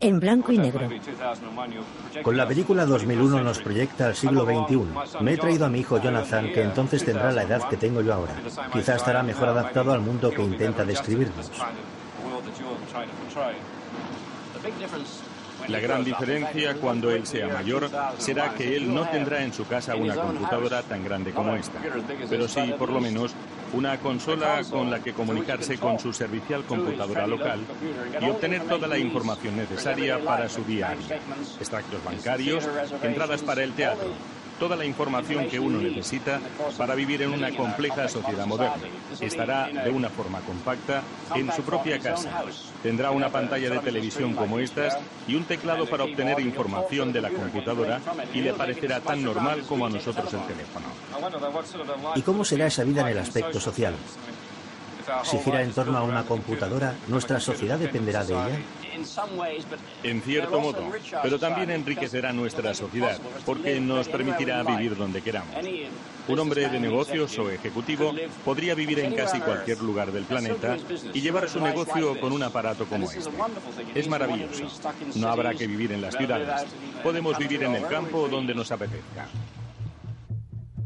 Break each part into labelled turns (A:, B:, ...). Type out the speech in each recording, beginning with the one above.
A: en blanco y negro.
B: Con la película 2001 nos proyecta al siglo XXI. Me he traído a mi hijo Jonathan, que entonces tendrá la edad que tengo yo ahora. Quizá estará mejor adaptado al mundo que intenta describirnos.
C: La gran diferencia cuando él sea mayor será que él no tendrá en su casa una computadora tan grande como esta, pero sí, por lo menos, una consola con la que comunicarse con su servicial computadora local y obtener toda la información necesaria para su día a día. Extractos bancarios, entradas para el teatro, toda la información que uno necesita para vivir en una compleja sociedad moderna. Estará de una forma compacta en su propia casa. Tendrá una pantalla de televisión como estas y un teclado para obtener información de la computadora y le parecerá tan normal como a nosotros el teléfono.
B: ¿Y cómo será esa vida en el aspecto social? Si gira en torno a una computadora, ¿nuestra sociedad dependerá de ella?
C: En cierto modo, pero también enriquecerá nuestra sociedad, porque nos permitirá vivir donde queramos. Un hombre de negocios o ejecutivo podría vivir en casi cualquier lugar del planeta y llevar su negocio con un aparato como este. Es maravilloso. No habrá que vivir en las ciudades. Podemos vivir en el campo donde nos apetezca.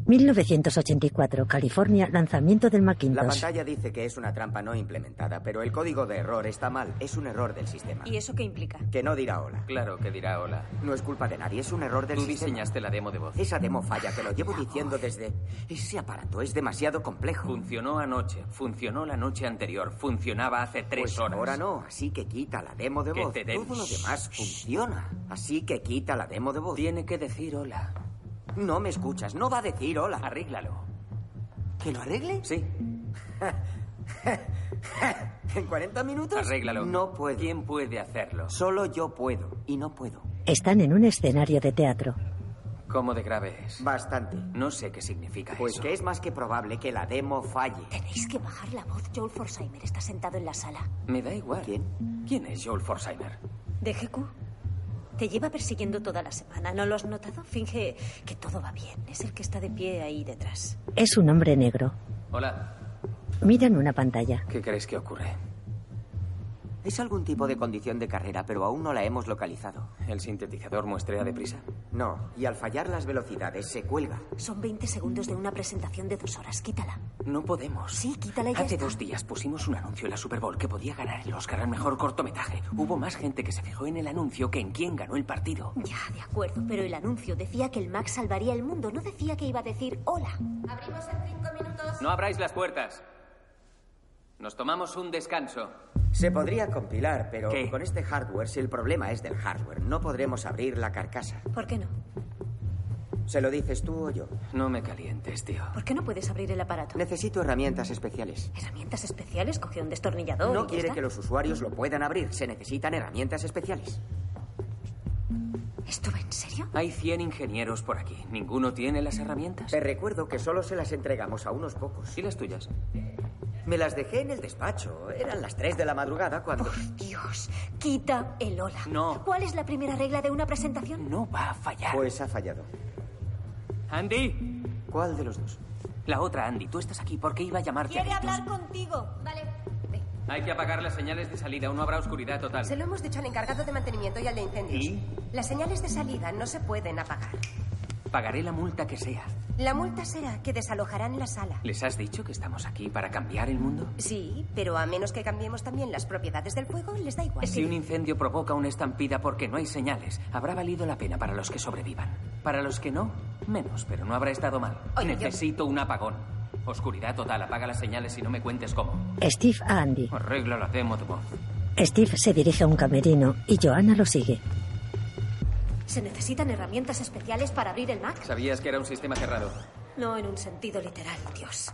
A: 1984, California, lanzamiento del Macintosh.
D: La pantalla dice que es una trampa no implementada, pero el código de error está mal. Es un error del sistema.
E: ¿Y eso qué implica?
D: Que no dirá hola.
F: Claro que dirá hola.
D: No es culpa de nadie, es un error del
F: Tú
D: sistema.
F: diseñaste la demo de voz.
D: Esa demo falla, te lo llevo diciendo desde. Ese aparato es demasiado complejo.
F: Funcionó anoche, funcionó la noche anterior, funcionaba hace tres
D: Pues
F: horas.
D: ahora no, así que quita la demo de
F: Que
D: voz.
F: te den-
D: Todo lo demás funciona. Así que quita la demo de voz.
F: Tiene que decir hola.
D: No me escuchas, no va a decir hola.
F: Arréglalo.
D: ¿Que lo arregle?
F: Sí,
D: ¿En 40 minutos?
F: arréglalo.
D: No puedo.
F: ¿Quién puede hacerlo?
D: Solo yo puedo. Y no puedo.
A: Están en un escenario de teatro.
F: ¿Cómo de grave es?
D: Bastante.
F: No sé qué significa
D: Pues
F: eso.
D: que es más que probable que la demo falle.
E: Tenéis que bajar la voz. Joel Forsheimer está sentado en la sala.
F: Me da igual.
D: ¿Quién?
F: ¿Quién es Joel Forsheimer?
E: ¿De GQ? Te lleva persiguiendo toda la semana. ¿No lo has notado? Finge que todo va bien. Es el que está de pie ahí detrás.
A: Es un hombre negro.
F: Hola.
A: Miran una pantalla.
F: ¿Qué crees que ocurre?
D: Es algún tipo de condición de carrera, pero aún no la hemos localizado.
F: ¿El sintetizador muestrea deprisa?
D: No, y al fallar las velocidades se cuelga.
E: Son 20 segundos de una presentación de dos horas. Quítala.
F: No podemos.
E: Sí, quítala y ya
F: Hace
E: está.
F: dos días pusimos un anuncio en la Super Bowl que podía ganar el Oscar al mejor cortometraje. Hubo más gente que se fijó en el anuncio que en quién ganó el partido.
E: Ya, de acuerdo, pero el anuncio decía que el Mac salvaría el mundo, no decía que iba a decir hola.
F: No abráis las puertas. Nos tomamos un descanso.
D: Se podría compilar, pero
F: ¿Qué?
D: con este hardware, si el problema es del hardware, no podremos abrir la carcasa.
E: ¿Por qué no?
D: ¿Se lo dices tú o yo?
F: No me calientes, tío.
E: ¿Por qué no puedes abrir el aparato?
D: Necesito herramientas especiales.
E: Herramientas especiales, coge un destornillador. y
D: No
E: ya
D: quiere
E: está.
D: que los usuarios lo puedan abrir. Se necesitan herramientas especiales.
E: ¿Esto va en serio?
F: Hay 100 ingenieros por aquí. ¿Ninguno tiene las herramientas?
D: Te recuerdo que solo se las entregamos a unos pocos.
F: ¿Y las tuyas?
D: Me las dejé en el despacho. Eran las 3 de la madrugada cuando...
E: Por Dios, quita el hola.
F: No.
E: ¿Cuál es la primera regla de una presentación?
F: No va a fallar.
D: Pues ha fallado.
F: Andy.
D: ¿Cuál de los dos?
F: La otra, Andy. Tú estás aquí porque iba a llamarte. a gritos.
E: contigo. Vale.
F: Hay que apagar las señales de salida. o No habrá oscuridad total.
G: Se lo hemos dicho al encargado de mantenimiento y al de incendios.
F: ¿Y?
G: Las señales de salida no se pueden apagar.
F: Pagaré la multa que sea.
G: La multa será que desalojarán la sala.
F: ¿Les has dicho que estamos aquí para cambiar el mundo?
G: Sí, pero a menos que cambiemos también las propiedades del fuego, les da igual.
F: Si un incendio provoca una estampida porque no hay señales, habrá valido la pena para los que sobrevivan. Para los que no, menos, pero no habrá estado mal.
G: Oye, yo-
F: Necesito un apagón. Oscuridad total, apaga las señales y no me cuentes cómo.
A: Steve a Andy.
F: Arregla la demo de voz.
A: Steve se dirige a un camerino y Joanna lo sigue.
E: ¿Se necesitan herramientas especiales para abrir el Mac?
F: ¿Sabías que era un sistema cerrado?
E: No en un sentido literal, Dios.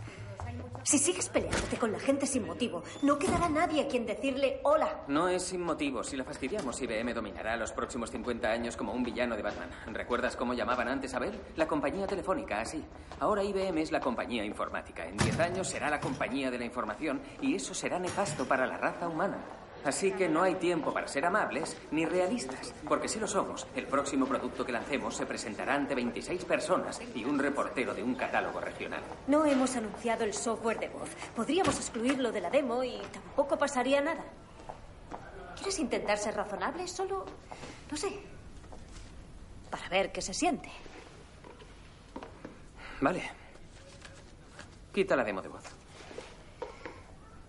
E: Si sigues peleándote con la gente sin motivo, no quedará nadie a quien decirle hola.
F: No es sin motivo. Si la fastidiamos, IBM dominará los próximos 50 años como un villano de Batman. ¿Recuerdas cómo llamaban antes a Bell? La compañía telefónica, así. Ahora IBM es la compañía informática. En 10 años será la compañía de la información y eso será nefasto para la raza humana. Así que no hay tiempo para ser amables ni realistas, porque si lo somos, el próximo producto que lancemos se presentará ante 26 personas y un reportero de un catálogo regional.
E: No hemos anunciado el software de voz. Podríamos excluirlo de la demo y tampoco pasaría nada. ¿Quieres intentar ser razonable? Solo, no sé, para ver qué se siente.
F: Vale. Quita la demo de voz.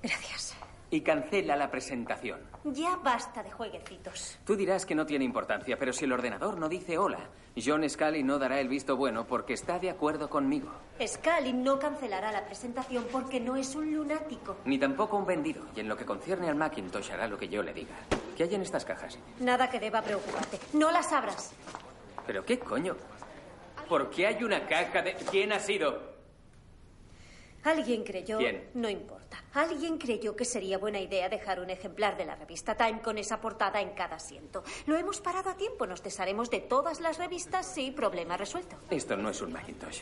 E: Gracias.
F: Y cancela la presentación.
E: Ya basta de jueguecitos.
F: Tú dirás que no tiene importancia, pero si el ordenador no dice hola, John Scully no dará el visto bueno porque está de acuerdo conmigo.
E: Scully no cancelará la presentación porque no es un lunático.
F: Ni tampoco un vendido. Y en lo que concierne al Macintosh hará lo que yo le diga. ¿Qué hay en estas cajas?
E: Nada que deba preocuparte. No las abras.
F: ¿Pero qué coño? ¿Por qué hay una caja de...? ¿Quién ha sido?
E: Alguien creyó.
F: ¿Quién?
E: No importa. Alguien creyó que sería buena idea dejar un ejemplar de la revista Time con esa portada en cada asiento. Lo hemos parado a tiempo. Nos desharemos de todas las revistas. Sí, problema resuelto.
F: Esto no es un Macintosh.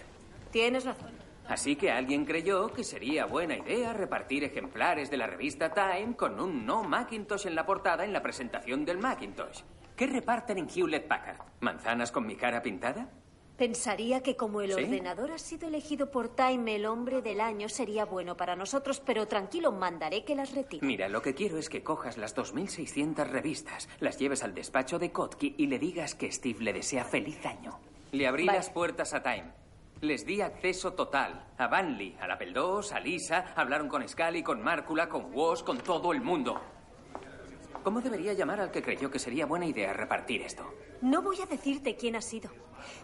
E: Tienes razón.
F: Así que alguien creyó que sería buena idea repartir ejemplares de la revista Time con un no Macintosh en la portada en la presentación del Macintosh. ¿Qué reparten en Hewlett Packard? ¿Manzanas con mi cara pintada?
E: Pensaría que como el
F: ¿Sí?
E: ordenador ha sido elegido por Time el hombre del año sería bueno para nosotros, pero tranquilo, mandaré que las retire.
F: Mira, lo que quiero es que cojas las 2.600 revistas, las lleves al despacho de Kotki y le digas que Steve le desea feliz año. Le abrí
E: Vale.
F: las puertas a Time. Les di acceso total. A Banley, a la Peldós, a Lisa, hablaron con Scully, con Márcula, con Woz, con todo el mundo. ¿Cómo debería llamar al que creyó que sería buena idea repartir esto?
E: No voy a decirte quién ha sido,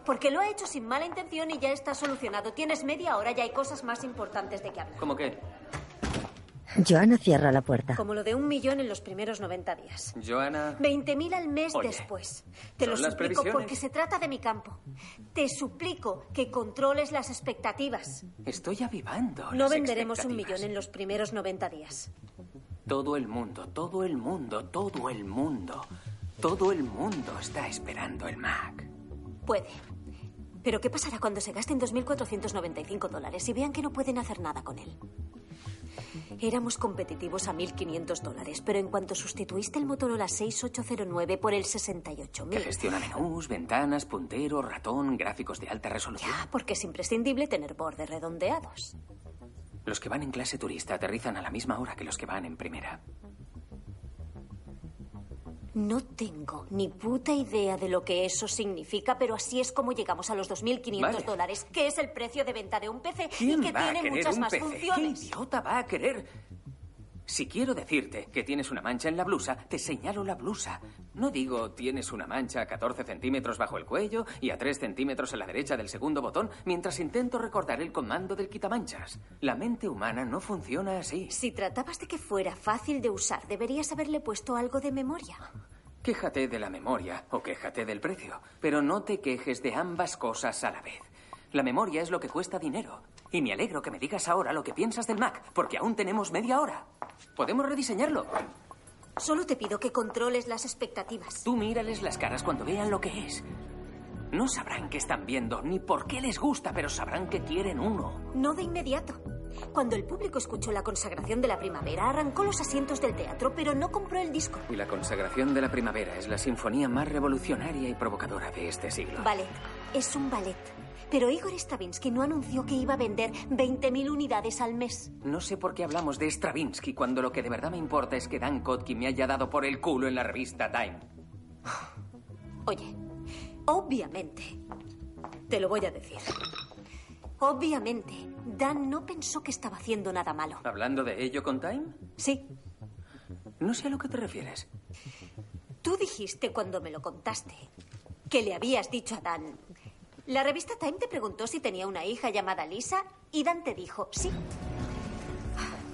E: porque lo ha hecho sin mala intención y ya está solucionado. Tienes media hora y hay cosas más importantes de que hablar.
F: ¿Cómo que?
A: Joana cierra la puerta.
E: Como lo de un millón en los primeros 90 días.
F: Joana.
E: 20.000 al mes
F: Oye,
E: después. Te
F: son
E: lo
F: las
E: suplico
F: previsiones.
E: porque se trata de mi campo. Te suplico que controles las expectativas.
F: Estoy avivando.
E: No
F: las
E: venderemos un
F: expectativas.
E: millón en los primeros 90 días.
F: Todo el mundo, todo el mundo, todo el mundo, todo el mundo está esperando el Mac.
E: Puede. Pero ¿qué pasará cuando se gasten 2.495 dólares y vean que no pueden hacer nada con él? Éramos competitivos a 1.500 dólares, pero en cuanto sustituiste el Motorola 6809 por el
F: Que
E: 68.000...
F: gestiona menús, ventanas, puntero, ratón, gráficos de alta resolución.
E: Ya, porque es imprescindible tener bordes redondeados.
F: Los que van en clase turista aterrizan a la misma hora que los que van en primera.
E: No tengo ni puta idea de lo que eso significa, pero así es como llegamos a los 2.500
F: Vale.
E: dólares, que es el precio de venta de un PC y
F: ¿Quién
E: que
F: va a
E: tiene
F: querer
E: muchas
F: un
E: más
F: PC?
E: funciones.
F: ¿Qué idiota va a querer? Si quiero decirte que tienes una mancha en la blusa, te señalo la blusa. No digo tienes una mancha a 14 centímetros bajo el cuello y a 3 centímetros a la derecha del segundo botón mientras intento recordar el comando del quitamanchas. La mente humana no funciona así.
E: Si tratabas de que fuera fácil de usar, deberías haberle puesto algo de memoria.
F: Quéjate de la memoria o quéjate del precio, pero no te quejes de ambas cosas a la vez. La memoria es lo que cuesta dinero. Y me alegro que me digas ahora lo que piensas del Mac, porque aún tenemos media hora. Podemos rediseñarlo.
E: Solo te pido que controles las expectativas.
F: Tú mírales las caras cuando vean lo que es. No sabrán qué están viendo, ni por qué les gusta, pero sabrán que quieren uno.
E: No de inmediato. Cuando el público escuchó la consagración de la primavera, arrancó los asientos del teatro, pero no compró el disco.
F: Y la consagración de la primavera es la sinfonía más revolucionaria y provocadora de este siglo.
E: Ballet. Es un ballet. Pero Igor Stravinsky no anunció que iba a vender 20.000 unidades al mes.
F: No sé por qué hablamos de Stravinsky cuando lo que de verdad me importa es que Dan Kotkin me haya dado por el culo en la revista Time.
E: Oye, obviamente, te lo voy a decir. Obviamente, Dan no pensó que estaba haciendo nada malo.
F: ¿Hablando de ello con Time?
E: Sí,
F: No sé a lo que te refieres.
E: Tú dijiste cuando me lo contaste que le habías dicho a Dan. La revista Time te preguntó si tenía una hija llamada Lisa y Dan te dijo sí.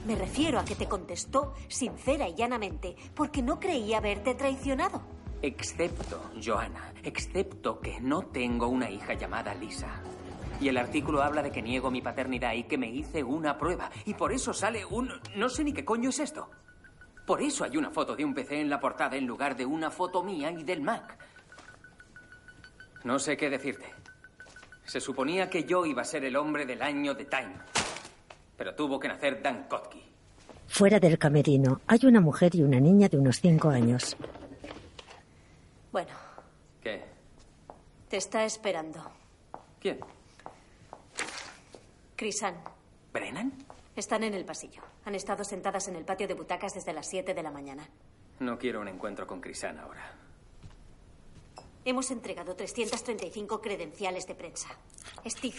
E: Me refiero a que te contestó sincera y llanamente porque no creía haberte traicionado.
F: Excepto, Joana, excepto que no tengo una hija llamada Lisa. Y el artículo habla de que niego mi paternidad y que me hice una prueba. Y por eso sale un... No sé ni qué coño es esto. Por eso hay una foto de un PC en la portada en lugar de una foto mía y del Mac. No sé qué decirte. Se suponía que yo iba a ser el hombre del año de Time. Pero tuvo que nacer Dan Kotke.
A: Fuera del camerino hay una mujer y una niña de unos cinco años.
E: Bueno,
F: ¿Qué?
E: te está esperando.
F: ¿Quién?
E: Crisan,
F: ¿Brennan?
E: están en el pasillo. Han estado sentadas en el patio de butacas desde las 7 de la mañana.
F: No quiero un encuentro con Crisan ahora.
E: Hemos entregado 335 credenciales de prensa. Steve,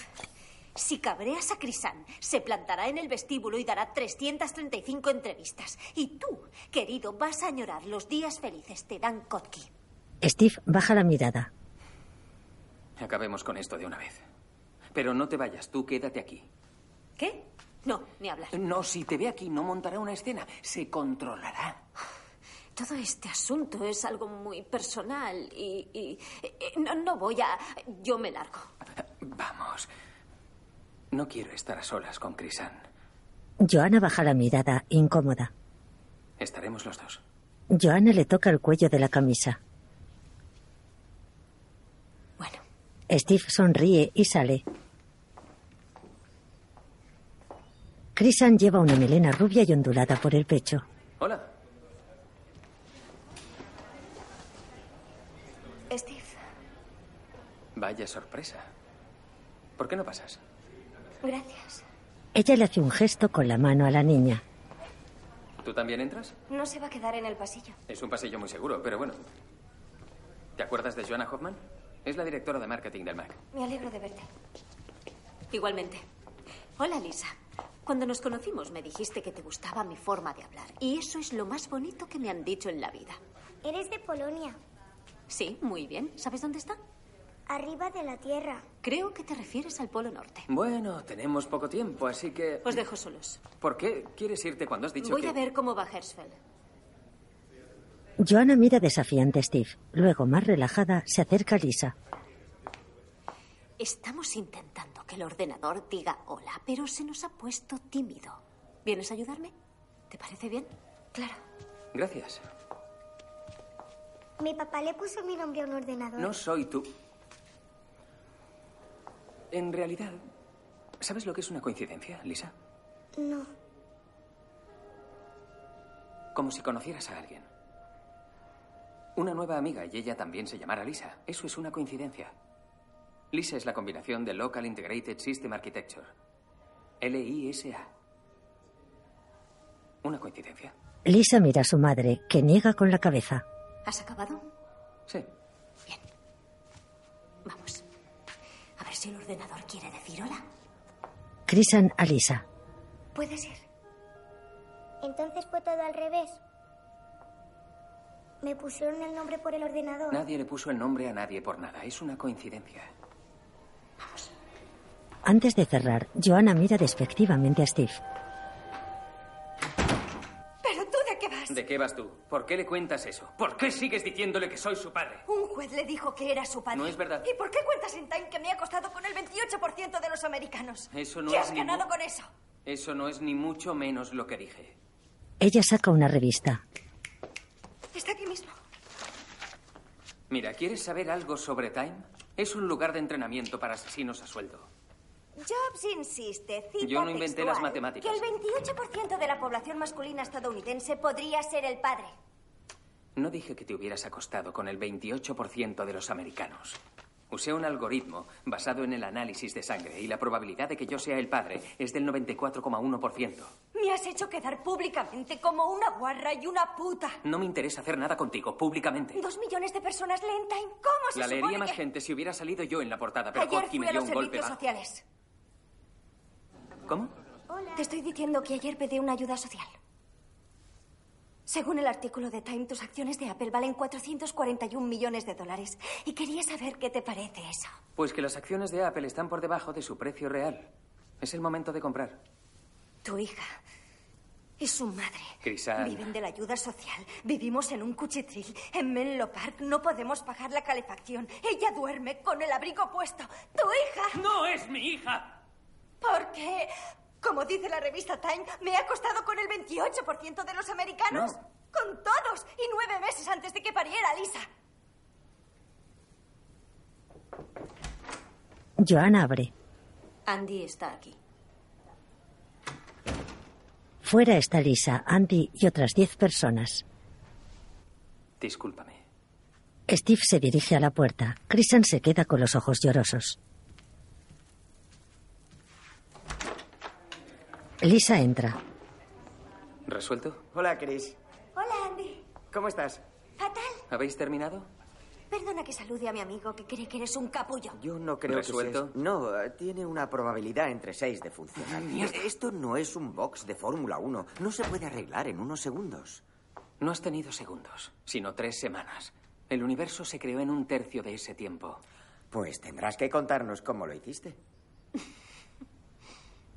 E: si cabreas a Crisan, se plantará en el vestíbulo y dará 335 entrevistas. Y tú, querido, vas a añorar los días felices de Dan Kotke.
A: Steve baja la mirada.
F: Acabemos con esto de una vez. Pero no te vayas, tú quédate aquí.
E: ¿Qué? No, ni hablar.
F: No, si te ve aquí no montará una escena, se controlará.
E: Todo este asunto es algo muy personal y, y- y no, no voy a... Yo me largo.
F: Vamos. No quiero estar a solas con Crisan.
A: Joana baja la mirada, incómoda.
F: Estaremos los dos.
A: Joana le toca el cuello de la camisa.
E: Bueno,
A: Steve sonríe y sale. Crisan lleva una melena rubia y ondulada por el pecho.
F: Hola.
E: Steve,
F: Vaya sorpresa. ¿Por qué no pasas?
G: Gracias.
A: Ella le hace un gesto con la mano a la niña.
F: ¿Tú también entras?
G: No se va a quedar en el pasillo.
F: Es un pasillo muy seguro, pero bueno. ¿Te acuerdas de Joanna Hoffman? Es la directora de marketing del MAC.
G: Me alegro de verte.
E: igualmente. Hola, Lisa. Cuando nos conocimos me dijiste que te gustaba mi forma de hablar y eso es lo más bonito que me han dicho en la vida.
H: Eres de Polonia,
E: Sí, muy bien. ¿Sabes dónde está?
H: arriba de la tierra.
E: Creo que te refieres al Polo Norte.
F: Bueno, tenemos poco tiempo, así que...
E: Os dejo solos.
F: ¿Por qué quieres irte cuando has dicho
E: Voy
F: que...?
E: a ver cómo va Hersfeld.
A: Joana mira desafiante a Steve. Luego, más relajada, se acerca a Lisa.
E: Estamos intentando que el ordenador diga hola, pero se nos ha puesto tímido. ¿Vienes a ayudarme? ¿Te parece bien? Claro.
F: Gracias.
H: Mi papá le puso mi nombre a un ordenador.
F: No soy tú. En realidad, ¿sabes lo que es una coincidencia, Lisa?
H: No.
F: Como si conocieras a alguien. Una nueva amiga y ella también se llamara Lisa. Eso es una coincidencia. Lisa es la combinación de Local Integrated System Architecture. LISA. Una coincidencia.
A: Lisa mira a su madre, que niega con la cabeza.
E: ¿Has acabado?
F: Sí.
E: Vamos. A ver si el ordenador quiere decir hola.
A: Crisan a Lisa.
G: Puedes ir.
H: Entonces fue todo al revés. Me pusieron el nombre por el ordenador.
F: Nadie le puso el nombre a nadie por nada. Es una coincidencia.
A: Antes de cerrar, Joana mira despectivamente a Steve.
G: ¿Pero tú de qué vas?
F: ¿De qué vas tú? ¿Por qué le cuentas eso? ¿Por qué sigues diciéndole que soy su padre?
G: Un juez le dijo que era su padre.
F: No es verdad.
G: ¿Y por qué cuentas en Time que me ha costado con el 28% de los americanos?
F: Eso no
G: ¿Qué
F: es
G: has
F: ningún-
G: ganado con eso?
F: Eso no es ni mucho menos lo que dije.
A: Ella saca una revista.
G: Está aquí mismo.
F: Mira, ¿quieres saber algo sobre Time? Es un lugar de entrenamiento para asesinos a sueldo.
G: Jobs insiste, cita
F: Yo no inventé
G: textual,
F: las matemáticas.
G: que el 28% de la población masculina estadounidense podría ser el padre.
F: No dije que te hubieras acostado con el 28% de los americanos. Usé un algoritmo basado en el análisis de sangre y la probabilidad de que yo sea el padre es del 94,1%.
G: Me has hecho quedar públicamente como una guarra y una puta.
F: No me interesa hacer nada contigo públicamente.
G: Dos millones de personas leen Time. ¿Cómo Pues se
F: La
G: supone
F: leería más
G: que-
F: gente si hubiera salido yo en la portada, pero
G: Ayer
F: Hotkey
G: fui
F: me
G: a
F: dio
G: los
F: un
G: servicios
F: golpe bajo.
G: sociales.
F: ¿Cómo?
G: Te estoy diciendo que ayer pedí una ayuda social. Según el artículo de Time, tus acciones de Apple valen 441 millones de dólares. Y quería saber qué te parece eso.
F: Pues que las acciones de Apple están por debajo de su precio real. Es el momento de comprar.
G: Tu hija y su madre
F: Crisal.
G: viven de la ayuda social. Vivimos en un cuchitril, en Menlo Park. No podemos pagar la calefacción. Ella duerme con el abrigo puesto. Tu hija.
F: ¡No es mi hija!
G: Porque, como dice la revista Time, me ha costado con el 28% de los americanos.
F: No.
G: Con todos. Y nueve meses antes de que pariera Lisa.
A: Joana abre.
E: Andy está aquí.
A: Fuera está Lisa, Andy y otras diez personas.
F: Discúlpame.
A: Steve se dirige a la puerta. Crisan se queda con los ojos llorosos. Lisa entra.
F: ¿Resuelto?
D: Hola, Chris.
G: Hola, Andy.
F: ¿Cómo estás?
G: Fatal.
F: ¿Habéis terminado?
G: Perdona que salude a mi amigo que cree que eres un capullo.
D: Yo no creo
F: ¿Resuelto?
D: que seas- No, eh, tiene una probabilidad entre 6 de funcionar. Esto no es un box de Fórmula 1. No se puede arreglar en unos segundos.
F: No has tenido segundos, sino tres semanas. El universo se creó en un tercio de ese tiempo.
D: Pues tendrás que contarnos cómo lo hiciste.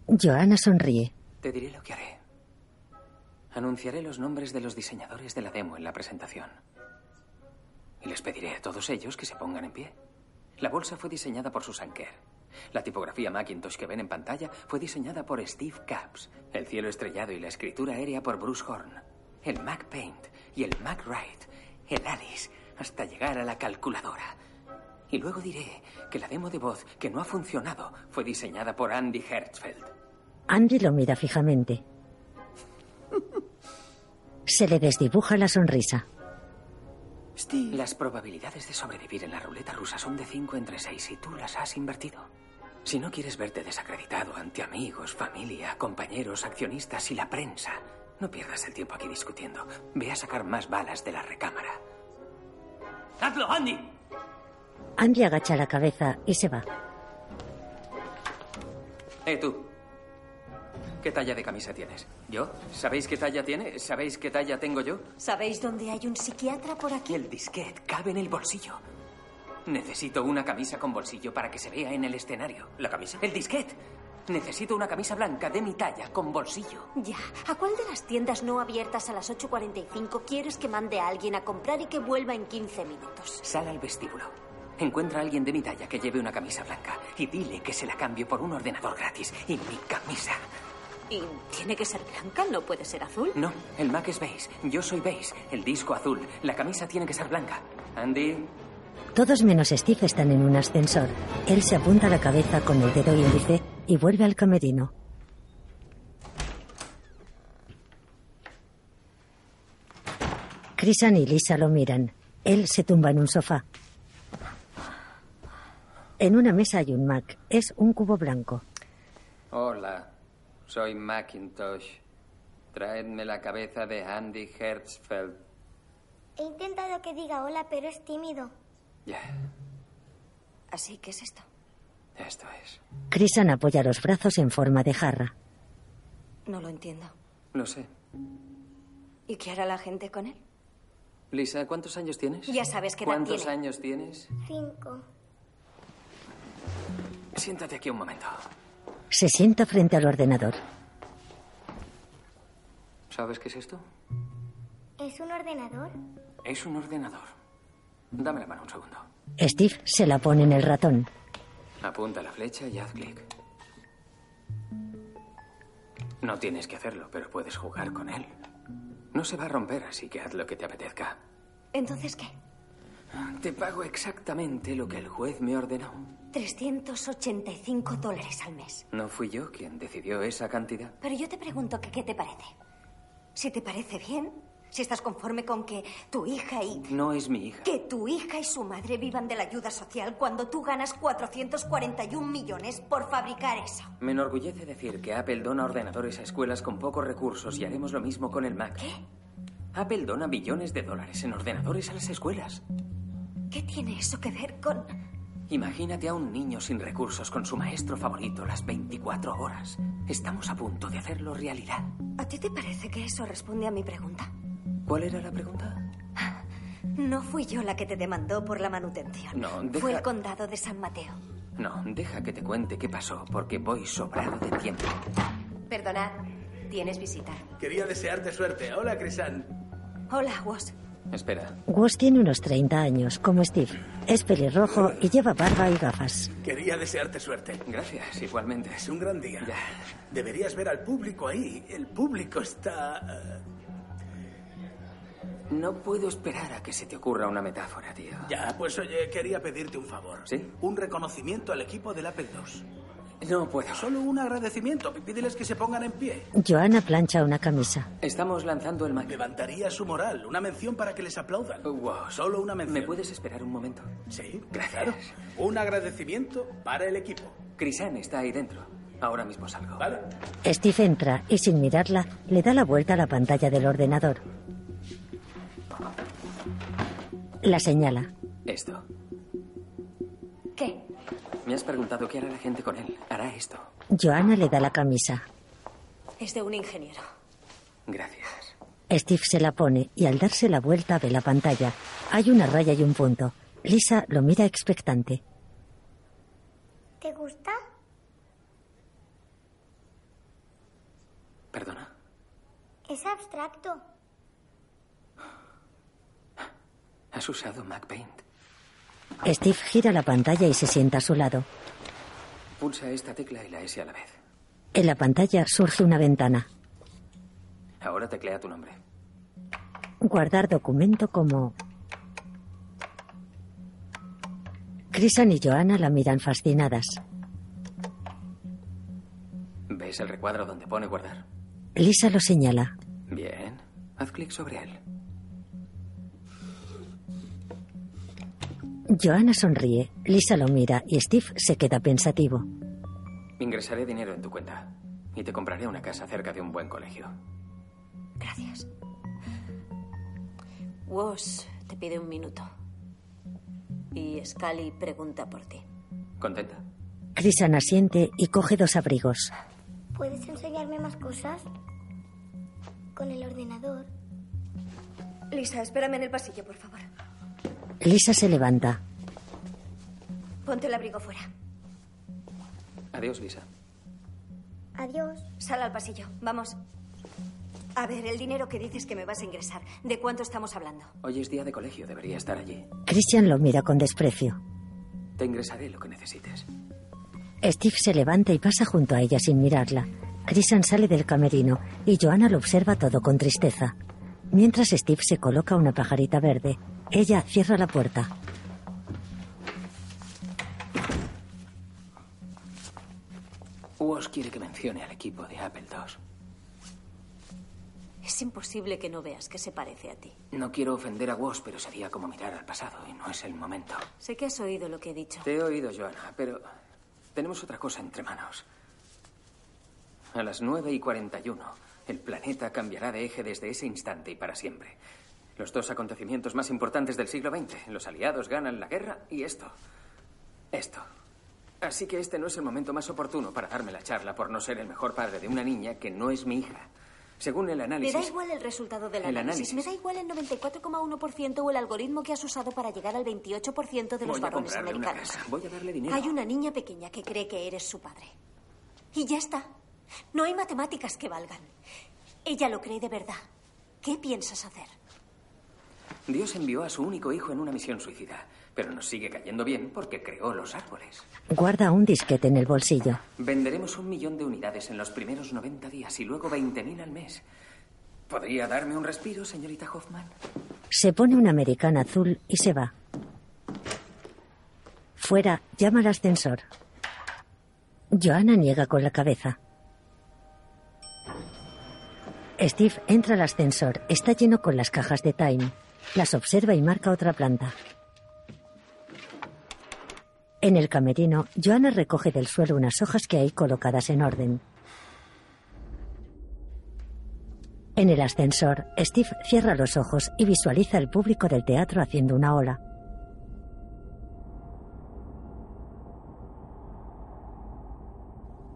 A: Joana sonríe.
F: Te diré lo que haré. Anunciaré los nombres de los diseñadores de la demo en la presentación. Y les pediré a todos ellos que se pongan en pie. La bolsa fue diseñada por Susan Kerr. La tipografía Macintosh que ven en pantalla fue diseñada por Steve Capps. El cielo estrellado y la escritura aérea por Bruce Horn. El Mac Paint y el Mac Wright. El Alice hasta llegar a la calculadora. Y luego diré que la demo de voz que no ha funcionado fue diseñada por Andy Hertzfeld.
A: Andy lo mira fijamente. Se le desdibuja la sonrisa.
F: Las probabilidades de sobrevivir en la ruleta rusa son de 5 entre 6 y tú las has invertido. Si no quieres verte desacreditado ante amigos, familia, compañeros, accionistas y la prensa, no pierdas el tiempo aquí discutiendo. Ve a sacar más balas de la recámara. ¡Hazlo, Andy!
A: Andy agacha la cabeza y se va.
F: Eh, tú. ¿Qué talla de camisa tienes? ¿Yo? ¿Sabéis qué talla tiene? ¿Sabéis qué talla tengo yo?
E: ¿Sabéis dónde hay un psiquiatra por aquí?
F: El disquete cabe en el bolsillo. Necesito una camisa con bolsillo para que se vea en el escenario. ¿La camisa? El disquete. Necesito una camisa blanca de mi talla con bolsillo.
E: Ya, ¿a cuál de las tiendas no abiertas a las 8.45 quieres que mande a alguien a comprar y que vuelva en 15 minutos?
F: Sal al vestíbulo. Encuentra a alguien de mi talla que lleve una camisa blanca y dile que se la cambio por un ordenador gratis y mi camisa.
E: Y tiene que ser blanca, no puede ser azul.
F: No, el Mac es beige, yo soy beige, el disco azul, la camisa tiene que ser blanca. Andy,
A: Todos menos Steve están en un ascensor. Él se apunta la cabeza con el dedo índice y vuelve al camerino. Crisan y Lisa lo miran. Él se tumba en un sofá. En una mesa hay un Mac. Es un cubo blanco.
F: Hola, soy Macintosh. Traedme la cabeza de Andy Hertzfeld.
H: He intentado que diga hola, pero es tímido.
F: Ya,
E: Así que es esto.
F: esto es.
A: Crisan apoya los brazos en forma de jarra.
G: No lo entiendo.
F: Lo sé.
G: ¿Y qué hará la gente con él?
F: Lisa, ¿cuántos años tienes?
E: Ya sabes qué edad
F: ¿Cuántos
E: tiene.
F: años tienes?
H: Cinco.
F: Siéntate aquí un momento.
A: Se sienta frente al ordenador.
F: ¿Sabes qué es esto?
H: ¿Es un ordenador?
F: Es un ordenador. Dame la mano un segundo.
A: Steve se la pone en el ratón.
F: Apunta la flecha y haz clic. No tienes que hacerlo, pero puedes jugar con él. No se va a romper, así que haz lo que te apetezca.
G: ¿Entonces qué?
F: Te pago exactamente lo que el juez me ordenó.
G: 385 dólares al mes.
F: No fui yo quien decidió esa cantidad.
G: Pero yo te pregunto que qué te parece. Si te parece bien, si estás conforme con que tu hija y...
F: No es mi hija.
G: Que tu hija y su madre vivan de la ayuda social cuando tú ganas 441 millones por fabricar eso.
F: Me enorgullece decir que Apple dona ordenadores a escuelas con pocos recursos y haremos lo mismo con el Mac. Apple dona billones de dólares en ordenadores a las escuelas.
G: ¿Qué tiene eso que ver con...?
F: Imagínate a un niño sin recursos con su maestro favorito las 24 horas. Estamos a punto de hacerlo realidad.
G: ¿A ti te parece que eso responde a mi pregunta?
F: ¿Cuál era la pregunta?
G: No fui yo la que te demandó por la manutención.
F: No, deja-
G: Fue el condado de San Mateo.
F: No, deja que te cuente qué pasó, porque voy sobrado de tiempo.
G: Perdonad, tienes visita.
I: Quería desearte suerte. Hola, Crisan.
G: Hola, Woz.
F: Espera,
A: Woz tiene unos 30 años, como Steve. Es pelirrojo y lleva barba y gafas.
I: Quería desearte suerte.
F: gracias, igualmente.
I: Es un gran día.
F: Ya.
I: Deberías ver al público ahí. El público está... eh,
F: No puedo esperar a que se te ocurra una metáfora, tío.
I: Ya, pues oye, quería pedirte un favor.
F: ¿Sí?
I: Un reconocimiento al equipo del Apple II.
F: No puedo.
I: Solo un agradecimiento. Pídeles que se pongan en pie.
A: Joanna plancha una camisa.
F: Estamos lanzando el Mac.
I: Levantaría su moral. Una mención para que les aplaudan.
F: Oh, wow.
I: Solo una mención.
F: ¿Me puedes esperar un momento?
I: Sí,
F: Gracias. ¿eh?
I: claro. Un agradecimiento para el equipo.
F: Crisan está ahí dentro. Ahora mismo salgo.
I: ¿Vale?
A: Steve entra y sin mirarla le da la vuelta a la pantalla del ordenador. La señala.
F: Esto.
G: ¿Qué?
F: Me has preguntado qué hará la gente con él. Hará esto.
A: Joanna le da la camisa.
E: Es de un ingeniero.
F: Gracias.
A: Steve se la pone y al darse la vuelta ve la pantalla. Hay una raya y un punto. Lisa lo mira expectante.
H: ¿Te gusta?
F: Perdona.
H: Es abstracto.
F: ¿Has usado Mac Paint?
A: Steve gira la pantalla y se sienta a su lado.
F: Pulsa esta tecla y la S a la vez.
A: En la pantalla surge una ventana.
F: Ahora teclea tu nombre.
A: Guardar documento como... Crisan y Joanna la miran fascinadas.
F: ¿Ves el recuadro donde pone guardar?
A: Lisa lo señala.
F: Bien. Haz clic sobre él.
A: Joanna sonríe, Lisa lo mira y Steve se queda pensativo.
F: Ingresaré dinero en tu cuenta y te compraré una casa cerca de un buen colegio.
E: Gracias. Woz te pide un minuto. Y Scully pregunta por ti.
F: ¿Contenta?
A: Crisan asiente y coge dos abrigos.
H: ¿Puedes enseñarme más cosas? Con el ordenador.
G: Lisa, espérame en el pasillo, por favor.
A: Lisa se levanta.
G: Ponte el abrigo fuera.
F: Adiós, Lisa.
H: Adiós.
G: Sal al pasillo. Vamos. A ver, el dinero que dices que me vas a ingresar. ¿De cuánto estamos hablando?
F: Hoy es día de colegio, debería estar allí.
A: Christian lo mira con desprecio.
F: Te ingresaré lo que necesites.
A: Steve se levanta y pasa junto a ella sin mirarla. Christian sale del camerino y Joanna lo observa todo con tristeza. Mientras Steve se coloca una pajarita verde, ella cierra la puerta.
F: Woz quiere que mencione al equipo de Apple II.
E: Es imposible que no veas que se parece a ti.
F: No quiero ofender a Woz, pero sería como mirar al pasado y no es el momento.
E: Sé que has oído lo que he dicho.
F: Te he oído, Joana, pero tenemos otra cosa entre manos. A las 9 y 41, el planeta cambiará de eje desde ese instante y para siempre. Los dos acontecimientos más importantes del siglo XX. Los aliados ganan la guerra y esto. Esto. Así que este no es el momento más oportuno para darme la charla por no ser el mejor padre de una niña que no es mi hija. Según el
E: Me
F: análisis...
E: da igual el resultado del
F: El
E: análisis.
F: análisis.
E: Me da igual el 94,1% o el algoritmo que has usado para llegar al 28% de los
F: Voy a
E: varones
F: comprarle una
E: americanos.
F: casa. Voy a darle dinero.
E: Hay una niña pequeña que cree que eres su padre. Y ya está. No hay matemáticas que valgan. Ella lo cree de verdad. ¿Qué piensas hacer?
F: Dios envió a su único hijo en una misión suicida, pero nos sigue cayendo bien porque creó los árboles.
A: Guarda un disquete en el bolsillo.
F: Venderemos un millón de unidades en los primeros 90 días y luego 20.000 al mes. ¿Podría darme un respiro, señorita Hoffman?
A: Se pone una americana azul y se va. Fuera, llama al ascensor. Joanna niega con la cabeza. Steve entra al ascensor. Está lleno con las cajas de Time. Las observa y marca otra planta. En el camerino, Joanna recoge del suelo unas hojas que hay colocadas en orden. En el ascensor, Steve cierra los ojos y visualiza el público del teatro haciendo una ola.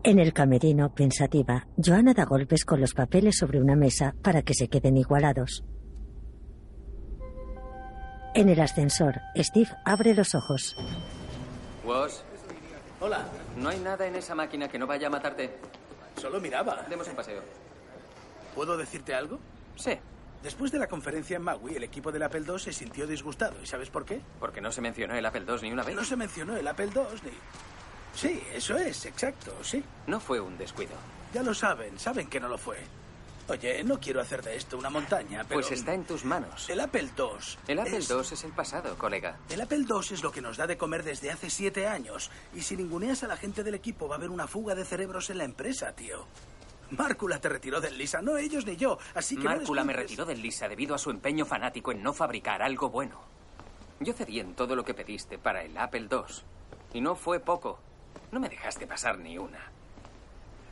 A: En el camerino, pensativa, Joanna da golpes con los papeles sobre una mesa para que se queden igualados. En el ascensor, Steve abre los ojos.
F: Woz,
I: Hola,
F: no hay nada en esa máquina que no vaya a matarte.
I: solo miraba.
F: Demos un paseo.
I: ¿Puedo decirte algo?
F: Sí,
I: Después de la conferencia en Maui, el equipo del Apple II se sintió disgustado. ¿Y sabes por qué?
F: porque no se mencionó el Apple II ni una
I: No
F: vez.
I: se mencionó el Apple II ni... Sí, eso es, exacto, sí.
F: No fue un descuido.
I: Ya lo saben, saben que no lo fue. Oye, no quiero hacer de esto una montaña, pero...
F: Pues está en tus manos.
I: El Apple II...
F: El Apple
I: es-
F: II es el pasado, colega.
I: El Apple II es lo que nos da de comer desde hace siete años. Y si ninguneas a la gente del equipo, va a haber una fuga de cerebros en la empresa, tío. Márcula te retiró del Lisa, no ellos ni yo. Así que. no
F: Márcula me
I: descuides.
F: retiró del Lisa debido a su empeño fanático en no fabricar algo bueno. Yo cedí en todo lo que pediste para el Apple II. Y no fue poco. No me dejaste pasar ni una.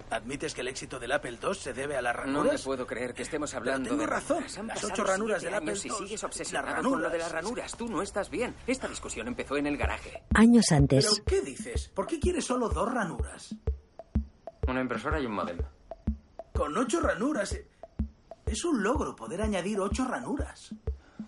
I: ¿Admites que el éxito del Apple II se debe a las
F: No
I: ranuras?
F: me puedo creer que estemos hablando
I: tengo
F: de
I: razón.
F: ranuras. Han
I: Las
F: pasado
I: ocho ranuras
F: siete
I: del Apple
F: años y
I: II.
F: sigues
I: Las
F: obsesionado
I: ranuras.
F: con lo de las ranuras. Tú no estás bien. Esta discusión empezó en el garaje.
A: Años
I: ¿Pero
A: antes,
I: qué dices? ¿Por qué quieres solo dos ranuras?
F: Una impresora y un modem.
I: Con ocho ranuras. eh, Es un logro poder añadir ocho ranuras.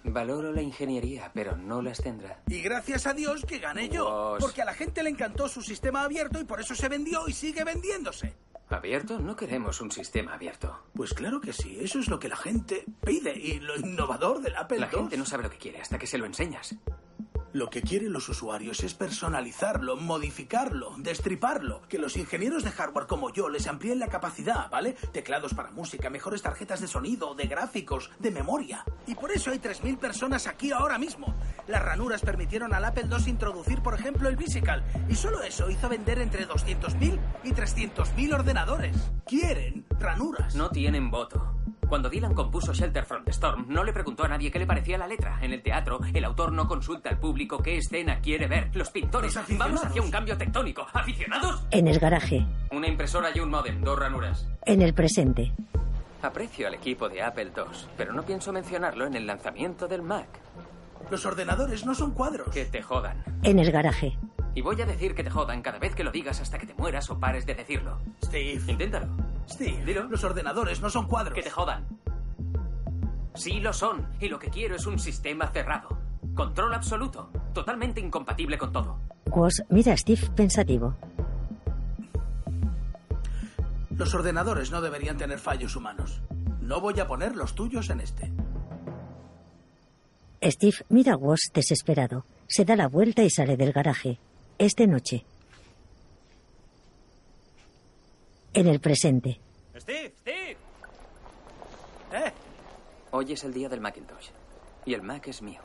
F: Valoro la ingeniería, pero no las tendrá.
I: Y gracias a Dios que gané yo.
F: Dios.
I: Porque a la gente le encantó su sistema abierto y por eso se vendió y sigue vendiéndose.
F: ¿Abierto? No queremos un sistema abierto.
I: Pues claro que sí, eso es lo que la gente pide y lo innovador del Apple
F: La
I: II.
F: gente no sabe lo que quiere hasta que se lo enseñas.
I: Lo que quieren los usuarios es personalizarlo, modificarlo, destriparlo, que los ingenieros de hardware como yo les amplíen la capacidad, ¿vale? Teclados para música, mejores tarjetas de sonido, de gráficos, de memoria. Y por eso hay 3.000 personas aquí ahora mismo. Las ranuras permitieron al Apple II introducir, por ejemplo, el Visical, y solo eso hizo vender entre 200.000 y 300.000 ordenadores. Quieren ranuras.
F: No tienen voto. Cuando Dylan compuso Shelter from the Storm, no le preguntó a nadie qué le parecía la letra. En el teatro, el autor no consulta al público qué escena quiere ver. Los pintores,
I: Los aficionados.
F: vamos hacia un cambio tectónico. ¿Aficionados?
A: en el garaje,
F: Una impresora y un modem, dos ranuras.
A: en el presente,
F: Aprecio al equipo de Apple II, pero no pienso mencionarlo en el lanzamiento del Mac.
I: Los ordenadores no son cuadros.
F: Que te jodan.
A: en el garaje,
F: Y voy a decir que te jodan cada vez que lo digas hasta que te mueras o pares de decirlo.
I: Steve,
F: Inténtalo.
I: Steve,
F: Dilo.
I: los ordenadores no son cuadros.
F: Que te jodan. Sí lo son, y lo que quiero es un sistema cerrado. Control absoluto, totalmente incompatible con todo.
A: Quos mira a Steve pensativo.
I: Los ordenadores no deberían tener fallos humanos. No voy a poner los tuyos en este.
A: Steve mira a Woz desesperado. Se da la vuelta y sale del garaje. Es de noche. En el presente.
C: Steve, Steve.
I: ¿Eh?
F: Hoy es el día del Macintosh, y el Mac es mío.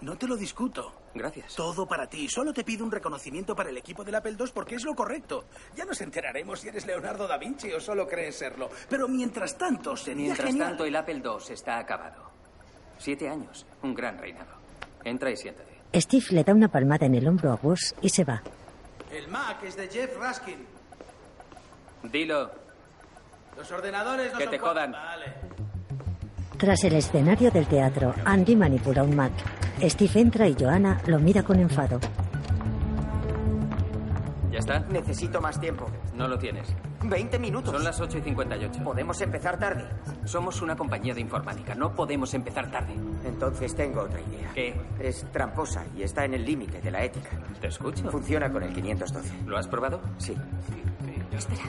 I: No te lo discuto.
F: Gracias.
I: Todo para ti. Solo te pido un reconocimiento para el equipo del Apple II porque es lo correcto. Ya nos enteraremos si eres Leonardo da Vinci o solo crees serlo. Pero mientras tanto, sería
F: Mientras
I: genial.
F: tanto, el Apple II está acabado. Siete años, un gran reinado. Entra y siéntate.
A: Steve le da una palmada en el hombro a Woz y se va.
I: El Mac es de Jeff Raskin.
F: Dilo,
I: Los ordenadores no
F: Que
I: son
F: te
I: cuadros.
F: jodan.
I: Vale.
A: Tras el escenario del teatro, Andy manipula un Mac. Steve entra y Joanna lo mira con enfado.
F: ¿ya está?
D: Necesito más tiempo.
F: No lo tienes.
D: 20 minutos.
F: Son las 8 y 58.
D: Podemos empezar tarde.
F: Somos una compañía de informática, no podemos empezar tarde.
D: Entonces tengo otra idea.
F: ¿Qué?
D: Es tramposa y está en el límite de la ética.
F: Te escucho.
D: Funciona con el 512.
F: ¿Lo has probado?
D: Sí.
E: Espera.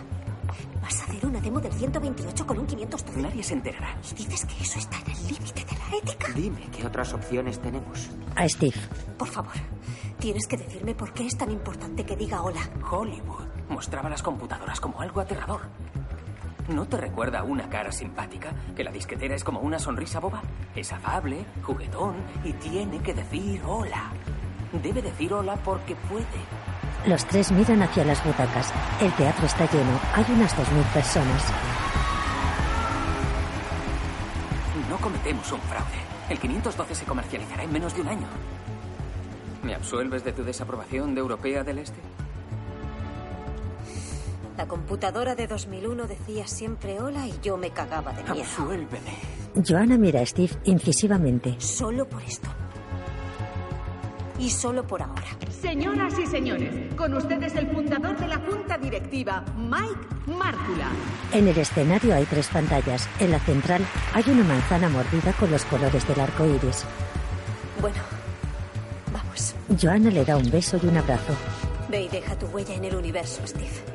E: ¿Vas a hacer una demo del 128 con un 512?
F: Nadie se enterará.
E: ¿Y dices que eso está en el límite de la ética?
D: Dime qué otras opciones tenemos.
A: A Steve.
E: Por favor, tienes que decirme por qué es tan importante que diga hola.
F: Hollywood mostraba las computadoras como algo aterrador. ¿No te recuerda una cara simpática? Que la disquetera es como una sonrisa boba. Es afable, juguetón y tiene que decir hola. Debe decir hola porque puede.
A: Los tres miran hacia las butacas. El teatro está lleno. Hay unas 2.000 personas.
F: No cometemos un fraude. El 512 se comercializará en menos de un año. ¿Me absuelves de tu desaprobación de Europea del Este?
E: La computadora de 2001 decía siempre hola y yo me cagaba de miedo.
F: Absuélveme.
A: Joanna mira a Steve incisivamente.
E: Solo por esto. Y solo por ahora.
J: Señoras y señores, con ustedes el fundador de la Junta Directiva, Mike Márcula.
A: En el escenario hay tres pantallas. En la central hay una manzana mordida con los colores del arco iris.
E: Bueno, vamos.
A: Joanna le da un beso y un abrazo.
E: Ve y deja tu huella en el universo, Steve.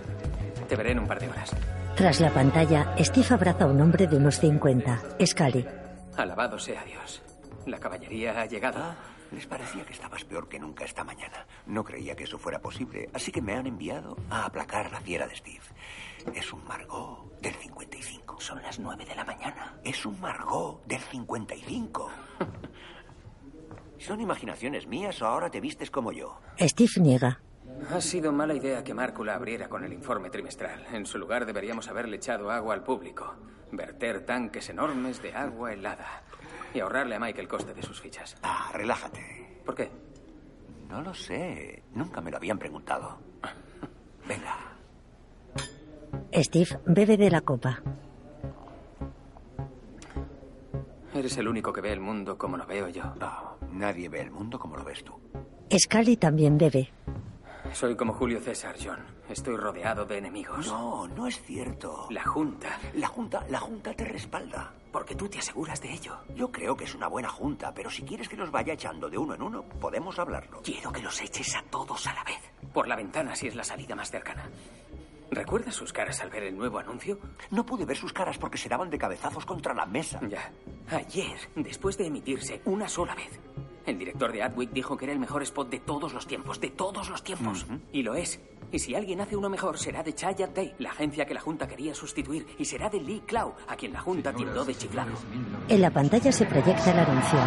F: Te veré en un par de horas.
A: Tras la pantalla, Steve abraza a un hombre de unos 50, Scully.
F: Alabado sea Dios. La caballería ha llegado.
K: Ah, Les parecía que estabas peor que nunca esta mañana. No creía que eso fuera posible, así que me han enviado a aplacar la fiera de Steve. Es un Margot del 55.
F: Son las nueve de la mañana.
K: Es un Margot del 55. ¿Son imaginaciones mías o ahora te vistes como yo?
A: Steve niega.
F: Ha sido mala idea que Márcula abriera con el informe trimestral. En su lugar deberíamos haberle echado agua al público, verter tanques enormes de agua helada y ahorrarle a Mike el coste de sus fichas.
K: Ah, relájate.
F: ¿Por qué?
K: No lo sé. Nunca me lo habían preguntado. Venga.
A: Steve bebe de la copa.
F: Eres el único que ve el mundo como lo veo yo. nadie ve el mundo como lo ves tú.
A: Scully también bebe.
F: Soy como Julio César, John. Estoy rodeado de enemigos.
K: No, no es cierto.
F: La Junta.
K: La Junta, la Junta te respalda.
F: Porque tú te aseguras de ello.
K: Yo creo que es una buena junta, pero si quieres que los vaya echando de uno en uno, podemos hablarlo.
F: Quiero que los eches a todos a la vez. Por la ventana, si es la salida más cercana. ¿Recuerdas sus caras al ver el nuevo anuncio?
K: No pude ver sus caras porque se daban de cabezazos contra la mesa.
F: Ya. Ayer, después de emitirse una sola vez, el director de Adwick dijo que era el mejor spot de todos los tiempos, de todos los tiempos. Y lo es. Y si alguien hace uno mejor, será de Chaya Day, la agencia que la Junta quería sustituir, y será de Lee Clow, a quien la Junta tildó de chiflado.
A: En la pantalla se proyecta el anuncio.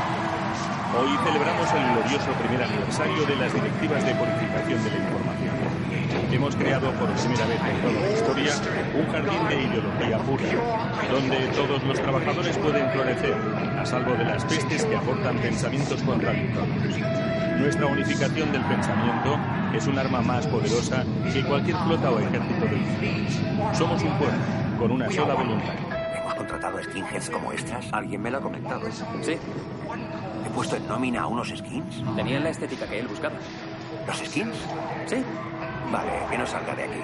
C: Hoy celebramos el glorioso primer aniversario de las directivas de codificación de la información. Hemos creado por primera vez en toda la historia un jardín de ideología pura, donde todos los trabajadores pueden florecer, a salvo de las pestes que aportan pensamientos contradictorios. Nuestra unificación del pensamiento es un arma más poderosa que cualquier flota o ejército del mundo. Somos un pueblo, con una sola voluntad.
K: ¿Hemos contratado skinheads como extras? Alguien me lo ha comentado.
F: Sí.
K: ¿He puesto en nómina a unos skins?
F: Tenían la estética que él buscaba.
K: ¿Los skins?
F: Sí.
K: Vale, que no salga de aquí.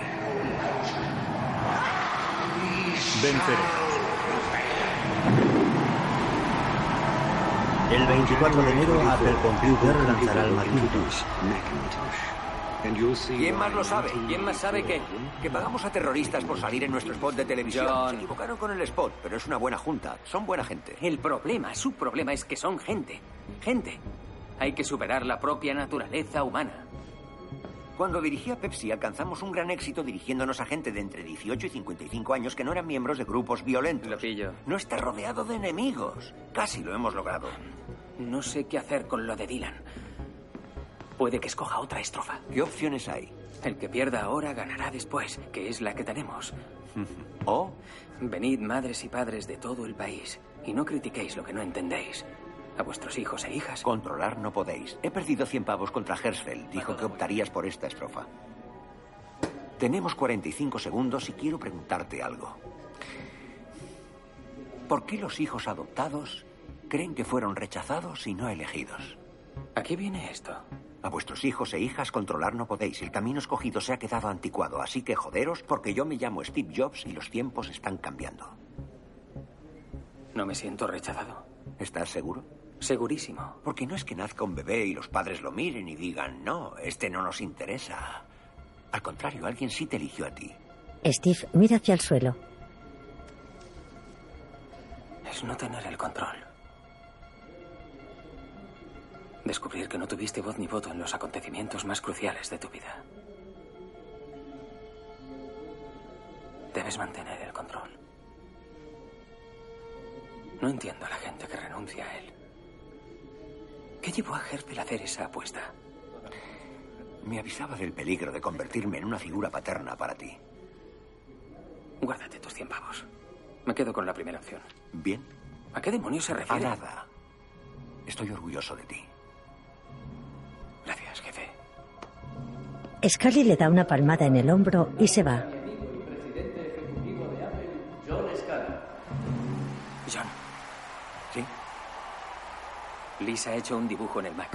C: Venceremos.
B: El 24 de enero, Apple Computer lanzará el Macintosh.
K: ¿Quién más lo sabe? ¿Quién más sabe que, que pagamos a terroristas por salir en nuestro spot de televisión?
F: John.
K: Se equivocaron con el spot, pero es una buena junta. Son buena gente.
F: El problema, su problema es que son gente. Gente. Hay que superar la propia naturaleza humana.
K: Cuando dirigía Pepsi alcanzamos un gran éxito dirigiéndonos a gente de entre 18 y 55 años que no eran miembros de grupos violentos.
F: Lo pillo.
K: No está rodeado de enemigos. Casi lo hemos logrado.
F: No sé qué hacer con lo de Dylan. Puede que escoja otra estrofa.
K: ¿Qué opciones hay?
F: El que pierda ahora ganará después, que es la que tenemos.
K: ¿O?
F: Oh, Venid, madres y padres de todo el país, y no critiquéis lo que no entendéis. A vuestros hijos e hijas.
K: Controlar no podéis. He perdido 100 pavos contra Hersfeld. Dijo que optarías por esta estrofa. Tenemos 45 segundos y quiero preguntarte algo. ¿Por qué los hijos adoptados creen que fueron rechazados y no elegidos?
F: ¿A qué viene esto?
K: A vuestros hijos e hijas controlar no podéis. El camino escogido se ha quedado anticuado, así que joderos porque yo me llamo Steve Jobs y los tiempos están cambiando.
F: No me siento rechazado.
K: ¿Estás seguro?
F: Segurísimo.
K: Porque no es que nazca un bebé y los padres lo miren y digan, no, este no nos interesa. Al contrario, alguien sí te eligió a ti.
A: Steve mira hacia el suelo.
F: Es no tener el control. Descubrir que no tuviste voz ni voto en los acontecimientos más cruciales de tu vida. Debes mantener el control. No entiendo a la gente que renuncia a él. ¿Qué llevó a Hertel a hacer esa apuesta?
K: Me avisaba del peligro de convertirme en una figura paterna para ti.
F: Guárdate tus 100 pavos. Me quedo con la primera opción.
K: ¿Bien?
F: ¿A qué demonios se
K: A
F: refiere?
K: nada. Estoy orgulloso de ti.
F: Gracias, jefe.
A: Scully le da una palmada en el hombro y se va.
F: John,
K: ¿Sí?
F: Lisa ha hecho un dibujo en el Mac.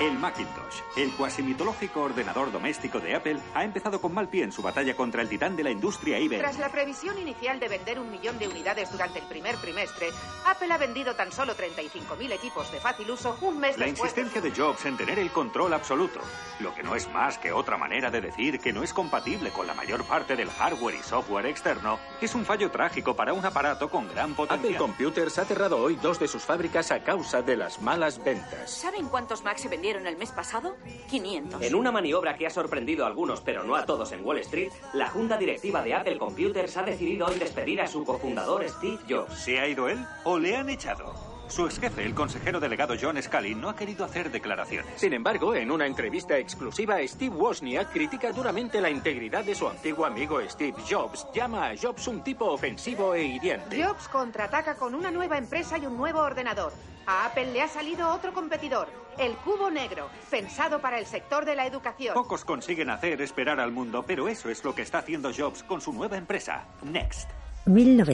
L: El Macintosh, el cuasimitológico ordenador doméstico de Apple, ha empezado con mal pie en su batalla contra el titán de la industria eBay.
J: Tras la previsión inicial de vender un millón de unidades durante el primer trimestre, Apple ha vendido tan solo 35.000 equipos de fácil uso un mes
L: La
J: después.
L: insistencia de Jobs en tener el control absoluto, lo que no es más que otra manera de decir que no es compatible con la mayor parte del hardware y software externo, es un fallo trágico para un aparato con gran
M: Apple
L: potencial.
M: Computers ha cerrado hoy dos de sus fábricas a causa de las malas ventas.
N: ¿Saben cuántos Macs se vendieron el mes pasado? 500.
O: En una maniobra que ha sorprendido a algunos, pero no a todos en Wall Street, la junta directiva de Apple Computers ha decidido hoy despedir a su cofundador Steve Jobs.
L: ¿Se ha ido él o le han echado? Su exjefe, el consejero delegado John Scully, no ha querido hacer declaraciones.
M: Sin embargo, en una entrevista exclusiva, Steve Wozniak critica duramente la integridad de su antiguo amigo Steve Jobs. Llama a Jobs un tipo ofensivo e hiriente.
J: Jobs contraataca con una nueva empresa y un nuevo ordenador. A Apple le ha salido otro competidor, el cubo negro, pensado para el sector de la educación.
L: Pocos consiguen hacer esperar al mundo, pero eso es lo que está haciendo Jobs con su nueva empresa, Next.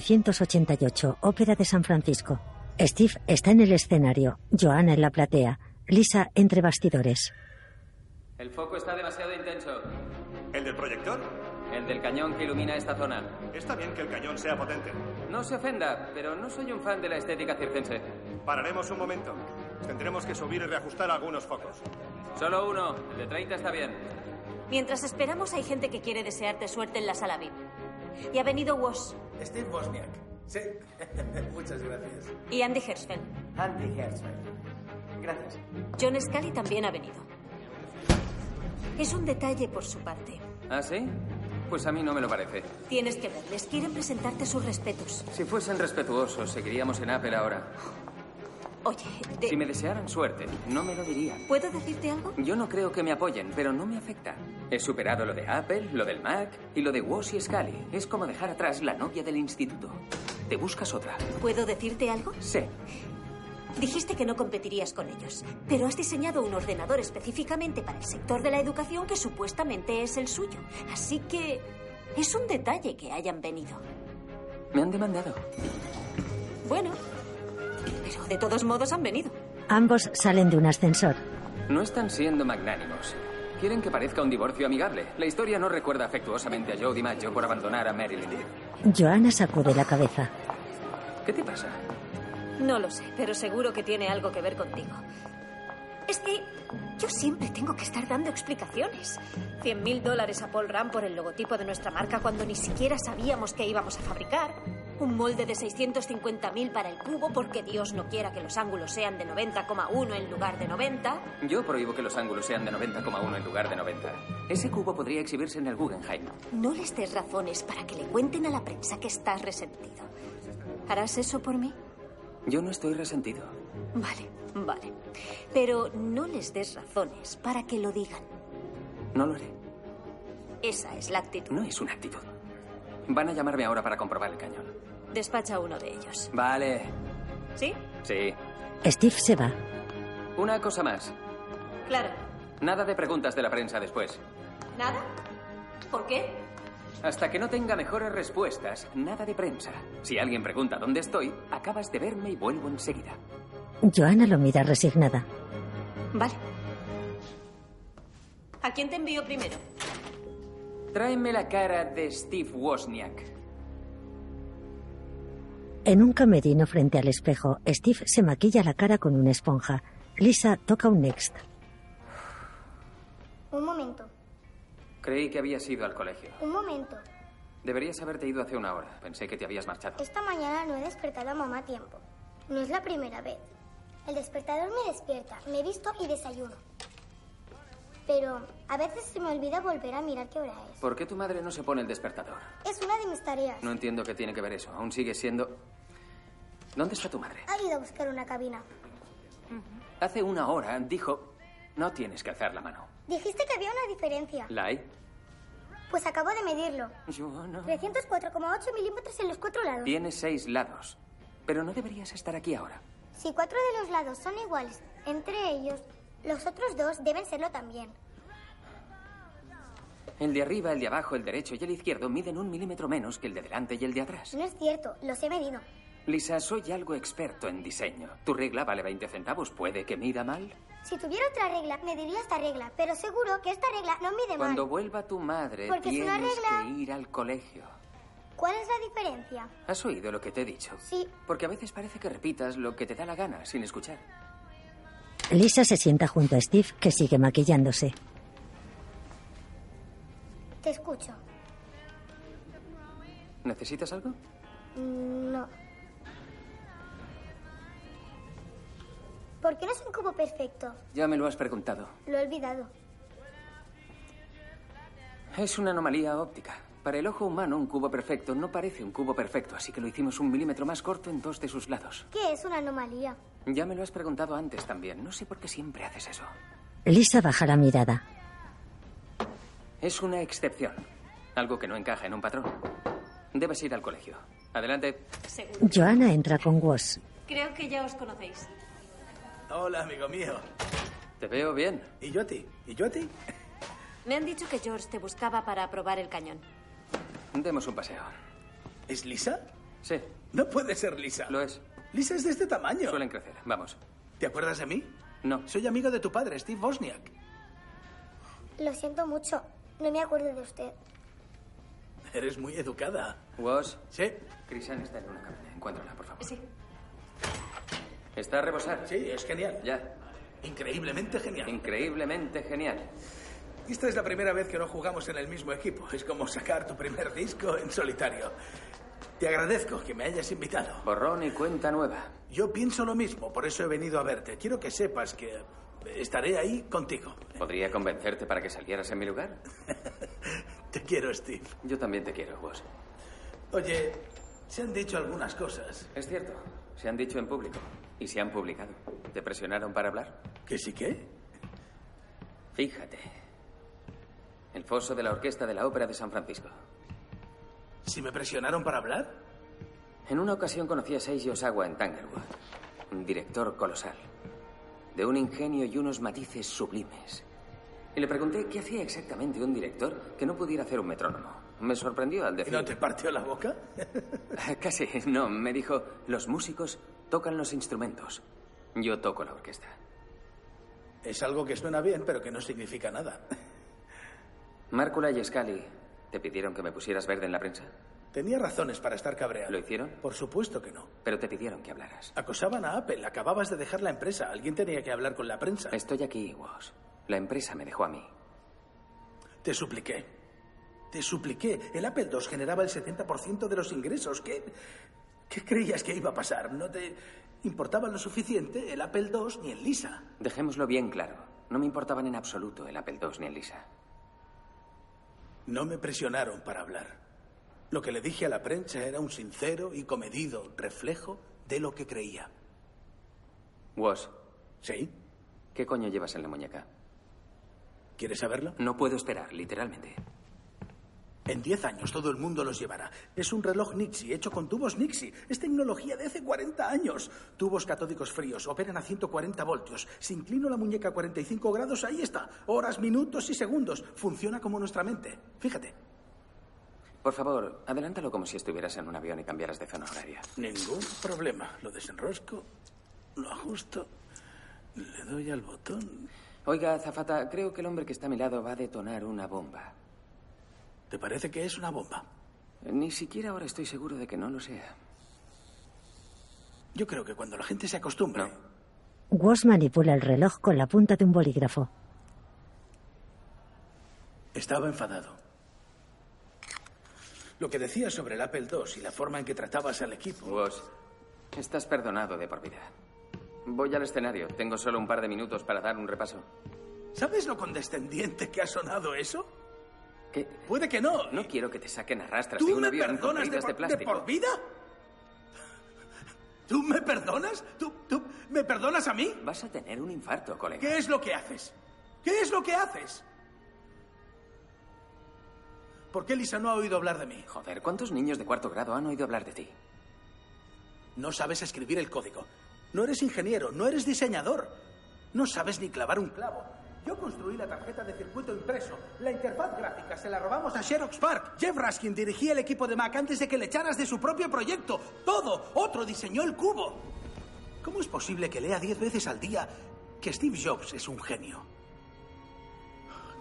A: 1988, Ópera de San Francisco. Steve está en el escenario, Joanna en la platea, Lisa entre bastidores.
F: El foco está demasiado intenso.
P: ¿El del proyector?
F: El del cañón que ilumina esta zona.
P: Está bien que el cañón sea potente.
F: No se ofenda, pero no soy un fan de la estética circense.
P: Pararemos un momento. Tendremos que subir y reajustar algunos focos.
F: Solo uno, el de 30 está bien.
E: Mientras esperamos, hay gente que quiere desearte suerte en la sala VIP. Y ha venido Woz.
I: Steve Bosniak. Sí. Muchas gracias.
E: Y Andy Hirschfeld.
D: Andy Hertzfeld. Gracias.
E: John Scully también ha venido. Es un detalle por su parte.
F: ¿Ah, sí? Pues a mí no me lo parece.
E: Tienes que verles. Quieren presentarte sus respetos.
F: Si fuesen respetuosos, seguiríamos en Apple ahora.
E: Oye, de-
F: Si me desearan suerte, no me lo dirían.
E: ¿puedo decirte algo?
F: Yo no creo que me apoyen, pero no me afecta. He superado lo de Apple, lo del Mac y lo de Woz y Scully. Es como dejar atrás la novia del instituto. Te buscas otra.
E: ¿Puedo decirte algo?
F: Sí.
E: Dijiste que no competirías con ellos, pero has diseñado un ordenador específicamente para el sector de la educación que supuestamente es el suyo. Así que es un detalle que hayan venido.
F: Me han demandado.
E: Bueno, pero de todos modos han venido.
A: Ambos salen de un ascensor.
F: No están siendo magnánimos. Quieren que parezca un divorcio amigable. La historia no recuerda afectuosamente a Joe DiMaggio por abandonar a Marilyn.
A: Joanna sacude la cabeza.
F: ¿Qué te pasa?
E: No lo sé, pero seguro que tiene algo que ver contigo. Es que yo siempre tengo que estar dando explicaciones. 100 mil dólares a Paul Ram por el logotipo de nuestra marca cuando ni siquiera sabíamos que íbamos a fabricar. Un molde de 650 mil para el cubo porque Dios no quiera que los ángulos sean de 90,1 en lugar de 90.
F: Yo prohíbo que los ángulos sean de 90,1 en lugar de 90. Ese cubo podría exhibirse en el Guggenheim.
E: No les des razones para que le cuenten a la prensa que estás resentido. ¿Harás eso por mí?
F: Yo no estoy resentido.
E: Vale, vale. Pero no les des razones para que lo digan.
F: No lo haré.
E: Esa es la actitud.
F: No es una actitud. Van a llamarme ahora para comprobar el cañón.
E: Despacha a uno de ellos.
F: Vale.
E: ¿Sí?
F: Sí.
A: Steve se va.
F: Una cosa más.
E: Claro.
F: Nada de preguntas de la prensa después.
E: ¿Nada? ¿Por qué?
F: Hasta que no tenga mejores respuestas, nada de prensa. Si alguien pregunta dónde estoy, acabas de verme y vuelvo enseguida.
A: Joanna lo mira resignada.
E: Vale. ¿A quién te envío primero?
F: Tráeme la cara de Steve Wozniak.
A: En un camerino frente al espejo, Steve se maquilla la cara con una esponja. Lisa toca un next.
H: Un momento,
F: Creí que habías ido al colegio.
H: un momento.
F: Deberías haberte ido hace una hora. Pensé que te habías marchado.
H: Esta mañana no he despertado a mamá a tiempo. No es la primera vez. El despertador me despierta, me visto y desayuno. Pero a veces se me olvida volver a mirar qué hora
F: ¿Por qué tu madre no se pone el despertador?
H: es. Es una de mis tareas.
F: No entiendo qué tiene que ver eso. Aún sigue siendo... ¿Dónde está tu madre?
H: Ha ido a buscar una cabina.
F: Hace una hora dijo... No tienes que alzar la mano.
H: Dijiste que había una diferencia.
F: ¿La hay?
H: Pues acabo de medirlo.
F: Joana.
H: 304,8 milímetros en los cuatro lados.
F: Tienes seis lados. Pero no deberías estar aquí ahora.
H: Si cuatro de los lados son iguales entre ellos, los otros dos deben serlo también.
F: El de arriba, el de abajo, el derecho y el izquierdo miden un milímetro menos que el de delante y el de atrás.
H: No es cierto, los he medido.
F: Lisa, soy algo experto en diseño. Tu regla vale 20 centavos. ¿Puede que mida mal?
H: Si tuviera otra regla, mediría esta regla, pero seguro que esta regla no mide mal.
F: Cuando vuelva tu madre,
H: Porque es una
F: tienes
H: regla.
F: que ir al colegio.
H: ¿Cuál es la diferencia?
F: ¿Has oído lo que te he dicho?
H: Sí.
F: Porque a veces parece que repitas lo que te da la gana sin escuchar.
A: Lisa se sienta junto a Steve, que sigue maquillándose.
H: Te escucho.
F: ¿Necesitas algo?
H: Mm, No. ¿Por qué no es un cubo perfecto?
F: Ya me lo has preguntado.
H: Lo he olvidado.
F: Es una anomalía óptica. Para el ojo humano, un cubo perfecto no parece un cubo perfecto, así que lo hicimos un milímetro más corto en dos de sus lados.
H: ¿Qué es una anomalía?
F: Ya me lo has preguntado antes también. No sé por qué siempre haces eso.
A: Lisa baja la mirada.
F: Es una excepción. Algo que no encaja en un patrón. Debes ir al colegio. Adelante.
E: Seguro.
A: Joanna entra con Woz.
E: Creo que ya os conocéis.
I: Hola, amigo mío.
F: Te veo bien.
I: ¿Y yo a ti? ¿Y yo a ti?
E: Me han dicho que George te buscaba para probar el cañón.
F: Demos un paseo.
I: ¿Es lisa?
F: Sí.
I: No puede ser lisa.
F: Lo es.
I: Lisa es de este tamaño.
F: Suelen crecer. Vamos.
I: ¿Te acuerdas de mí?
F: No.
I: Soy amigo de tu padre, Steve Bosniak.
H: Lo siento mucho. No me acuerdo de usted.
I: Eres muy educada.
F: ¿Vos?
I: Sí.
F: Crisan está en una cabina. Encuéntrala, por favor.
E: Sí.
F: ¿Está a rebosar?
I: Sí, es genial.
F: Ya.
I: Increíblemente genial.
F: Increíblemente genial.
I: Esta es la primera vez que no jugamos en el mismo equipo. Es como sacar tu primer disco en solitario. Te agradezco que me hayas invitado.
F: Borrón y cuenta nueva.
I: Yo pienso lo mismo, por eso he venido a verte. Quiero que sepas que estaré ahí contigo.
F: ¿Podría convencerte para que salieras en mi lugar?
I: Te quiero, Steve.
F: Yo también te quiero, vos.
I: Oye, se han dicho algunas cosas.
F: Es cierto. Se han dicho en público. Y se han publicado. ¿Te presionaron para hablar?
I: ¿Que sí qué?
F: Fíjate. El foso de la Orquesta de la Ópera de San Francisco.
I: ¿Si me presionaron para hablar?
F: En una ocasión conocí a Seiji Osawa en Tanglewood. Un director colosal. De un ingenio y unos matices sublimes. Y le pregunté qué hacía exactamente un director que no pudiera hacer un metrónomo. Me sorprendió al
I: ¿Y
F: decir...
I: no te partió la boca?
F: Casi, no. Me dijo, los músicos tocan los instrumentos. Yo toco la orquesta.
I: Es algo que suena bien, pero que no significa nada.
F: Márcula y Scully, ¿te pidieron que me pusieras verde en la prensa?
I: Tenía razones para estar cabreado.
F: ¿Lo hicieron?
I: Por supuesto que no.
F: Pero te pidieron que hablaras.
I: Acosaban a Apple, acababas de dejar la empresa. Alguien tenía que hablar con la prensa.
F: Estoy aquí, Woz. La empresa me dejó a mí.
I: Te supliqué. Te supliqué. El Apple II generaba el 70% de los ingresos. ¿Qué, ¿Qué creías que iba a pasar? ¿No te importaba lo suficiente el Apple II ni el Lisa?
F: Dejémoslo bien claro. No me importaban en absoluto el Apple II ni el Lisa.
I: No me presionaron para hablar. Lo que le dije a la prensa era un sincero y comedido reflejo de lo que creía.
F: Woz,
I: ¿Sí?
F: ¿qué coño llevas en la muñeca?
I: ¿Quieres saberlo?
F: No puedo esperar, literalmente.
I: En 10 años todo el mundo los llevará. Es un reloj Nixie hecho con tubos Nixie. Es tecnología de hace 40 años. Tubos catódicos fríos, operan a 140 voltios. Si inclino la muñeca a 45 grados, ahí está. Horas, minutos y segundos. Funciona como nuestra mente. Fíjate.
F: Por favor, adelántalo como si estuvieras en un avión y cambiaras de zona horaria.
I: Ningún problema. Lo desenrosco, lo ajusto, le doy al botón.
F: Oiga, Zafata, creo que el hombre que está a mi lado va a detonar una bomba. Eh,
I: ¿Te parece que es una bomba?
F: Ni siquiera ahora estoy seguro de que no lo sea.
I: Yo creo que cuando la gente se acostumbra...
A: Woz manipula el reloj con la punta de un bolígrafo.
I: Estaba enfadado. Lo que decía sobre el Apple II y la forma en que tratabas al equipo.
F: Woz, estás perdonado de por vida. Voy al escenario. Tengo solo un par de minutos para dar un repaso.
I: ¿Sabes lo condescendiente que ha sonado eso?
F: ¿Qué?
I: Puede que no.
F: No quiero que te saquen a rastras de
I: ¿Tú
F: un
I: me
F: avión con
I: perdonas de
F: bridas de
I: por, de
F: plástico.
I: por vida? ¿Tú me perdonas? ¿Tú, tú me perdonas a mí?
F: Vas a tener un infarto, colega.
I: ¿Qué es lo que haces? ¿Qué es lo que haces? ¿Por qué Lisa no ha oído hablar de mí?
F: Joder, ¿cuántos niños de cuarto grado han oído hablar de ti?
I: No sabes escribir el código. No eres ingeniero, no eres diseñador. No sabes ni clavar un clavo. Yo construí la tarjeta de circuito impreso, la interfaz gráfica, se la robamos a Xerox Park. Jeff Raskin dirigía el equipo de Mac antes de que le echaras de su propio proyecto. Todo, otro diseñó el cubo. ¿Cómo es posible que lea diez veces al día que Steve Jobs es un genio?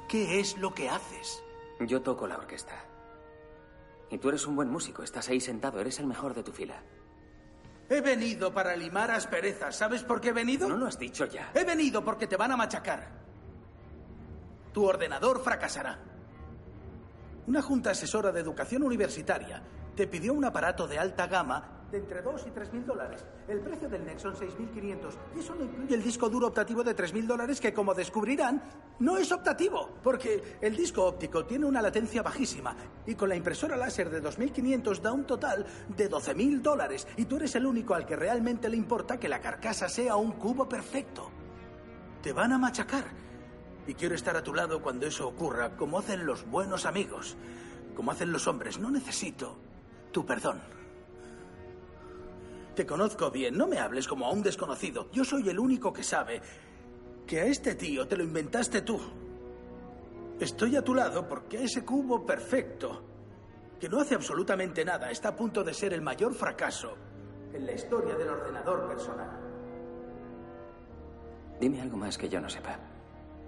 I: ¿Qué es lo que haces?
F: Yo toco la orquesta. Y tú eres un buen músico. Estás ahí sentado. Eres el mejor de tu fila.
I: He venido para limar asperezas. ¿Sabes por qué he venido?
F: No lo has dicho ya.
I: He venido porque te van a machacar. Tu ordenador fracasará. Una junta asesora de educación universitaria te pidió un aparato de alta gama de entre 2 y 3 mil dólares. El precio del Nexon 6.500. Y eso no incluye el disco duro optativo de 3 mil dólares que, como descubrirán, no es optativo. Porque el disco óptico tiene una latencia bajísima. Y con la impresora láser de 2.500 da un total de 12 mil dólares. Y tú eres el único al que realmente le importa que la carcasa sea un cubo perfecto. Te van a machacar. Y quiero estar a tu lado cuando eso ocurra, como hacen los buenos amigos, como hacen los hombres. No necesito tu perdón. Te conozco bien, no me hables como a un desconocido. Yo soy el único que sabe que a este tío te lo inventaste tú. Estoy a tu lado porque ese cubo perfecto, que no hace absolutamente nada, está a punto de ser el mayor fracaso en la historia del ordenador personal.
F: Dime algo más que yo no sepa.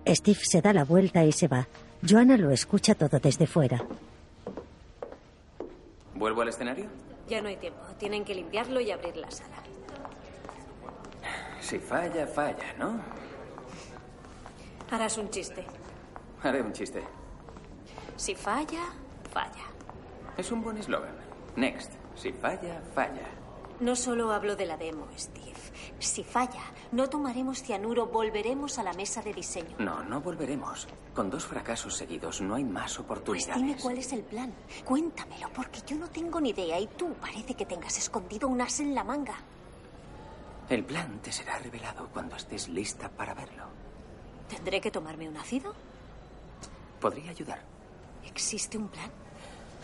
A: Steve se da la vuelta y se va. Joanna lo escucha todo desde fuera.
F: ¿Vuelvo al escenario?
E: Ya no hay tiempo. Tienen que limpiarlo y abrir la sala.
F: Si falla, falla, ¿no?
E: Harás un chiste.
F: Haré un chiste.
E: Si falla, falla.
F: Es un buen eslogan. Next. Si falla, falla.
E: No solo hablo de la demo, Steve. Si falla, no tomaremos cianuro, volveremos a la mesa de diseño.
F: No, no volveremos. Con dos fracasos seguidos no hay más
E: Pues
F: oportunidades.
E: dime cuál es el plan. Cuéntamelo, porque yo no tengo ni idea y tú parece que tengas escondido un as en la manga.
F: El plan te será revelado cuando estés lista para verlo.
E: ¿Tendré que tomarme un ácido?
F: ¿Podría ayudar?
E: ¿Existe un plan?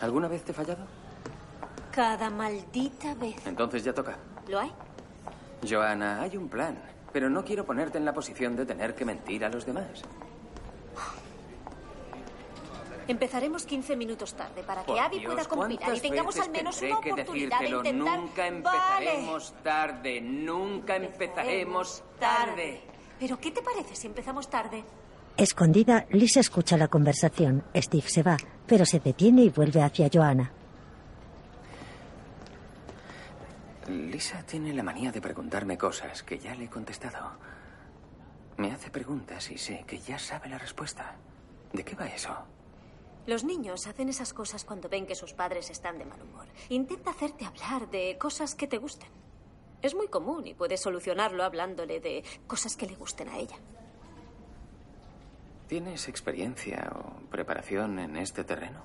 F: ¿Alguna vez te he fallado?
E: Cada maldita vez.
F: Entonces ya toca.
E: ¿Lo hay?
F: Joana, hay un plan, pero no quiero ponerte en la posición de tener que mentir a los demás.
E: Empezaremos 15 minutos tarde para que
F: Por
E: Abby
F: Dios,
E: pueda combinar y
F: ¿cuántas
E: tengamos
F: veces
E: al menos
F: tendré
E: una
F: que
E: oportunidad de
F: decírtelo?
E: intentar.
F: Nunca
E: Vale.
F: empezaremos tarde, nunca empezaremos tarde.
E: ¿Pero qué te parece si empezamos tarde?
A: Escondida, Liz escucha la conversación. Steve se va, pero se detiene y vuelve hacia Joanna.
F: Lisa tiene la manía de preguntarme cosas que ya le he contestado. Me hace preguntas y sé que ya sabe la respuesta. ¿De qué va eso?
E: Los niños hacen esas cosas cuando ven que sus padres están de mal humor. Intenta hacerte hablar de cosas que te gusten. Es muy común y puedes solucionarlo hablándole de cosas que le gusten a ella.
F: ¿Tienes experiencia o preparación en este terreno?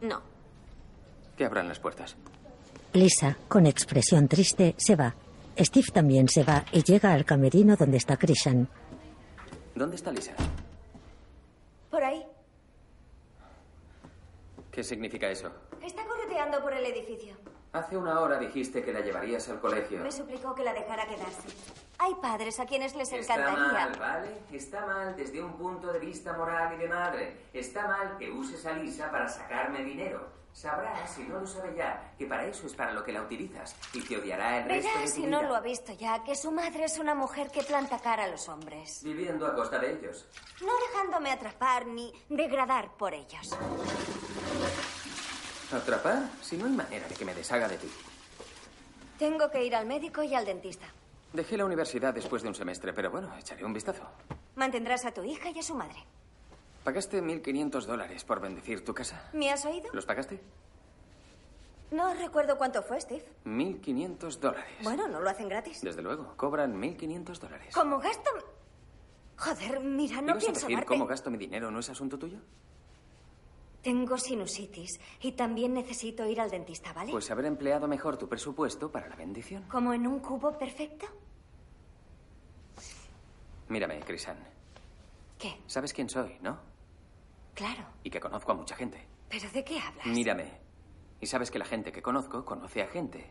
E: No.
F: Que abran las puertas.
A: Lisa, con expresión triste, se va. Steve también se va y llega al camerino donde está Christian.
F: ¿Dónde está Lisa?
G: Por ahí.
F: ¿Qué significa eso?
G: Está correteando por el edificio.
F: Hace una hora dijiste que la llevarías al colegio.
G: Me suplicó que la dejara quedarse. Hay padres a quienes les
F: Está
G: encantaría.
F: mal, ¿vale? Está mal desde un punto de vista moral y de madre. Está mal que uses a Lisa para sacarme dinero. Sabrás, si no lo sabe ya, que para eso es para lo que la utilizas y te odiará el resto de
G: Verás,
F: tu
G: si no
F: vida.
G: lo ha visto ya, que su madre es una mujer que planta cara a los hombres.
F: Viviendo a costa de ellos.
G: No dejándome atrapar ni degradar por ellos.
F: ¿Atrapar? Si no hay manera de que me deshaga de ti.
G: Tengo que ir al médico y al dentista.
F: Dejé la universidad después de un semestre, pero bueno, echaré un vistazo.
G: Mantendrás a tu hija y a su madre.
F: ¿Pagaste 1.500 dólares por bendecir tu casa?
G: ¿Me has oído?
F: ¿Los pagaste?
G: No recuerdo cuánto fue, Steve.
F: 1.500 dólares.
G: Bueno, no lo hacen gratis.
F: Desde luego, cobran 1.500 dólares.
G: Como gasto... Joder, mira, Ah, no
F: ¿Ibas a
G: pienso
F: decir
G: darte-
F: cómo gasto mi dinero no es asunto tuyo?
G: Tengo sinusitis y también necesito ir al dentista, ¿vale?
F: Pues haber empleado mejor tu presupuesto para la bendición.
G: Como en un cubo perfecto.
F: Mírame, Crisan.
G: ¿Qué?
F: Sabes quién soy, ¿no?
G: Claro.
F: Y que conozco a mucha gente.
G: ¿Pero de qué hablas?
F: Mírame. Y sabes que la gente que conozco conoce a gente.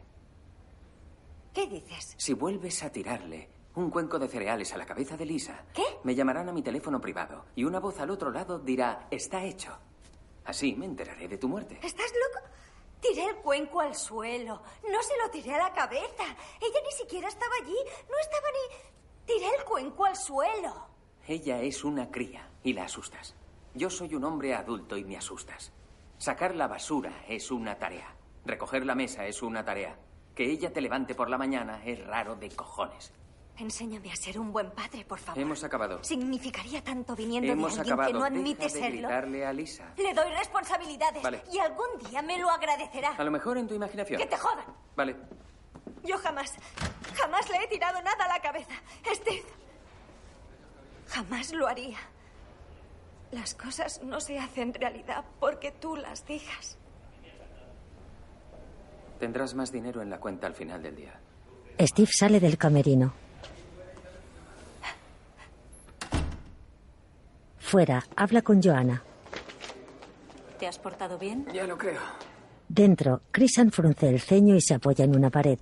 G: ¿Qué dices?
F: Si vuelves a tirarle un cuenco de cereales a la cabeza de Lisa,
G: ¿Qué?
F: me llamarán a mi teléfono privado y una voz al otro lado dirá, está hecho. Así me enteraré de tu muerte.
G: ¿Estás loco? Tiré el cuenco al suelo. No se lo tiré a la cabeza. Ella ni siquiera estaba allí. No estaba ni... Tiré el cuenco al suelo.
F: Ella es una cría y la asustas. Yo soy un hombre adulto y me asustas. Sacar la basura es una tarea. Recoger la mesa es una tarea. Que ella te levante por la mañana es raro de cojones.
G: Enséñame a ser un buen padre, por favor.
F: Hemos acabado.
G: Significaría tanto viniendo
F: Hemos
G: de alguien
F: acabado.
G: que no admite
F: Deja de
G: serlo.
F: gritarle a Lisa.
G: Le doy responsabilidades
F: Vale.
G: y algún día me lo agradecerá.
F: A lo mejor en tu imaginación.
G: ¡Que te jodan!
F: Vale.
G: Yo jamás, jamás le he tirado nada a la cabeza. Steve, jamás lo haría. Las cosas no se hacen realidad porque tú las dejas.
F: Tendrás más dinero en la cuenta al final del día.
A: Steve sale del camerino. Fuera, habla con Joanna.
E: ¿Te has portado bien?
F: Ya lo creo.
A: Dentro, Christian frunce el ceño y se apoya en una pared.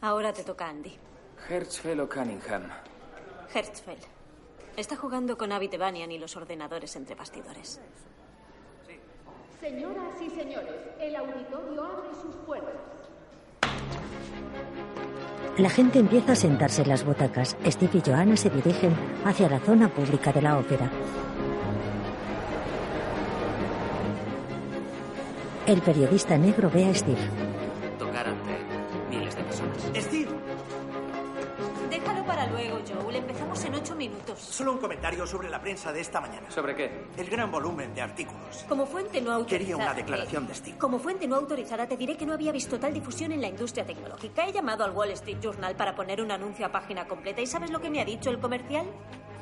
E: Ahora te toca a Andy.
F: Hertzfeld o Cunningham.
E: Hertzfeld. Está jugando con Abby Tebanian y los ordenadores entre bastidores.
Q: Señoras y señores, el auditorio abre sus puertas.
A: La gente empieza a sentarse en las butacas. Steve y Joanna se dirigen hacia la zona pública de la ópera. El periodista negro ve a Steve.
F: Tocar ante miles de personas.
R: Steve,
E: Déjalo para luego, Joel. Empezamos en ocho minutos.
R: solo un comentario sobre la prensa de esta mañana.
F: ¿Sobre qué?
R: El gran volumen de artículos.
E: Como fuente no autorizada.
R: Quería una declaración de Steve.
E: Como fuente no autorizada, te diré que no había visto tal difusión en la industria tecnológica. He llamado al Wall Street Journal para poner un anuncio a página completa. ¿Y sabes lo que me ha dicho el comercial?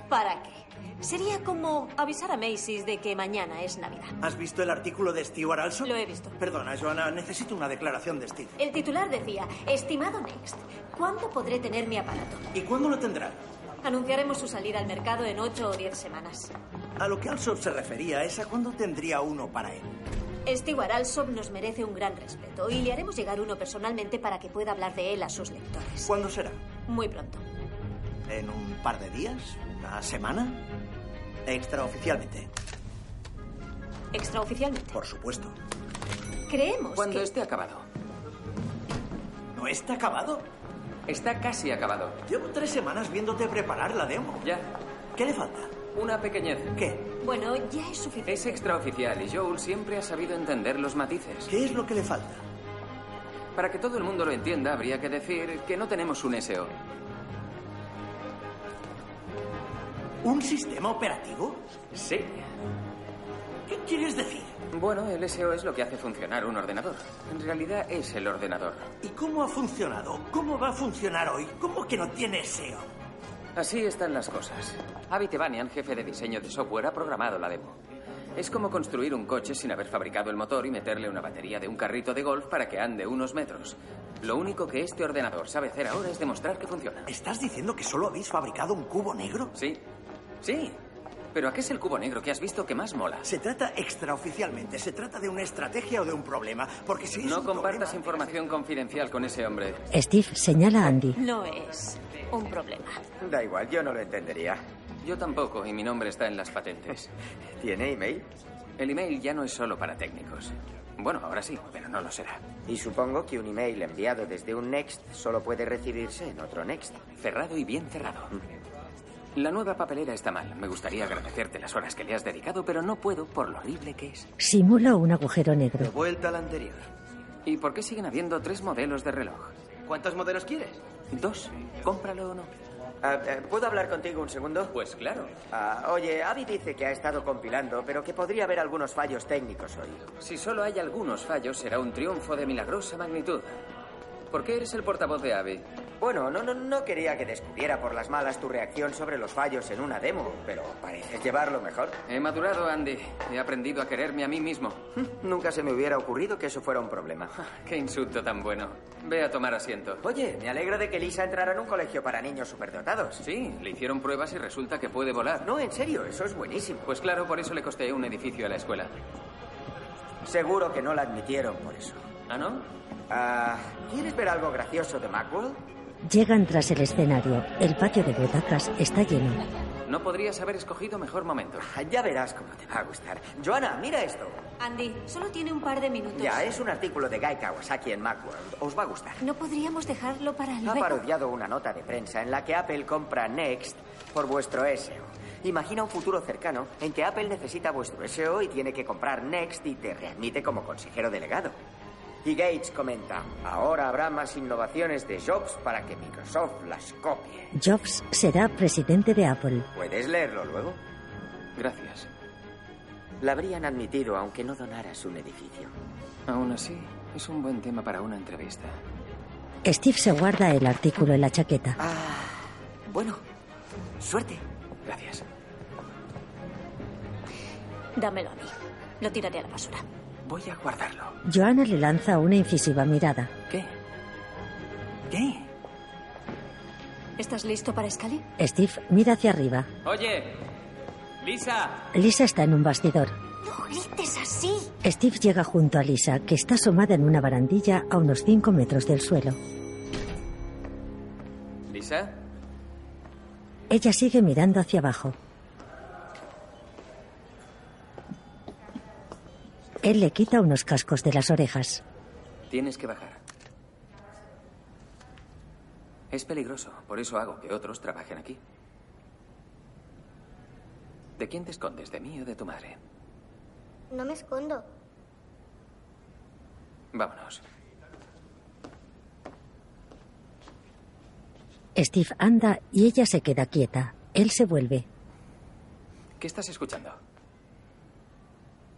E: ¿Para qué? Sería como avisar a Macy's de que mañana es Navidad.
R: ¿Has visto el artículo de Stewart Alson? Lo he
E: visto.
R: Perdona, Joana, necesito una declaración de Steve.
E: El titular decía, estimado Next, ¿cuándo podré tener mi aparato?
R: ¿Y cuándo lo tendrá?
E: Anunciaremos su salida al mercado en ocho o diez semanas.
R: A lo que Alsop se refería es a cuándo tendría uno para él.
E: Stewart Alsop Este nos merece un gran respeto y le haremos llegar uno personalmente para que pueda hablar de él a sus lectores.
R: ¿Cuándo será?
E: Muy pronto.
R: ¿En un par de días? ¿Una semana? Extraoficialmente,
E: Extraoficialmente.
R: por supuesto.
E: Creemos
F: Cuando
E: que...
F: esté acabado.
R: ¿No está acabado?
F: Está casi acabado.
R: Llevo tres semanas viéndote preparar la demo.
F: Ya.
R: ¿Qué le falta?
F: Una pequeñez.
R: ¿Qué?
E: Bueno, ya es suficiente.
F: Es extraoficial y Joel siempre ha sabido entender los matices.
R: ¿Qué es lo que le falta?
F: Para que todo el mundo lo entienda, habría que decir que no tenemos un SO.
R: ¿Un sistema operativo?
F: Sí.
R: ¿Qué quieres decir?
F: Bueno, el SO es lo que hace funcionar un ordenador. En realidad es el ordenador.
R: ¿Y cómo ha funcionado? ¿Cómo va a funcionar hoy? ¿Cómo que no tiene SEO?
F: Así están las cosas. Avi Tebanian, jefe de diseño de software, ha programado la demo. Es como construir un coche sin haber fabricado el motor y meterle una batería de un carrito de golf para que ande unos metros. Lo único que este ordenador sabe hacer ahora es demostrar que funciona.
R: ¿Estás diciendo que solo habéis fabricado un cubo negro?
F: Sí. Sí. ¿Pero a qué es el cubo negro que has visto que más mola?
R: Se trata extraoficialmente, se trata de una estrategia o de un problema, porque si es
F: No
R: un
F: compartas información confidencial con ese hombre.
A: Steve señala a Andy.
E: No es un problema.
D: Da igual, yo no lo entendería.
F: Yo tampoco, y mi nombre está en las patentes.
D: ¿Tiene email?
F: El email ya no es solo para técnicos. Bueno, ahora sí, pero no lo será.
D: Y supongo que un email enviado desde un Next solo puede recibirse en otro Next. Mm.
F: Cerrado y bien cerrado. La nueva papelera está mal. Me gustaría agradecerte las horas que le has dedicado, pero no puedo por lo horrible que es.
A: Simula un agujero negro.
F: Vuelta al anterior. ¿Y por qué siguen habiendo tres modelos de reloj?
D: ¿Cuántos modelos quieres?
F: Dos. Cómpralo o no.
D: Ah, eh, ¿Puedo hablar contigo un segundo?
F: Pues claro.
D: Ah, oye, Abby dice que ha estado compilando, pero que podría haber algunos fallos técnicos hoy.
F: Si solo hay algunos fallos, será un triunfo de milagrosa magnitud. ¿Por qué eres el portavoz de Abby?
D: Bueno, no, no, no quería que descubriera por las malas tu reacción sobre los fallos en una demo, pero pareces llevarlo mejor.
F: He madurado, Andy. He aprendido a quererme a mí mismo.
D: Nunca se me hubiera ocurrido que eso fuera un problema.
F: Qué insulto tan bueno. Ve a tomar asiento.
D: Oye, me alegro de que Lisa entrara en un colegio para niños superdotados.
F: Sí, le hicieron pruebas y resulta que puede volar.
D: No, en serio, eso es buenísimo.
F: Pues claro, por eso le costeé un edificio a la escuela.
D: Seguro que no la admitieron por eso.
F: ¿Ah, no?
D: Ah, ¿Quieres ver algo gracioso de Macworld?
A: Llegan tras el escenario. El patio de butacas está lleno.
F: No podrías haber escogido mejor momento.
D: Ah, Ya verás cómo te va a gustar. Joana, mira esto.
E: Andy, solo tiene un par de minutos.
D: Ya, es un artículo de Guy Kawasaki en Macworld. Os va a gustar.
E: No podríamos dejarlo para
D: Ha
E: luego.
D: parodiado una nota de prensa en la que Apple compra Next por vuestro SEO. Imagina un futuro cercano en que Apple necesita vuestro SEO y tiene que comprar Next y te readmite como consejero delegado. Y Gates comenta, ahora habrá más innovaciones de Jobs para que Microsoft las copie.
A: Jobs será presidente de Apple.
D: ¿Puedes leerlo luego?
F: Gracias.
D: La habrían admitido aunque no donaras un edificio.
F: Aún así, es un buen tema para una entrevista.
A: Steve se guarda el artículo en la chaqueta.
D: Bueno, suerte.
F: Gracias.
E: Dámelo a mí. Lo tiraré a la basura.
F: Voy a guardarlo.
A: Joanna le lanza una incisiva mirada.
F: ¿Qué?
D: ¿Qué?
E: ¿Estás listo para Scully?
A: Steve mira hacia arriba.
F: Oye, Lisa.
A: Lisa está en un bastidor.
E: ¡No grites así!
A: Steve llega junto a Lisa, que está asomada en una barandilla a unos 5 metros del suelo.
F: ¿Lisa?
A: Ella sigue mirando hacia abajo. Él le quita unos cascos de las orejas.
F: Tienes que bajar. Es peligroso, por eso hago que otros trabajen aquí. ¿De quién te escondes? ¿De mí o de tu madre?
H: No me escondo.
F: Vámonos.
A: Steve anda y ella se queda quieta. Él se vuelve.
F: ¿Qué estás escuchando?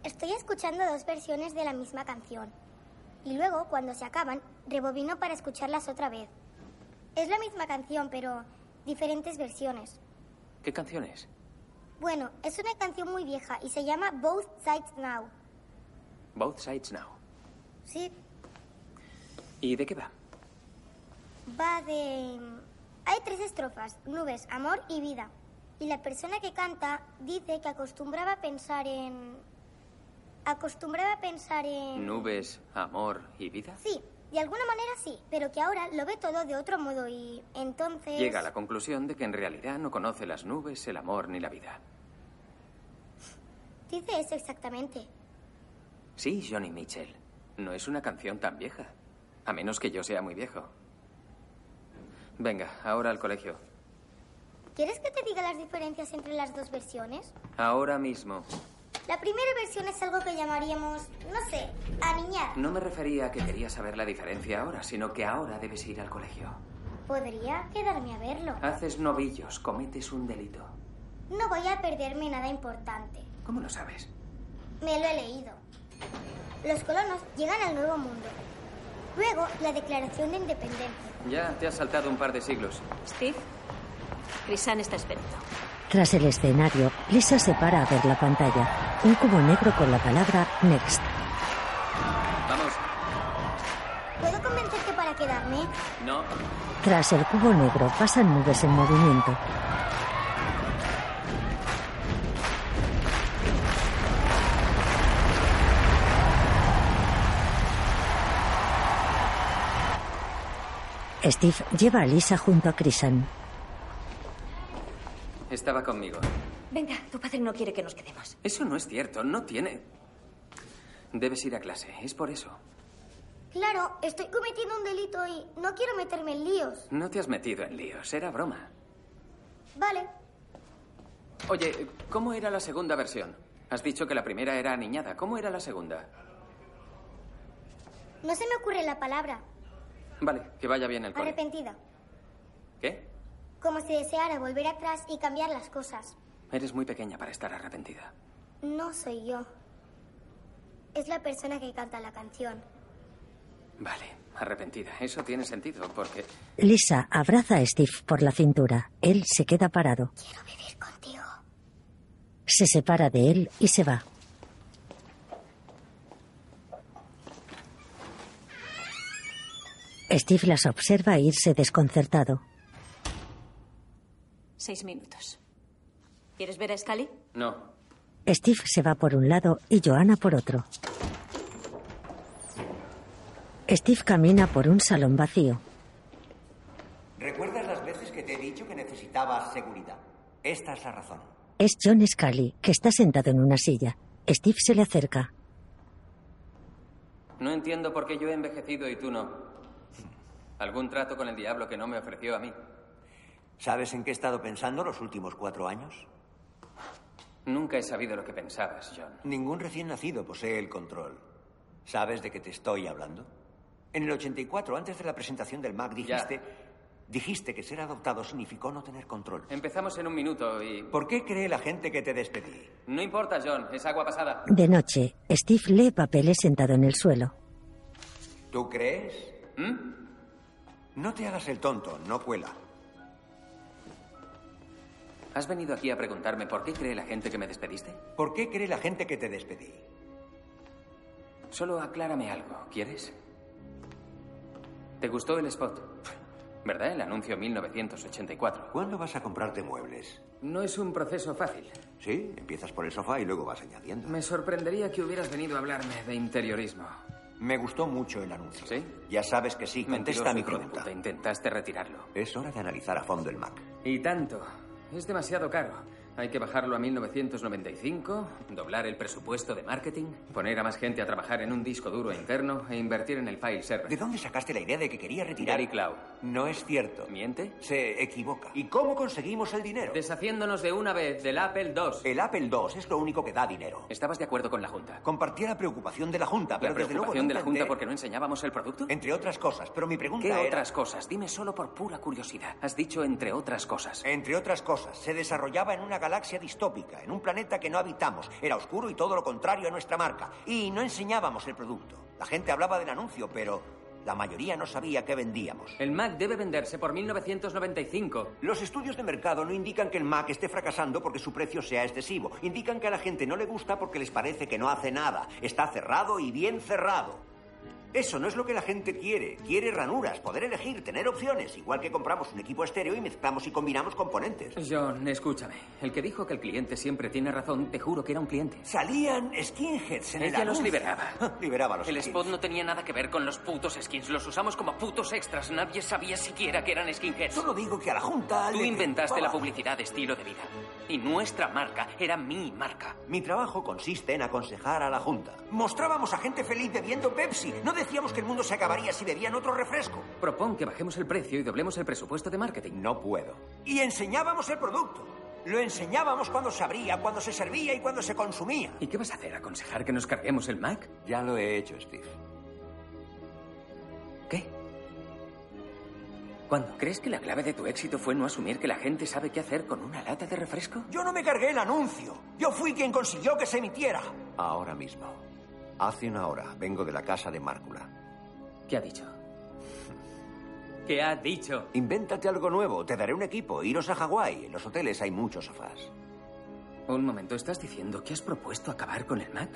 H: Estoy escuchando dos versiones de la misma canción. Y luego, cuando se acaban, rebobino para escucharlas otra vez. Es la misma canción, pero diferentes versiones.
F: ¿Qué canción es?
H: Bueno, es una canción muy vieja y se llama Both Sides Now.
F: Both Sides Now.
H: Sí,
F: ¿Y de qué va?
H: va de... Hay tres estrofas, nubes, amor y vida. Y la persona que canta dice que acostumbraba a pensar en... Acostumbraba a pensar en...
F: ¿Nubes, amor y vida?
H: Sí, de alguna manera sí, pero que ahora lo ve todo de otro modo y entonces...
F: Llega a la conclusión de que en realidad no conoce las nubes, el amor ni la vida.
H: Dice eso exactamente.
F: Sí, Johnny Mitchell. No es una canción tan vieja. A menos que yo sea muy viejo. Venga, ahora al colegio.
H: ¿Quieres que te diga las diferencias entre las dos versiones?
F: Ahora mismo.
H: La primera versión es algo que llamaríamos, no sé, aniñar.
F: No me refería a que quería saber la diferencia ahora, sino que ahora debes ir al colegio.
H: Podría quedarme a verlo.
F: Haces novillos, cometes un delito.
H: No voy a perderme nada importante.
F: ¿Cómo lo sabes?
H: Me lo he leído. Los colonos llegan al Nuevo Mundo. Luego, la Declaración de Independencia.
F: Ya te has saltado un par de siglos.
N: Steve, Crisan está esperando.
A: Tras el escenario, Lisa se para a ver la pantalla. Un cubo negro con la palabra Next.
F: Vamos.
H: ¿Puedo convencerte para quedarme?
F: No.
A: Tras el cubo negro pasan nubes en movimiento. Steve lleva a Lisa junto a Crisan.
F: Estaba conmigo.
N: Venga, tu padre no quiere que nos quedemos.
F: Eso no es cierto, no tiene. Debes ir a clase, es por eso.
H: Claro, estoy cometiendo un delito y no quiero meterme en líos.
F: No te has metido en líos, era broma.
H: Vale,
F: Oye, ¿cómo era la segunda versión? Has dicho que la primera era aniñada. ¿Cómo era la segunda?
H: no se me ocurre la palabra.
F: Vale, que vaya bien el cole.
H: Arrepentida.
F: ¿Qué?
H: Como si deseara volver atrás y cambiar las cosas.
F: Eres muy pequeña para estar arrepentida.
H: No soy yo. Es la persona que canta la canción.
F: Vale, arrepentida. Eso tiene sentido, porque...
A: Lisa abraza a Steve por la cintura. Él se queda parado.
H: Contigo.
A: Se separa de él y se va. Steve las observa irse desconcertado.
N: Seis minutos. ¿Quieres ver a Scully?
F: No.
A: Steve se va por un lado y Joanna por otro. Steve camina por un salón vacío.
K: ¿Recuerdas las veces que te he dicho que necesitabas seguridad? Esta es la razón.
A: Es John Scully, que está sentado en una silla. Steve se le acerca.
F: No entiendo por qué yo he envejecido y tú no. Algún trato con el diablo que no me ofreció a mí.
K: ¿Sabes en qué he estado pensando los últimos cuatro años?
F: Nunca he sabido lo que pensabas, John.
K: Ningún recién nacido posee el control. ¿Sabes de qué te estoy hablando? En el 84, antes de la presentación del MAC, dijiste, dijiste que ser adoptado significó no tener control.
F: Empezamos en un minuto y...
K: ¿Por qué cree la gente que te despedí?
F: No importa, John, es agua pasada.
A: De noche, Steve lee papeles sentado en el suelo.
K: ¿Tú crees?
F: ¿Mm?
K: No te hagas el tonto, no cuela.
F: ¿Has venido aquí a preguntarme por qué cree la gente que me despediste?
K: ¿Por qué cree la gente que te despedí?
F: Solo aclárame algo, ¿quieres? ¿Te gustó el spot? ¿Verdad? El anuncio 1984.
K: ¿Cuándo vas a comprarte muebles?
F: No es un proceso fácil.
K: Sí, empiezas por el sofá y luego vas añadiendo.
F: Me sorprendería que hubieras venido a hablarme de interiorismo.
K: Me gustó mucho el anuncio.
F: ¿Sí?
K: Ya sabes que sí.
F: Mentiroso
K: Contesta a mi
F: hijo de
K: pregunta.
F: puta, Intentaste retirarlo.
K: Es hora de analizar a fondo el Mac.
F: Y tanto. Es demasiado caro. Hay que bajarlo a 1995, doblar el presupuesto de marketing, poner a más gente a trabajar en un disco duro interno e invertir en el file server.
K: ¿De dónde sacaste la idea de que quería retirar?
F: Gary Cloud.
K: No es cierto.
F: ¿Miente?
K: Se equivoca. ¿Y cómo conseguimos el dinero?
F: Deshaciéndonos de una vez del Apple II.
K: El Apple II es lo único que da dinero.
F: ¿Estabas de acuerdo con la Junta?
K: Compartía la preocupación de la Junta, pero
F: ¿La
K: desde luego
F: preocupación
K: no
F: de la Junta
K: entendé-
F: porque no enseñábamos el producto?
K: Entre otras cosas, pero mi pregunta
F: ¿Qué
K: era-
F: otras cosas? Dime solo por pura curiosidad. Has dicho entre otras cosas.
K: Entre otras cosas, se desarrollaba en una galaxia distópica, en un planeta que no habitamos. Era oscuro y todo lo contrario a nuestra marca. Y no enseñábamos el producto. La gente hablaba del anuncio, pero la mayoría no sabía qué vendíamos.
F: El Mac debe venderse por 1995.
K: Los estudios de mercado no indican que el Mac esté fracasando porque su precio sea excesivo. Indican que a la gente no le gusta porque les parece que no hace nada. Está cerrado y bien cerrado. Eso no es lo que la gente quiere. Quiere ranuras, poder elegir, tener opciones. Igual que compramos un equipo estéreo y mezclamos y combinamos componentes.
F: John, escúchame. El que dijo que el cliente siempre tiene razón, te juro que era un cliente.
K: Salían skinheads en el
F: Ella los
K: anuncio.
F: liberaba.
K: liberaba a los
F: El
K: skinheads.
F: spot no tenía nada que ver con los putos skins. Los usamos como putos extras. Nadie sabía siquiera que eran skinheads.
K: Solo digo que a la Junta
F: Tú
K: le
F: inventaste la
K: preocupaba.
F: publicidad de estilo de vida. Y nuestra marca era mi marca.
K: Mi trabajo consiste en aconsejar a la Junta. Mostrábamos a gente feliz bebiendo Pepsi. No decíamos que el mundo se acabaría si bebían otro refresco.
F: Propón que bajemos el precio y doblemos el presupuesto de marketing.
K: No puedo. Y enseñábamos el producto. Lo enseñábamos cuando se abría, cuando se servía y cuando se consumía.
F: ¿Y qué vas a hacer? ¿Aconsejar que nos carguemos el Mac?
K: Ya lo he hecho, Steve.
F: ¿Qué? ¿Cuándo? ¿Crees que la clave de tu éxito fue no asumir que la gente sabe qué hacer con una lata de refresco?
K: Yo no me cargué el anuncio. Yo fui quien consiguió que se emitiera. Ahora mismo. Hace una hora vengo de la casa de Márcula.
F: ¿Qué ha dicho? ¿Qué ha dicho?
K: Invéntate algo nuevo. Te daré un equipo. Iros a Hawái. En los hoteles hay muchos sofás.
F: Un momento, ¿estás diciendo que has propuesto acabar con el Mac?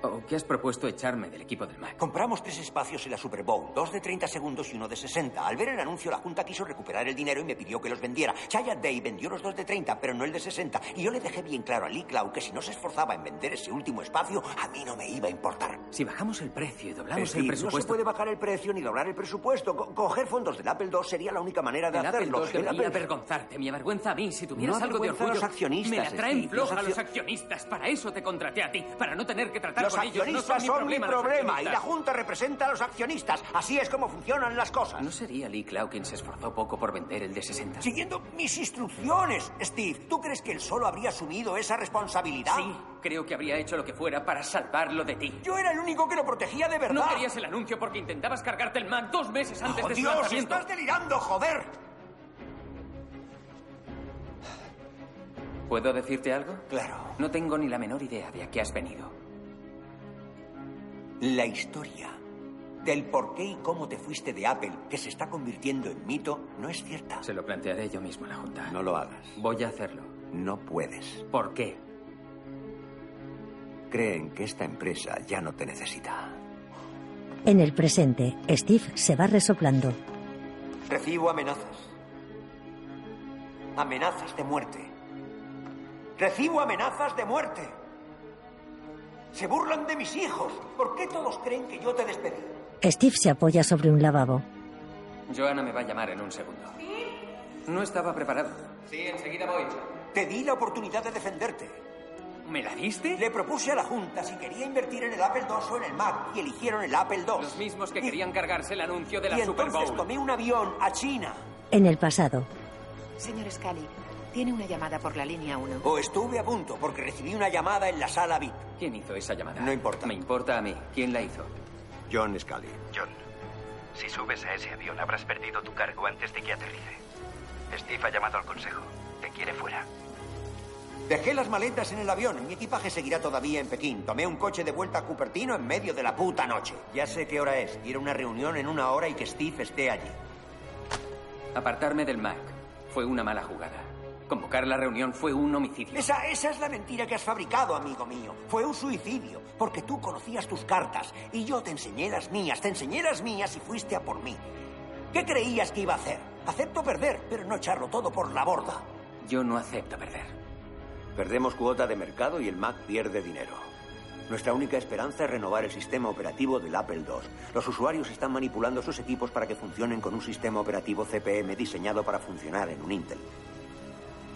F: ¿O que Oh, has propuesto echarme del equipo del Mac?
K: Compramos tres espacios en la Super Bowl, dos de 30 segundos y uno de 60. Al ver el anuncio, la Junta quiso recuperar el dinero y me pidió que los vendiera. Chaya Day vendió los dos de 30, pero no el de 60. Y yo le dejé bien claro a Lee Clow que si no se esforzaba en vender ese último espacio, a mí no me iba a importar.
F: Si bajamos el precio y doblamos
K: Steve,
F: el
K: No se
F: presupuesto...
K: puede bajar el precio ni doblar el presupuesto. Co- coger fondos del Apple II sería la única manera de
F: El Apple
K: hacerlo.
F: II debería
K: Apple-
F: avergonzarte, mi avergüenza a mí. Si tuvieras
K: No
F: algo de
K: avergüenza a
F: orgullo,
K: los accionistas,
F: me la traen
K: Steve,
F: floja
K: los accio-
F: los accionistas. Para eso te contraté a ti, para no tener que tratar
K: Los
F: con ellos. No
K: accionistas son mi
F: los
K: problema y la
F: accionistas.
K: Junta representa a los accionistas. Así es como funcionan las cosas.
F: ¿No sería Lee Clow quien se esforzó poco por vender el de 60?
K: Siguiendo mis instrucciones, Steve. ¿Tú crees que él solo habría asumido esa responsabilidad?
F: Sí, creo que habría hecho lo que fuera para salvarlo de ti.
K: Yo era el único que lo protegía de verdad.
F: No querías el anuncio porque intentabas cargarte el Mac dos meses antes
K: ¡Oh,
F: de su
K: Dios,
F: lanzamiento.
K: estás delirando, joder!
F: ¿Puedo decirte algo?
K: Claro.
F: No tengo ni la menor idea de a qué has venido.
K: La historia del por qué y cómo te fuiste de Apple, que se está convirtiendo en mito, no es cierta.
F: Se lo plantearé yo mismo a la Junta.
K: No lo hagas.
F: Voy a hacerlo.
K: No puedes.
F: ¿Por qué?
K: Creen que esta empresa ya no te necesita.
A: En el presente, Steve se va resoplando.
K: Recibo amenazas. Amenazas de muerte. Recibo amenazas de muerte. Se burlan de mis hijos. ¿Por qué todos creen que yo te despedí?
A: Steve se apoya sobre un lavabo.
F: Joana me va a llamar en un segundo. No estaba preparado. Sí, enseguida voy.
K: Te di la oportunidad de defenderte.
F: ¿Me la diste?
K: Le propuse a la Junta si quería invertir en el Apple II o en el Mac y eligieron el Apple II.
F: Los mismos que querían cargarse el anuncio de
K: y
F: la Super
K: entonces
F: Bowl.
K: tomé un avión a China.
A: En el pasado,
J: Señor Scully, tiene una llamada por la línea 1.
K: O estuve a punto porque recibí una llamada en la sala VIP.
F: ¿Quién hizo esa llamada?
K: No importa.
F: Me importa a mí. ¿Quién la hizo?
K: John Scully.
S: John, si subes a ese avión habrás perdido tu cargo antes de que aterrice. Steve ha llamado al consejo. Te quiere fuera.
K: Dejé las maletas en el avión. Mi equipaje seguirá todavía en Pekín. Tomé un coche de vuelta a Cupertino en medio de la puta noche. Ya sé qué hora es. Quiero una reunión en una hora y que Steve esté allí.
F: Apartarme del Mac fue una mala jugada. Convocar la reunión fue un homicidio.
K: Esa, esa es la mentira que has fabricado, amigo mío. Fue un suicidio, porque tú conocías tus cartas y yo te enseñé las mías, te enseñé las mías y fuiste a por mí. ¿Qué creías que iba a hacer? Acepto perder, pero no echarlo todo por la borda.
F: Yo no acepto perder.
K: Perdemos cuota de mercado y el Mac pierde dinero. Nuestra única esperanza es renovar el sistema operativo del Apple II. Los usuarios están manipulando sus equipos para que funcionen con un sistema operativo CPM diseñado para funcionar en un Intel.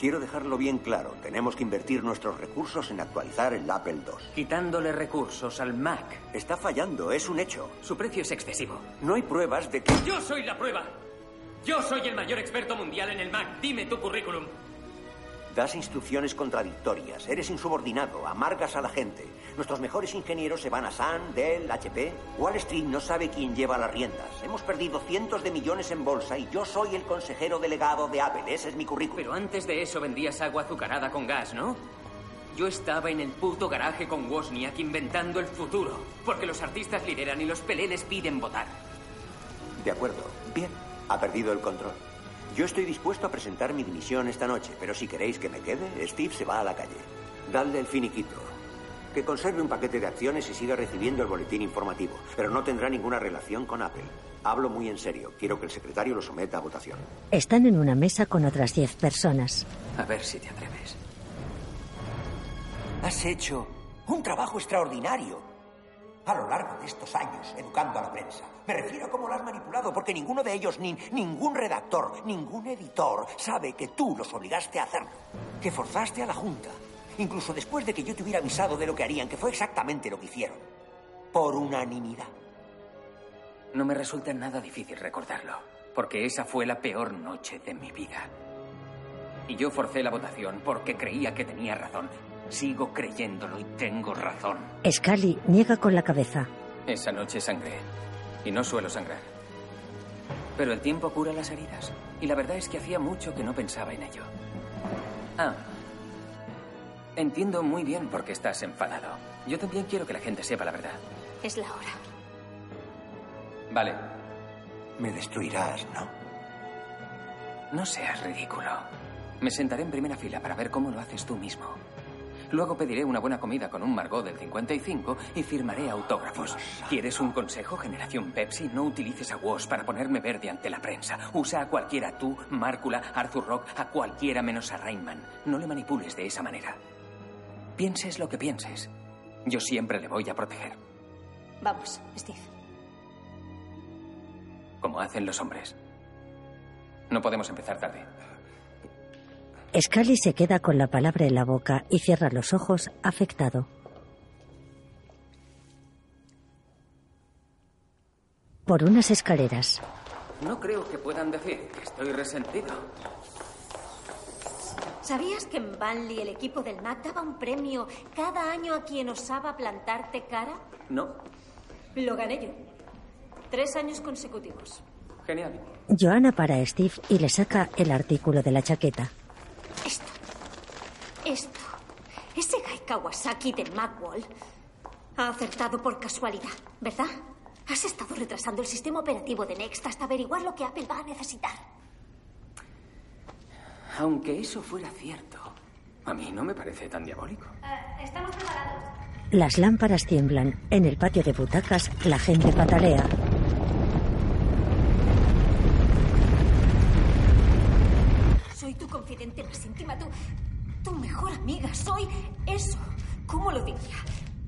K: Quiero dejarlo bien claro, tenemos que invertir nuestros recursos en actualizar el Apple II.
O: Quitándole recursos al Mac.
K: Está fallando, es un hecho.
O: Su precio es excesivo.
K: No hay pruebas de que...
F: Yo soy la prueba. Yo soy el mayor experto mundial en el Mac. Dime tu currículum.
K: Das instrucciones contradictorias, eres insubordinado, amargas a la gente. Nuestros mejores ingenieros se van a Sun, Dell, HP. Wall Street no sabe quién lleva las riendas. Hemos perdido cientos de millones en bolsa y yo soy el consejero delegado de Apple. Ese es mi currículum.
F: Pero antes de eso vendías agua azucarada con gas, ¿no? Yo estaba en el puto garaje con Wozniak inventando el futuro, porque los artistas lideran y los peleles piden votar.
K: De acuerdo. Bien. Ha perdido el control. Yo estoy dispuesto a presentar mi dimisión esta noche, pero si queréis que me quede, Steve se va a la calle. Dadle el finiquito. Que conserve un paquete de acciones y siga recibiendo el boletín informativo, pero no tendrá ninguna relación con Apple. Hablo muy en serio. Quiero que el secretario lo someta a votación.
A: Están en una mesa con otras 10 personas.
O: A ver si te atreves.
K: Has hecho un trabajo extraordinario a lo largo de estos años educando a la prensa. Me refiero a cómo la has manipulado, porque ninguno de ellos, ni ningún redactor, ningún editor, sabe que tú los obligaste a hacerlo, que forzaste a la Junta, incluso después de que yo te hubiera avisado de lo que harían, que fue exactamente lo que hicieron, por unanimidad.
F: No me resulta nada difícil recordarlo, porque esa fue la peor noche de mi vida. Y yo forcé la votación porque creía que tenía razón. Sigo creyéndolo y tengo razón.
A: Scully niega con la cabeza.
F: Esa noche sangré. Y no suelo sangrar. Pero el tiempo cura las heridas. Y la verdad es que hacía mucho que no pensaba en ello. Ah. Entiendo muy bien por qué estás enfadado. Yo también quiero que la gente sepa la verdad.
N: Es la hora.
F: Vale.
K: Me destruirás, ¿no?
F: No seas ridículo. Me sentaré en primera fila para ver cómo lo haces tú mismo. Luego pediré una buena comida con un Margot del 55 y firmaré autógrafos. ¿Quieres un consejo, generación Pepsi? No utilices a Woz para ponerme verde ante la prensa. Usa a cualquiera, tú, Márcula, Arthur Rock, a cualquiera menos a Rainman. No le manipules de esa manera. Pienses lo que pienses. Yo siempre le voy a proteger.
N: Vamos, Steve.
F: Como hacen los hombres. No podemos empezar tarde.
A: Scully se queda con la palabra en la boca y cierra los ojos, afectado. Por unas escaleras.
F: No creo que puedan decir que estoy resentido.
N: ¿Sabías que en Banley el equipo del MAC daba un premio cada año a quien osaba plantarte cara?
F: No.
N: Lo gané yo. Tres años consecutivos.
F: Genial.
A: Joanna para a Steve y le saca el artículo de la chaqueta.
N: Esto. Esto. Ese Guy Kawasaki del Macwall ha acertado por casualidad, ¿verdad? Has estado retrasando el sistema operativo de Next hasta averiguar lo que Apple va a necesitar.
F: Aunque eso fuera cierto, a mí no me parece tan diabólico.
Q: Uh, estamos preparados.
A: Las lámparas tiemblan. En el patio de butacas, la gente patalea.
N: soy tu confidente más íntima, tu, tu mejor amiga, soy eso. ¿Cómo lo diría?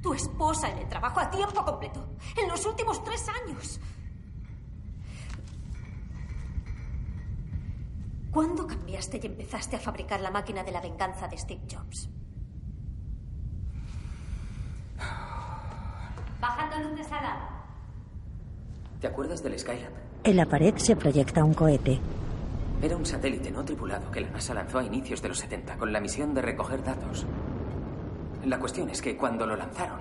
N: Tu esposa en el trabajo a tiempo completo, en los últimos tres años. ¿Cuándo cambiaste y empezaste a fabricar la máquina de la venganza de Steve Jobs?
Q: Bajando luz de sala.
F: ¿Te acuerdas del Skylab?
A: En la pared se proyecta un cohete.
F: Era un satélite no tripulado que la NASA lanzó a inicios de los 70 con la misión de recoger datos. La cuestión es que cuando lo lanzaron,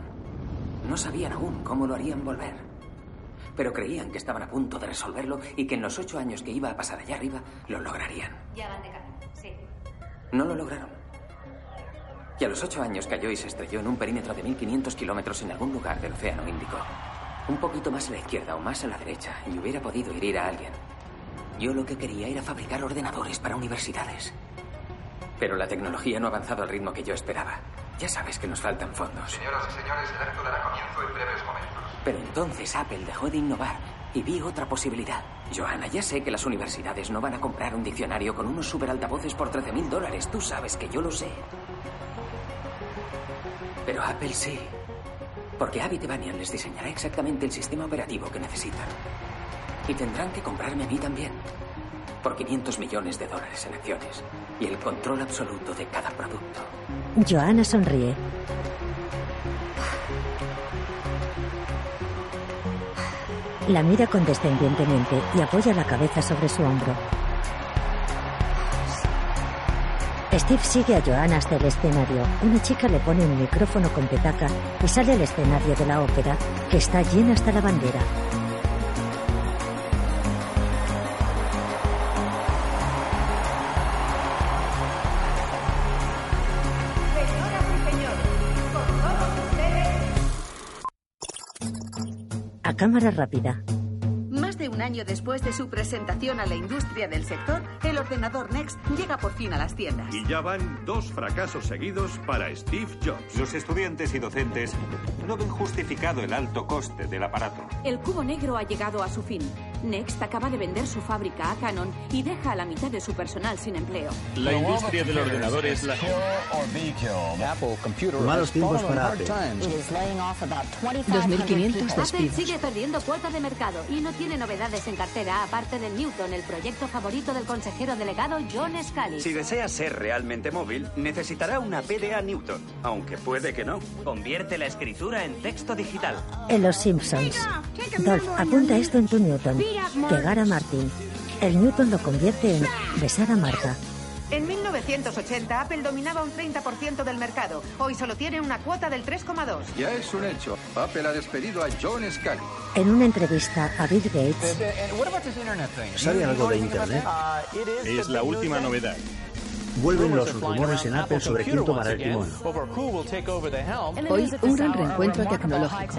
F: no sabían aún cómo lo harían volver. Pero creían que estaban a punto de resolverlo y que en los ocho años que iba a pasar allá arriba lo lograrían.
Q: Ya van de camino, sí.
F: No lo lograron. Y a los ocho años cayó y se estrelló en un perímetro de 1.500 kilómetros en algún lugar del Océano Índico. Un poquito más a la izquierda o más a la derecha y hubiera podido herir a alguien. Yo lo que quería era fabricar ordenadores para universidades. Pero la tecnología no ha avanzado al ritmo que yo esperaba. Ya sabes que nos faltan fondos.
T: Señoras y señores, la lectura dará comienzo en breves momentos.
F: Pero entonces Apple dejó de innovar y vi otra posibilidad. Johanna, ya sé que las universidades no van a comprar un diccionario con unos superaltavoces por 13 mil dólares. Tú sabes que yo lo sé. Pero Apple sí. Porque Abby Devanian les diseñará exactamente el sistema operativo que necesitan. Y tendrán que comprarme a mí también. Por 500 millones de dólares en acciones. Y el control absoluto de cada producto.
A: Joana sonríe. La mira condescendientemente y apoya la cabeza sobre su hombro. Steve sigue a Joanna hasta el escenario. Una chica le pone un micrófono con petaca y sale al escenario de la ópera, que está llena hasta la bandera. A cámara rápida.
J: Más de un año después de su presentación a la industria del sector, el ordenador Next llega por fin a las tiendas.
U: Y ya van dos fracasos seguidos para Steve Jobs.
L: Los estudiantes y docentes no ven justificado el alto coste del aparato.
V: El cubo negro ha llegado a su fin. Next acaba de vender su fábrica a Canon y deja a la mitad de su personal sin empleo.
C: La industria del ordenador es la...
B: Malos tiempos para Apple.
V: 2.500
N: Apple
V: despidos.
N: sigue perdiendo cuota de mercado y no tiene novedades en cartera, aparte del Newton, el proyecto favorito del consejero delegado John Scully.
W: Si desea ser realmente móvil, necesitará una PDA Newton, aunque puede que no. Convierte la escritura en texto digital.
A: En Los Simpsons. Dolph, apunta esto en tu Newton. Pegar a Martin. El Newton lo convierte en besar a Marta.
J: En 1980, Apple dominaba un 30% del mercado. Hoy solo tiene una cuota del 3,2.
T: Ya es un hecho. Apple ha despedido a John Scully.
A: En una entrevista a Bill Gates,
B: ¿Sabe algo de Internet?
C: Es la última novedad.
B: Vuelven los rumores en Apple sobre quién tomará el timón.
X: Hoy un gran reencuentro tecnológico.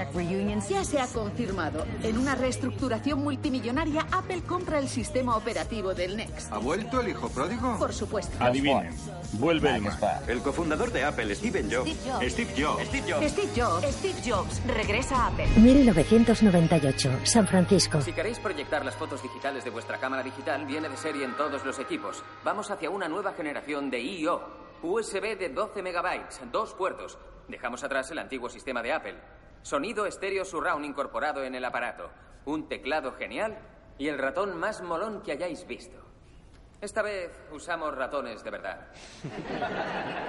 J: Ya se ha confirmado. En una reestructuración multimillonaria, Apple compra el sistema operativo del Next.
F: Ah,
T: ¿Ha vuelto el hijo pródigo?
J: Por supuesto.
C: Adivinen. Vuelve el Mac.
W: El cofundador de Apple, Steven Jobs.
L: Steve Jobs.
W: Steve Jobs.
J: Steve Jobs.
N: Steve Jobs regresa a Apple.
A: 1998, San Francisco.
F: Si queréis proyectar las fotos digitales de vuestra cámara digital, viene de serie en todos los equipos. Vamos hacia una nueva generación de I.O. USB de 12 megabytes, dos puertos. Dejamos atrás el antiguo sistema de Apple. Sonido estéreo surround incorporado en el aparato. Un teclado genial y el ratón más molón que hayáis visto. Esta vez usamos ratones de verdad.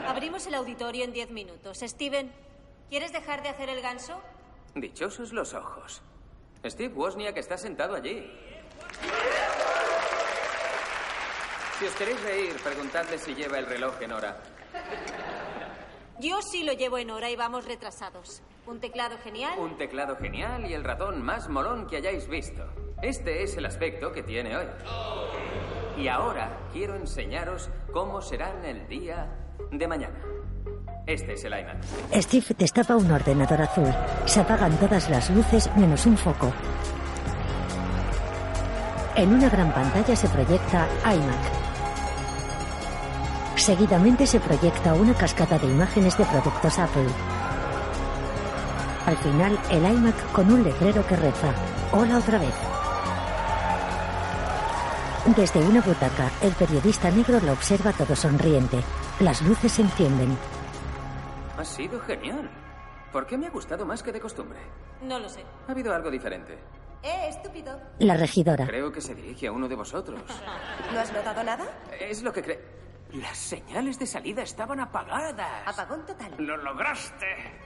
E: Abrimos el auditorio en diez minutos. Steven, ¿quieres dejar de hacer el ganso?
F: Dichosos los ojos. Steve Wozniak está sentado allí. Si os queréis reír, preguntadle si lleva el reloj en hora.
E: Yo sí lo llevo en hora y vamos retrasados. Un teclado genial.
F: Un teclado genial y el ratón más molón que hayáis visto. Este es el aspecto que tiene hoy. Y ahora quiero enseñaros cómo será en el día de mañana. Este es el iMac.
A: Steve destapa un ordenador azul. Se apagan todas las luces menos un foco. En una gran pantalla se proyecta iMac. Seguidamente se proyecta una cascada de imágenes de productos Apple. Al final, el iMac con un letrero que reza, hola otra vez. Desde una butaca, el periodista negro lo observa todo sonriente. Las luces se encienden.
F: Ha sido genial. ¿Por qué me ha gustado más que de costumbre?
E: No lo sé.
F: Ha habido algo diferente.
E: Eh, estúpido.
A: La regidora.
F: Creo que se dirige a uno de vosotros.
E: ¿No has notado nada?
F: Es lo que cree. Las señales de salida estaban apagadas.
Y: Apagón total.
F: ¡Lo lograste!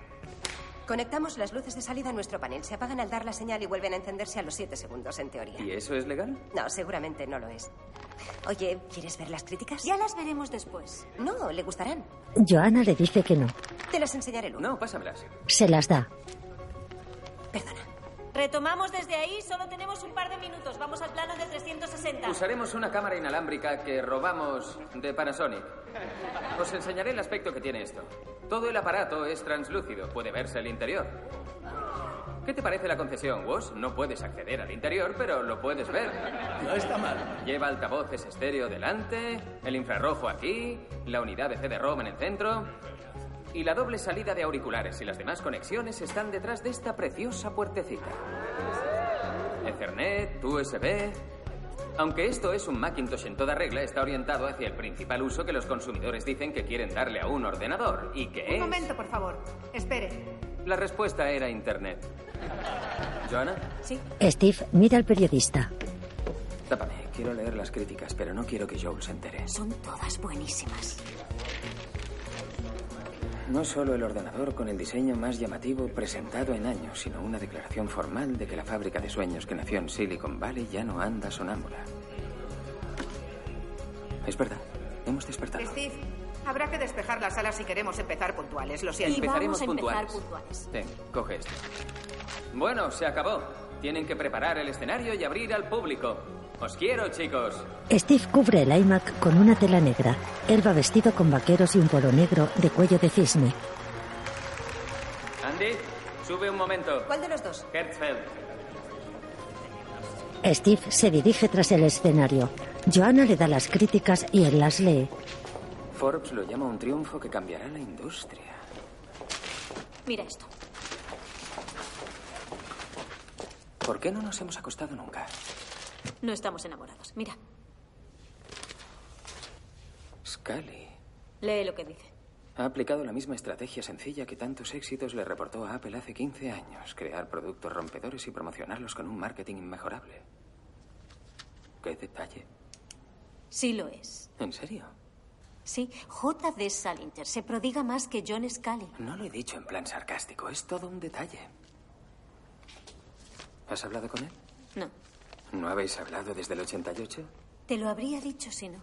Y: Conectamos las luces de salida a nuestro panel. Se apagan al dar la señal y vuelven a encenderse a los 7 segundos, en teoría.
F: ¿Y eso es legal?
Y: No, seguramente no lo es. Oye, ¿quieres ver las críticas?
E: Ya las veremos después.
Y: No, le gustarán.
A: Joana le dice que no.
Y: Te las enseñaré luego.
F: No, pásamelas.
A: Se las da.
E: Retomamos desde ahí, solo tenemos un par de minutos. Vamos al plano de 360.
F: Usaremos una cámara inalámbrica que robamos de Panasonic. Os enseñaré el aspecto que tiene esto. Todo el aparato es translúcido, puede verse el interior. ¿Qué te parece la concesión, Woz? No puedes acceder al interior, pero lo puedes ver.
I: No está mal.
F: Lleva altavoces estéreo delante, el infrarrojo aquí, la unidad de CD-ROM en el centro y la doble salida de auriculares y las demás conexiones están detrás de esta preciosa puertecita. Ethernet, USB... Aunque esto es un Macintosh en toda regla, está orientado hacia el principal uso que los consumidores dicen que quieren darle a un ordenador y que
J: Un
F: es
J: momento, por favor. Espere.
F: La respuesta era Internet. ¿Joana?
Z: Sí.
A: Steve mira al periodista.
F: Tápame, quiero leer las críticas, pero no quiero que Joel se entere.
E: Son todas buenísimas.
F: No solo el ordenador con el diseño más llamativo presentado en años, sino una declaración formal de que la fábrica de sueños que nació en Silicon Valley ya no anda sonámbula. Es verdad, hemos despertado.
J: Steve, habrá que despejar la sala si queremos empezar puntuales, lo siento.
F: Empezaremos puntuales. Ten, Este. coge esto. Bueno, se acabó. Tienen que preparar el escenario y abrir al público. Os quiero, chicos.
A: Steve cubre el iMac con una tela negra. Él va vestido con vaqueros y un polo negro de cuello de cisne.
F: Andy, sube un momento.
Z: ¿Cuál de los dos?
F: Hertzfeld.
A: Steve se dirige tras el escenario. Joanna le da las críticas y él las lee.
F: Forbes lo llama un triunfo que cambiará la industria.
E: Mira esto.
F: ¿Por qué no nos hemos acostado nunca?
E: No estamos enamorados. Mira,
F: Scully
E: lee lo que dice.
F: ha aplicado la misma estrategia sencilla que tantos éxitos le reportó a Apple hace 15 años, crear productos rompedores y promocionarlos con un marketing inmejorable. ¿Qué detalle?
E: Sí lo es.
F: ¿En serio?
E: Sí, J.D. Salinger se prodiga más que John Scully.
F: No lo he dicho en plan sarcástico, es todo un detalle. ¿Has hablado con él?
E: No,
F: ¿No habéis hablado desde el 88?
E: te lo habría dicho si no.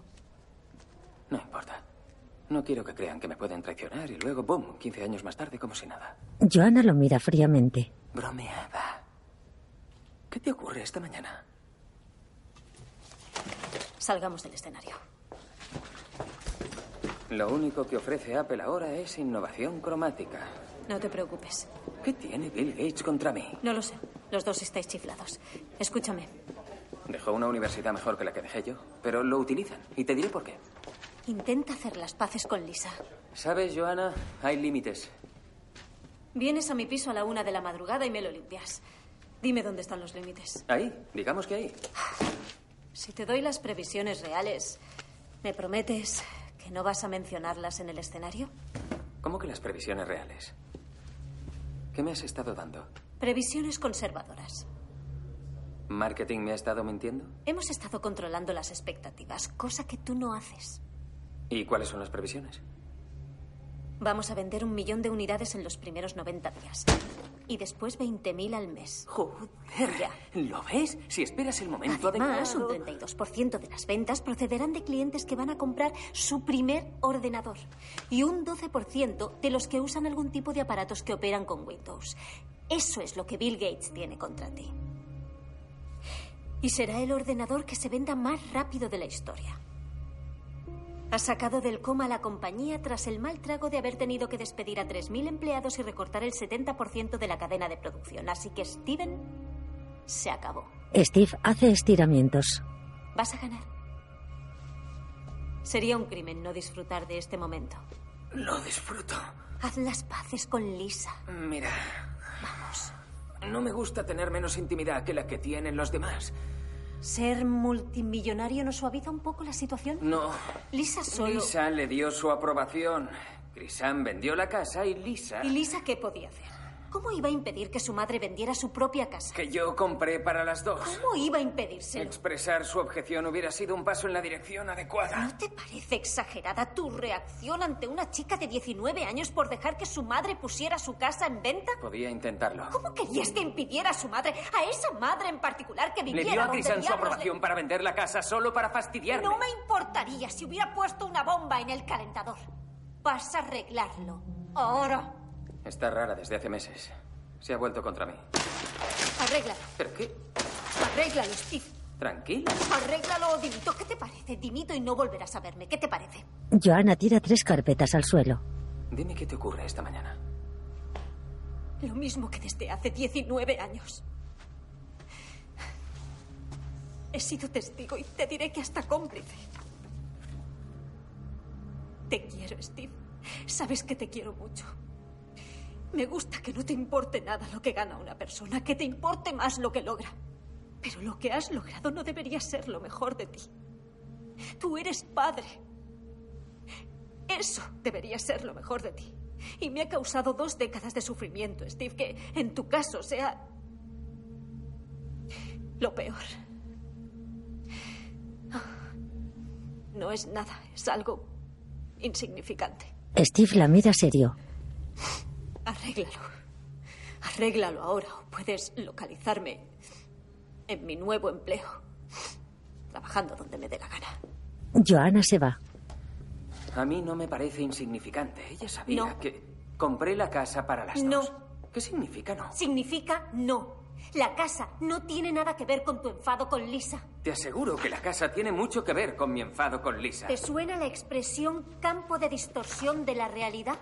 F: No importa. No quiero que crean que me pueden traicionar y luego, ¡boom!, 15 años más tarde como si nada.
A: Joanna lo mira fríamente.
F: Bromeaba. ¿Qué te ocurre esta mañana?
E: Salgamos del escenario.
F: Lo único que ofrece Apple ahora es innovación cromática.
E: No te preocupes.
F: ¿Qué tiene Bill Gates contra mí?
E: No lo sé. Los dos estáis chiflados. Escúchame.
F: Dejó una universidad mejor que la que dejé yo, pero lo utilizan. Y te diré por qué.
E: Intenta hacer las paces con Lisa.
F: Sabes, Joana, hay límites.
E: Vienes a mi piso a la una de la madrugada y me lo limpias. Dime dónde están los límites.
F: Ahí, digamos que ahí.
E: Si te doy las previsiones reales, ¿me prometes que no vas a mencionarlas en el escenario?
F: ¿Cómo que las previsiones reales? ¿Qué me has estado dando?
E: Previsiones conservadoras.
F: ¿Marketing me ha estado mintiendo?
E: Hemos estado controlando las expectativas, cosa que tú no haces.
F: ¿Y cuáles son las previsiones?
E: Vamos a vender un millón de unidades en los primeros 90 días. Y después 20.000 al mes. Ya.
F: ¿Lo ves? Si esperas el momento
E: Además, un
F: adecuado...
E: 32% de las ventas procederán de clientes que van a comprar su primer ordenador y un 12% de los que usan algún tipo de aparatos que operan con Windows. Eso es lo que Bill Gates tiene contra ti. Y será el ordenador que se venda más rápido de la historia. Ha sacado del coma a la compañía tras el mal trago de haber tenido que despedir a 3.000 empleados y recortar el 70% de la cadena de producción. Así que Steven se acabó.
A: Steve hace estiramientos.
E: Vas a ganar. Sería un crimen no disfrutar de este momento.
F: Lo disfruto. Mm.
E: Haz las paces con Lisa.
F: Mira. Vamos. No me gusta tener menos intimidad que la que tienen los demás.
E: ¿Ser multimillonario no suaviza un poco la situación?
F: No.
E: Lisa solo.
F: Lisa le dio su aprobación. Crisan vendió la casa y Lisa...
E: ¿Y Lisa qué podía hacer? ¿Cómo iba a impedir que su madre vendiera su propia casa?
F: Que yo compré para las dos.
E: ¿Cómo iba a impedírselo?
F: Expresar su objeción hubiera sido un paso en la dirección adecuada.
E: ¿No te parece exagerada tu reacción ante una chica de 19 años por dejar que su madre pusiera su casa en venta?
F: Podía intentarlo.
E: ¿Cómo querías que impidiera a su madre, a esa madre en particular que
F: Le
E: viviera
F: dio a
E: donde
F: Crisan su
E: diablos le-
F: aprobación para vender la casa solo para fastidiarme.
E: No me importaría si hubiera puesto una bomba en el calentador. Vas a arreglarlo. Ahora,
F: Está rara desde hace meses. Se ha vuelto contra mí.
E: arréglalo.
F: ¿Pero qué?
E: Arréglalo, Steve.
F: Tranquila.
E: Arréglalo o dimito. ¿Qué te parece? Dimito y no volverás a verme. ¿Qué te parece?
A: Joanna tira tres carpetas al suelo.
F: Dime qué te ocurre esta mañana.
E: Lo mismo que desde hace 19 años. He sido testigo y te diré que hasta cómplice. Te quiero, Steve. Sabes que te quiero mucho. Me gusta que no te importe nada lo que gana una persona, que te importe más lo que logra. Pero lo que has logrado no debería ser lo mejor de ti. Tú eres padre. Eso debería ser lo mejor de ti. Y me ha causado dos décadas de sufrimiento, Steve, que en tu caso sea lo peor. No es nada, es algo insignificante.
A: Steve la mira serio.
E: Arréglalo. Arréglalo ahora o puedes localizarme en mi nuevo empleo. Trabajando donde me dé la gana.
A: Joanna se va.
F: A mí no me parece insignificante. Ella sabía
E: No.
F: que compré la casa para las
E: No.
F: dos. ¿Qué significa no?
E: Significa no. La casa no tiene nada que ver con tu enfado con Lisa.
F: Te aseguro que la casa tiene mucho que ver con mi enfado con Lisa.
E: ¿Te suena la expresión campo de distorsión de la realidad?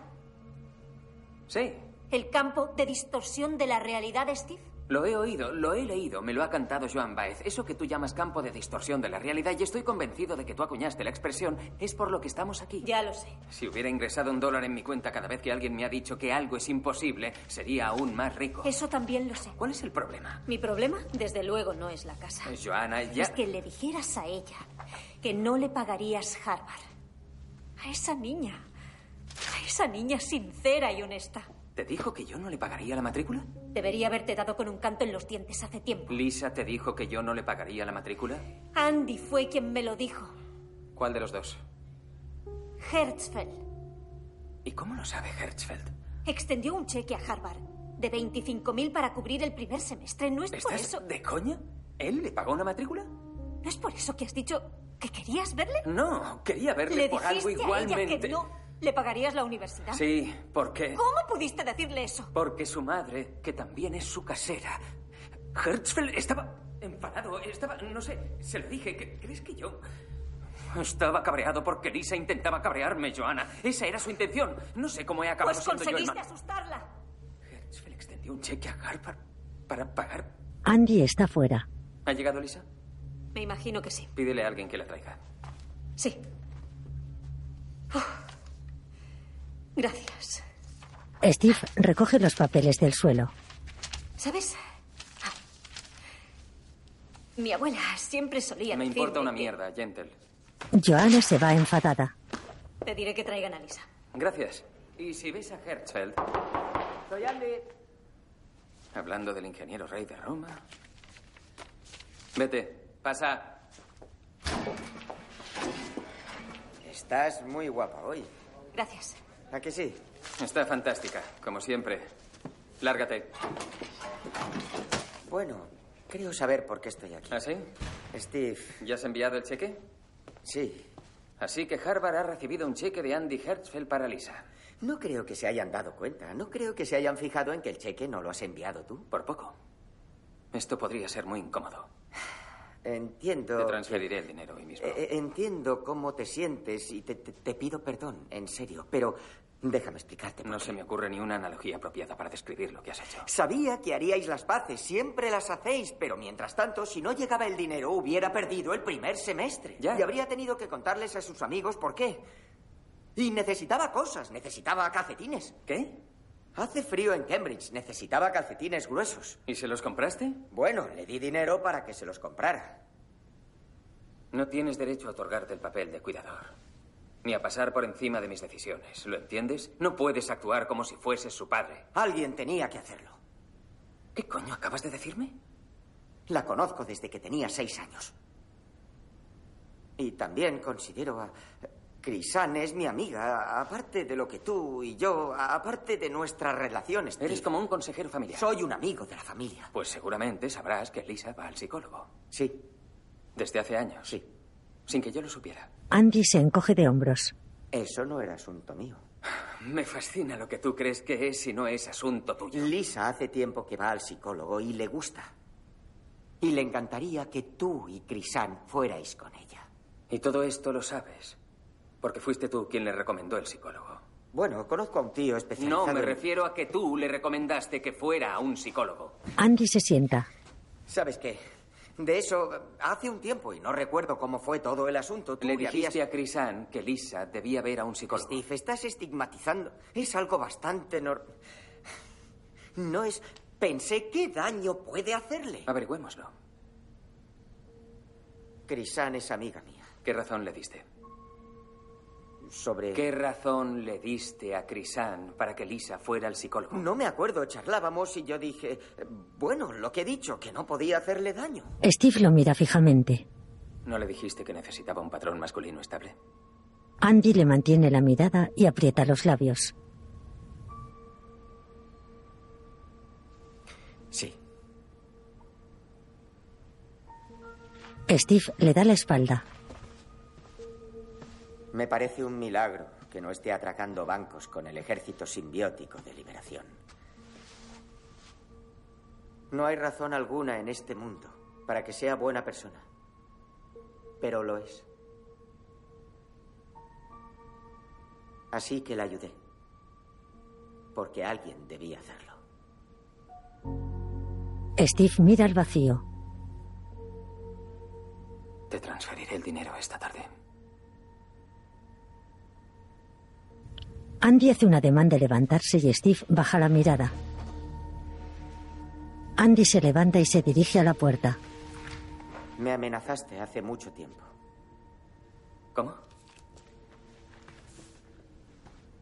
F: Sí,
E: ¿El campo de distorsión de la realidad, Steve?
F: lo he oído, lo he leído, me lo ha cantado Joan Baez. Eso que tú llamas campo de distorsión de la realidad y estoy convencido de que tú acuñaste la expresión es por lo que estamos aquí.
E: Ya lo sé.
F: Si hubiera ingresado un dólar en mi cuenta cada vez que alguien me ha dicho que algo es imposible, sería aún más rico.
E: Eso también lo sé.
F: ¿Cuál es el problema?
E: Mi problema, desde luego, no es la casa.
F: Joana, ya...
E: Es que le dijeras a ella que no le pagarías Harvard. A esa niña. A esa niña sincera y honesta.
F: ¿Te dijo que yo no le pagaría la matrícula?
E: Debería haberte dado con un canto en los dientes hace tiempo.
F: ¿Lisa te dijo que yo no le pagaría la matrícula?
E: Andy fue quien me lo dijo.
F: ¿Cuál de los dos?
E: Hertzfeld
F: ¿Y cómo lo sabe Hertzfeld?
E: extendió un cheque a Harvard de 25.000 para cubrir el primer semestre. No es Pues por
F: ¿Estás
E: eso.
F: de coña? ¿Él le pagó una matrícula?
E: ¿No es por eso que has dicho que querías verle?
F: No, quería verle
E: Le
F: por
E: dijiste
F: algo
E: a ella
F: igualmente.
E: que no le pagarías la universidad.
F: Sí, ¿por qué?
E: ¿Ah? ¿Cómo pudiste decirle eso?
F: Porque su madre, que también es su casera, Hertzfeld estaba enfadado, estaba, no sé, se lo dije, ¿cre- ¿crees que yo? Estaba cabreado porque Lisa intentaba cabrearme, Joana. Esa era su intención. No sé cómo he acabado
E: Pues
F: siendo yo el
E: conseguiste
F: malo.
E: asustarla.
F: Hertzfeld extendió un cheque a Harvard para pagar.
A: Andy está fuera.
F: ¿Ha llegado Lisa?
E: Me imagino que sí.
F: Pídele a alguien que la traiga.
E: Sí. Uf. Gracias.
A: Steve recoge los papeles del suelo.
E: ¿Sabes? Ah. Mi abuela siempre solía
F: Me
E: decirme
F: importa una
E: que-
F: mierda, Gentle.
A: Joanna se va enfadada.
E: Te diré que traigan a Lisa.
F: Gracias. Y si ves a Hertzfeld,
E: Soy Andy.
F: hablando del ingeniero rey de Roma. Vete, pasa.
D: Estás muy guapa hoy.
E: Gracias.
D: ¿A que sí?
F: Está fantástica, como siempre. Lárgate.
D: Bueno, creo saber por qué estoy aquí.
F: ¿Ah, sí?
D: Steve.
F: ¿Ya has enviado el cheque?
D: Sí.
F: Así que Harvard ha recibido un cheque de Andy Hertzfeld para Lisa.
D: No creo que se hayan dado cuenta. No creo que se hayan fijado en que el cheque no lo has enviado tú.
F: Por poco. Esto podría ser muy incómodo.
D: Entiendo.
F: Te transferiré el dinero hoy mismo.
D: Eh, eh, Entiendo cómo te sientes y te, te- te pido perdón, en serio. Pero déjame explicarte.
F: No se me ocurre ni una analogía apropiada para describir lo que has hecho.
D: Sabía que haríais las paces, siempre las hacéis, pero mientras tanto, si no llegaba el dinero, hubiera perdido el primer semestre.
F: Ya.
D: Y habría tenido que contarles a sus amigos por qué. Y necesitaba cosas, necesitaba calcetines.
F: ¿Qué?
D: Hace frío en Cambridge, necesitaba calcetines gruesos.
F: ¿Y se los compraste?
D: Bueno, le di dinero para que se los comprara.
F: No tienes derecho a otorgarte el papel de cuidador, ni a pasar por encima de mis decisiones. ¿Lo entiendes? No puedes actuar como si fueses su padre.
D: Alguien tenía que hacerlo.
F: ¿Qué coño acabas de decirme?
D: La conozco desde que tenía seis años. Y también considero a... Crisan es mi amiga, aparte de lo que tú y yo, a- aparte de nuestras relaciones.
F: Eres como un consejero familiar.
D: Soy un amigo de la familia.
F: Pues seguramente sabrás que Lisa va al psicólogo.
D: Sí.
F: Desde hace años. Sí. Sin que yo lo supiera.
A: Andy se encoge de hombros.
D: Eso no era asunto mío.
F: Me fascina lo que tú crees que es y no es asunto tuyo.
D: Lisa hace tiempo que va al psicólogo y le gusta. Y le encantaría que tú y Crisan fuerais con ella.
F: Y todo esto lo sabes, porque fuiste tú quien le recomendó el psicólogo.
D: Bueno, conozco a un tío especializado.
F: No, me
D: en-
F: refiero a que tú le recomendaste que fuera a un psicólogo.
A: Andy se sienta.
D: ¿Sabes qué? De eso eh, hace un tiempo y no recuerdo cómo fue todo el asunto. Tú
F: Le
D: habías-
F: dijiste a Crisan que Lisa debía ver a un psicólogo.
D: Steve, estás estigmatizando. Es algo bastante nor... No es... Pensé, ¿qué daño puede hacerle?
F: Averigüémoslo.
D: Crisan es amiga mía.
F: ¿Qué razón le diste?
D: sobre...
F: ¿Qué razón le diste a Crisan para que Lisa fuera al psicólogo?
D: No me acuerdo, charlábamos y yo dije, bueno, lo que he dicho, que no podía hacerle daño.
A: Steve lo mira fijamente.
F: ¿No le dijiste que necesitaba un patrón masculino estable?
A: Andy le mantiene la mirada y aprieta los labios.
F: Sí.
A: Steve le da la espalda.
D: Me parece un milagro que no esté atracando bancos con el ejército simbiótico de liberación. No hay razón alguna en este mundo para que sea buena persona, pero lo es. Así que la ayudé, porque alguien debía hacerlo.
A: Steve mira al vacío.
F: Te transferiré el dinero esta tarde.
A: Andy hace una ademán de levantarse y Steve baja la mirada. Andy se levanta y se dirige a la puerta.
D: Me amenazaste hace mucho tiempo.
F: ¿Cómo?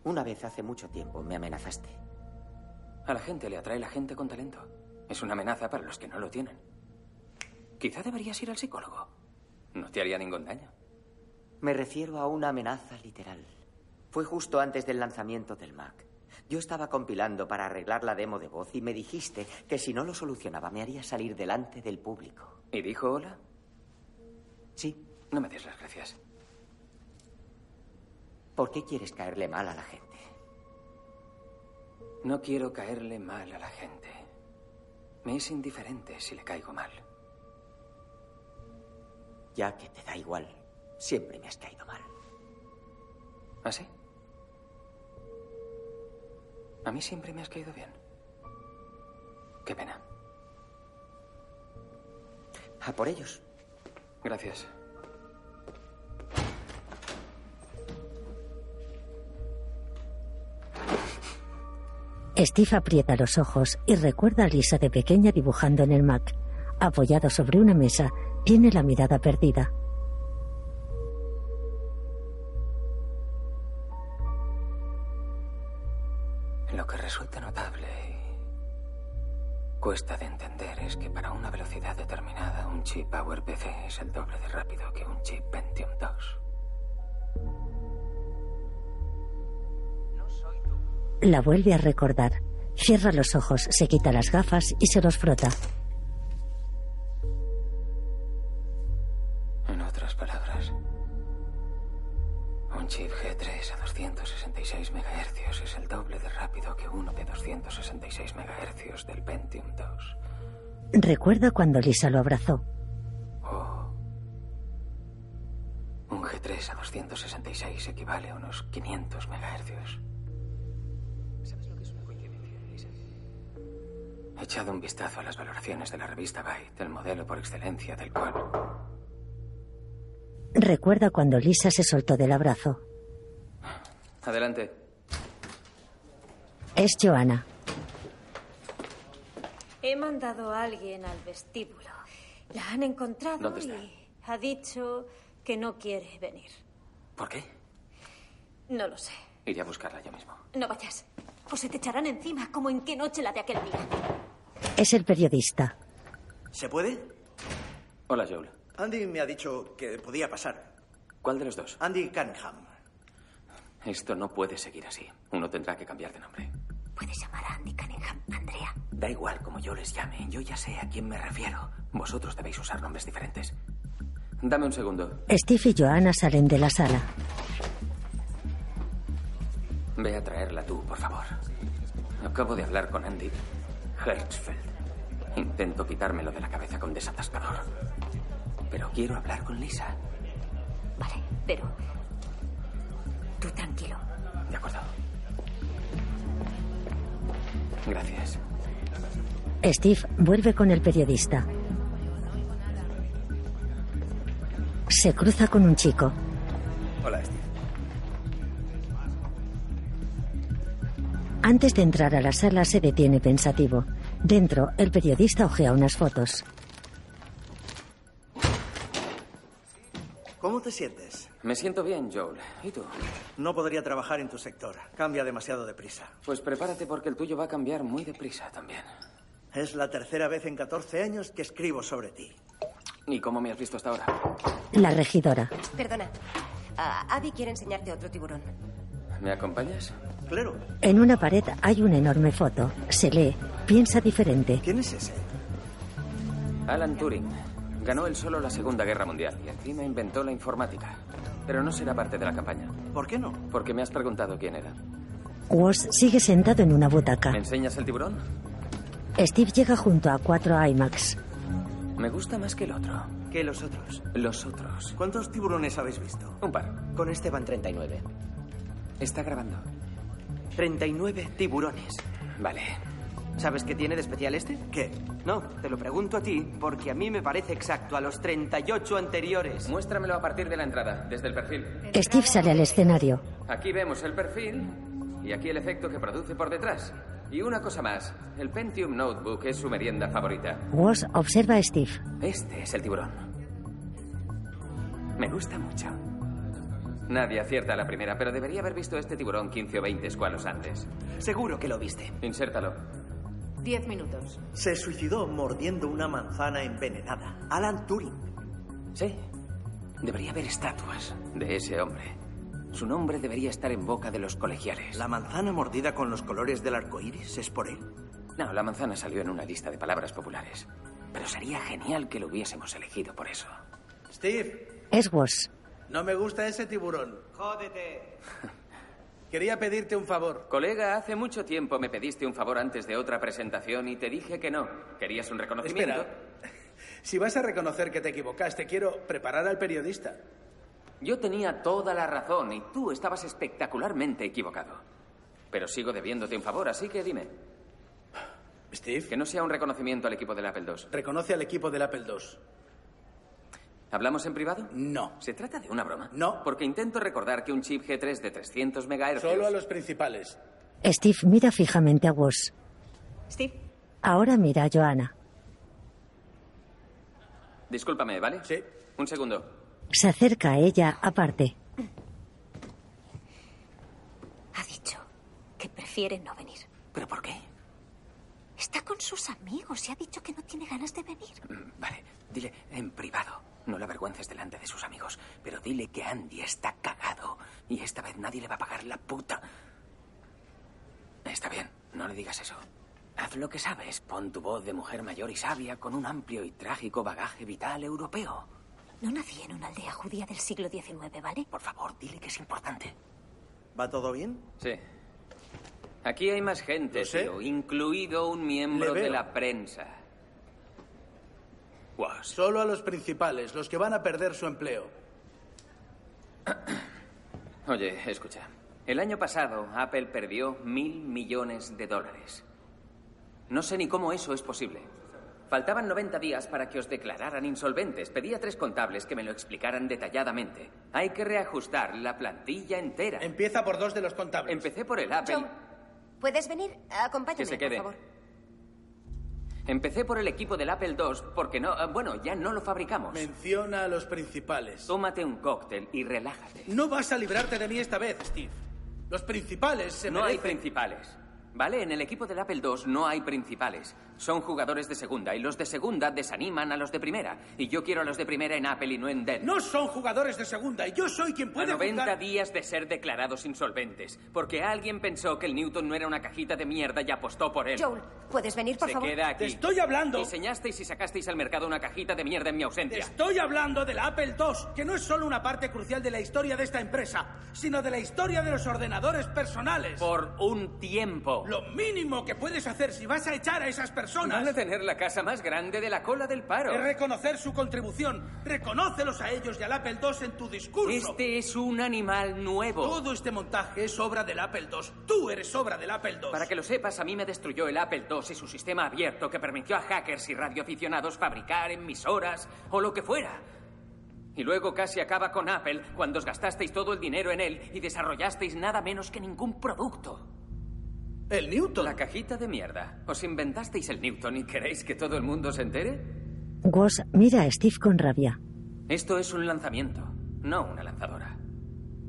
D: Una vez hace mucho tiempo me amenazaste.
F: A la gente le atrae la gente con talento. Es una amenaza para los que no lo tienen. Quizá deberías ir al psicólogo. No te haría ningún daño.
D: Me refiero a una amenaza literal. Fue justo antes del lanzamiento del Mac. Yo estaba compilando para arreglar la demo de voz y me dijiste que si no lo solucionaba me haría salir delante del público.
F: ¿Y dijo hola?
D: Sí.
F: No me des las gracias.
D: ¿Por qué quieres caerle mal a la gente?
F: No quiero caerle mal a la gente. Me es indiferente si le caigo mal.
D: Ya que te da igual, siempre me has caído mal.
G: ¿Ah,
F: ¿Así? A mí siempre me has caído bien. Qué pena.
D: A por ellos.
F: Gracias.
A: Steve aprieta los ojos y recuerda a Lisa de pequeña dibujando en el Mac. Apoyado sobre una mesa, tiene la mirada perdida.
F: Lo que resulta notable y cuesta de entender es que para una velocidad determinada un chip Power PC es el doble de rápido que un chip Pentium 2.
A: La vuelve a recordar. Cierra los ojos, se quita las gafas y se los frota.
F: En otras palabras, un chip G3 a 266 MHz es el doble de rápido que uno de 266 MHz del Pentium 2.
A: Recuerda cuando Lisa lo abrazó.
F: Oh. Un G3 a 266 equivale a unos 500 MHz. He echado un vistazo a las valoraciones de la revista Byte, el modelo por excelencia del cual.
A: Recuerda cuando Lisa se soltó del abrazo.
F: Adelante.
A: Es Joana.
N: He mandado a alguien al vestíbulo. La han encontrado
F: ¿Dónde está?
N: y ha dicho que no quiere venir.
F: ¿Por qué?
N: No lo sé.
F: Iré a buscarla yo mismo.
N: No vayas. O se te echarán encima, como en qué noche la de aquel día.
A: Es el periodista.
G: ¿Se puede?
F: Hola, Joel.
G: Andy me ha dicho que podía pasar.
F: ¿Cuál de los dos?
G: Andy Cunningham.
F: Esto no puede seguir así. Uno tendrá que cambiar de nombre.
N: Puedes llamar a Andy Cunningham, Andrea.
F: Da igual como yo les llame. Yo ya sé a quién me refiero. Vosotros debéis usar nombres diferentes. Dame un segundo.
A: Steve y Joanna salen de la sala.
F: Ve a traerla tú, por favor. Acabo de hablar con Andy Hertzfeld. Intento quitármelo de la cabeza con desatascador. Pero quiero hablar con Lisa.
N: Vale, pero. Tú tranquilo.
F: De acuerdo. Gracias.
A: Steve vuelve con el periodista. Se cruza con un chico.
G: Hola, Steve.
A: Antes de entrar a la sala se detiene pensativo. Dentro, el periodista ojea unas fotos.
G: ¿Cómo te sientes?
F: Me siento bien, Joel. ¿Y tú?
G: No podría trabajar en tu sector. Cambia demasiado deprisa.
F: Pues prepárate porque el tuyo va a cambiar muy deprisa también.
G: Es la tercera vez en 14 años que escribo sobre ti.
F: ¿Y cómo me has visto hasta ahora?
A: La regidora.
Y: Perdona. Ah, Abby quiere enseñarte otro tiburón.
F: ¿Me acompañas?
G: Claro.
A: En una pared hay una enorme foto. Se lee. Piensa diferente.
G: ¿Quién es ese?
F: Alan Turing. Ganó él solo la Segunda Guerra Mundial y encima inventó la informática. Pero no será parte de la campaña.
G: ¿Por qué no?
F: Porque me has preguntado quién era.
A: Woz sigue sentado en una butaca.
F: ¿Me enseñas el tiburón?
A: Steve llega junto a cuatro IMAX.
F: Me gusta más que el otro.
G: ¿Qué los otros?
F: Los otros.
G: ¿Cuántos tiburones habéis visto?
F: Un par.
G: Con este van 39.
F: Está grabando.
G: 39 tiburones.
F: Vale.
G: ¿Sabes qué tiene de especial este? ¿Qué? No, te lo pregunto a ti porque a mí me parece exacto a los 38 anteriores.
F: Muéstramelo a partir de la entrada, desde el perfil.
A: Steve sale al escenario.
F: Aquí vemos el perfil y aquí el efecto que produce por detrás. Y una cosa más, el Pentium Notebook es su merienda favorita.
A: Woz observa a Steve.
F: Este es el tiburón. Me gusta mucho. Nadie acierta a la primera, pero debería haber visto este tiburón 15 o 20 escualos antes.
G: Seguro que lo viste.
F: Insértalo.
J: Diez minutos.
G: Se suicidó mordiendo una manzana envenenada. Alan Turing.
F: Sí. Debería haber estatuas de ese hombre. Su nombre debería estar en boca de los colegiales.
G: ¿La manzana mordida con los colores del arco iris es por él?
F: No, la manzana salió en una lista de palabras populares. Pero sería genial que lo hubiésemos elegido por eso.
I: Steve,
A: Es Woz.
I: no me gusta ese tiburón. Jódete. Quería pedirte un favor.
F: Colega, hace mucho tiempo me pediste un favor antes de otra presentación y te dije que no. ¿Querías un reconocimiento?
I: Espera. Si vas a reconocer que te equivocaste, quiero preparar al periodista.
F: Yo tenía toda la razón y tú estabas espectacularmente equivocado. Pero sigo debiéndote un favor, así que dime.
I: Steve.
F: Que no sea un reconocimiento al equipo del Apple II.
I: Reconoce al equipo del Apple II.
F: ¿Hablamos en privado?
I: No.
F: ¿Se trata de una broma?
I: No.
F: Porque intento recordar que un chip G3 de 300 MHz...
I: Solo a los principales.
A: Steve mira fijamente a Woz.
E: Steve,
A: Ahora mira a Joanna.
F: Discúlpame, ¿vale?
I: Sí.
F: Un segundo.
A: Se acerca a ella aparte.
N: Ha dicho que prefiere no venir.
F: ¿Pero por qué?
N: Está con sus amigos y ha dicho que no tiene ganas de venir.
F: Mm, Vale, dile en privado. No la avergüences delante de sus amigos, pero dile que Andy está cagado y esta vez nadie le va a pagar la puta. Está bien, no le digas eso. Haz lo que sabes, pon tu voz de mujer mayor y sabia con un amplio y trágico bagaje vital europeo.
N: No nací en una aldea judía del siglo XIX, ¿vale?
F: Por favor, dile que es importante.
G: ¿Va todo bien?
F: Sí. Aquí hay más gente, tío, incluido un miembro
I: Le
F: de
I: veo.
F: la prensa. Was.
I: Solo a los principales, los que van a perder su empleo.
F: Oye, escucha. El año pasado Apple perdió mil millones de dólares. No sé ni cómo eso es posible. Faltaban 90 días para que os declararan insolventes. Pedí a tres contables que me lo explicaran detalladamente. Hay que reajustar la plantilla entera.
I: Empieza por dos de los contables.
F: Empecé por el Apple.
Y: Joe, ¿puedes venir? Acompáñame,
F: Que se quede.
Y: por favor.
F: Empecé por el equipo del Apple II porque no, eh, bueno, ya no lo fabricamos.
I: Menciona a los principales.
F: Tómate un cóctel y relájate.
I: No vas a librarte de mí esta vez, Steve. Los principales se
F: No hay
I: merecen...
F: principales. ¿Vale? En el equipo del Apple II no hay principales. Son jugadores de segunda y los de segunda desaniman a los de primera. Y yo quiero a los de primera en Apple y no en Dell.
I: No son jugadores de segunda y yo soy quien
F: a
I: puede
F: 90
I: juzgar-
F: días de ser declarados insolventes. Porque alguien pensó que el Newton no era una cajita de mierda y apostó por él.
Y: Joel, ¿puedes venir, por
F: Se
Y: favor?
F: queda
I: Te
F: aquí.
I: estoy hablando.
F: Diseñasteis y sacasteis al mercado una cajita de mierda en mi
I: Te
F: ausencia.
I: estoy hablando del Apple II, que no es solo una parte crucial de la historia de esta empresa, sino de la historia de los ordenadores personales.
F: Por un tiempo.
I: Lo mínimo que puedes hacer si vas a echar a esas personas
F: Van a tener la casa más grande de la cola del paro.
I: es reconocer su contribución. Reconócelos a ellos y al Apple II en tu discurso.
F: Este es un animal nuevo.
I: Todo este montaje es obra del Apple II. Tú eres obra del Apple II.
F: Para que lo sepas, a mí me destruyó el Apple II y su sistema abierto que permitió a hackers y radioaficionados fabricar emisoras o lo que fuera. Y luego casi acaba con Apple cuando os gastasteis todo el dinero en él y desarrollasteis nada menos que ningún producto.
I: El Newton.
F: La cajita de mierda. Os inventasteis el Newton y queréis que todo el mundo se entere?
A: Woz mira a Steve con rabia.
F: Esto es un lanzamiento. no una lanzadora.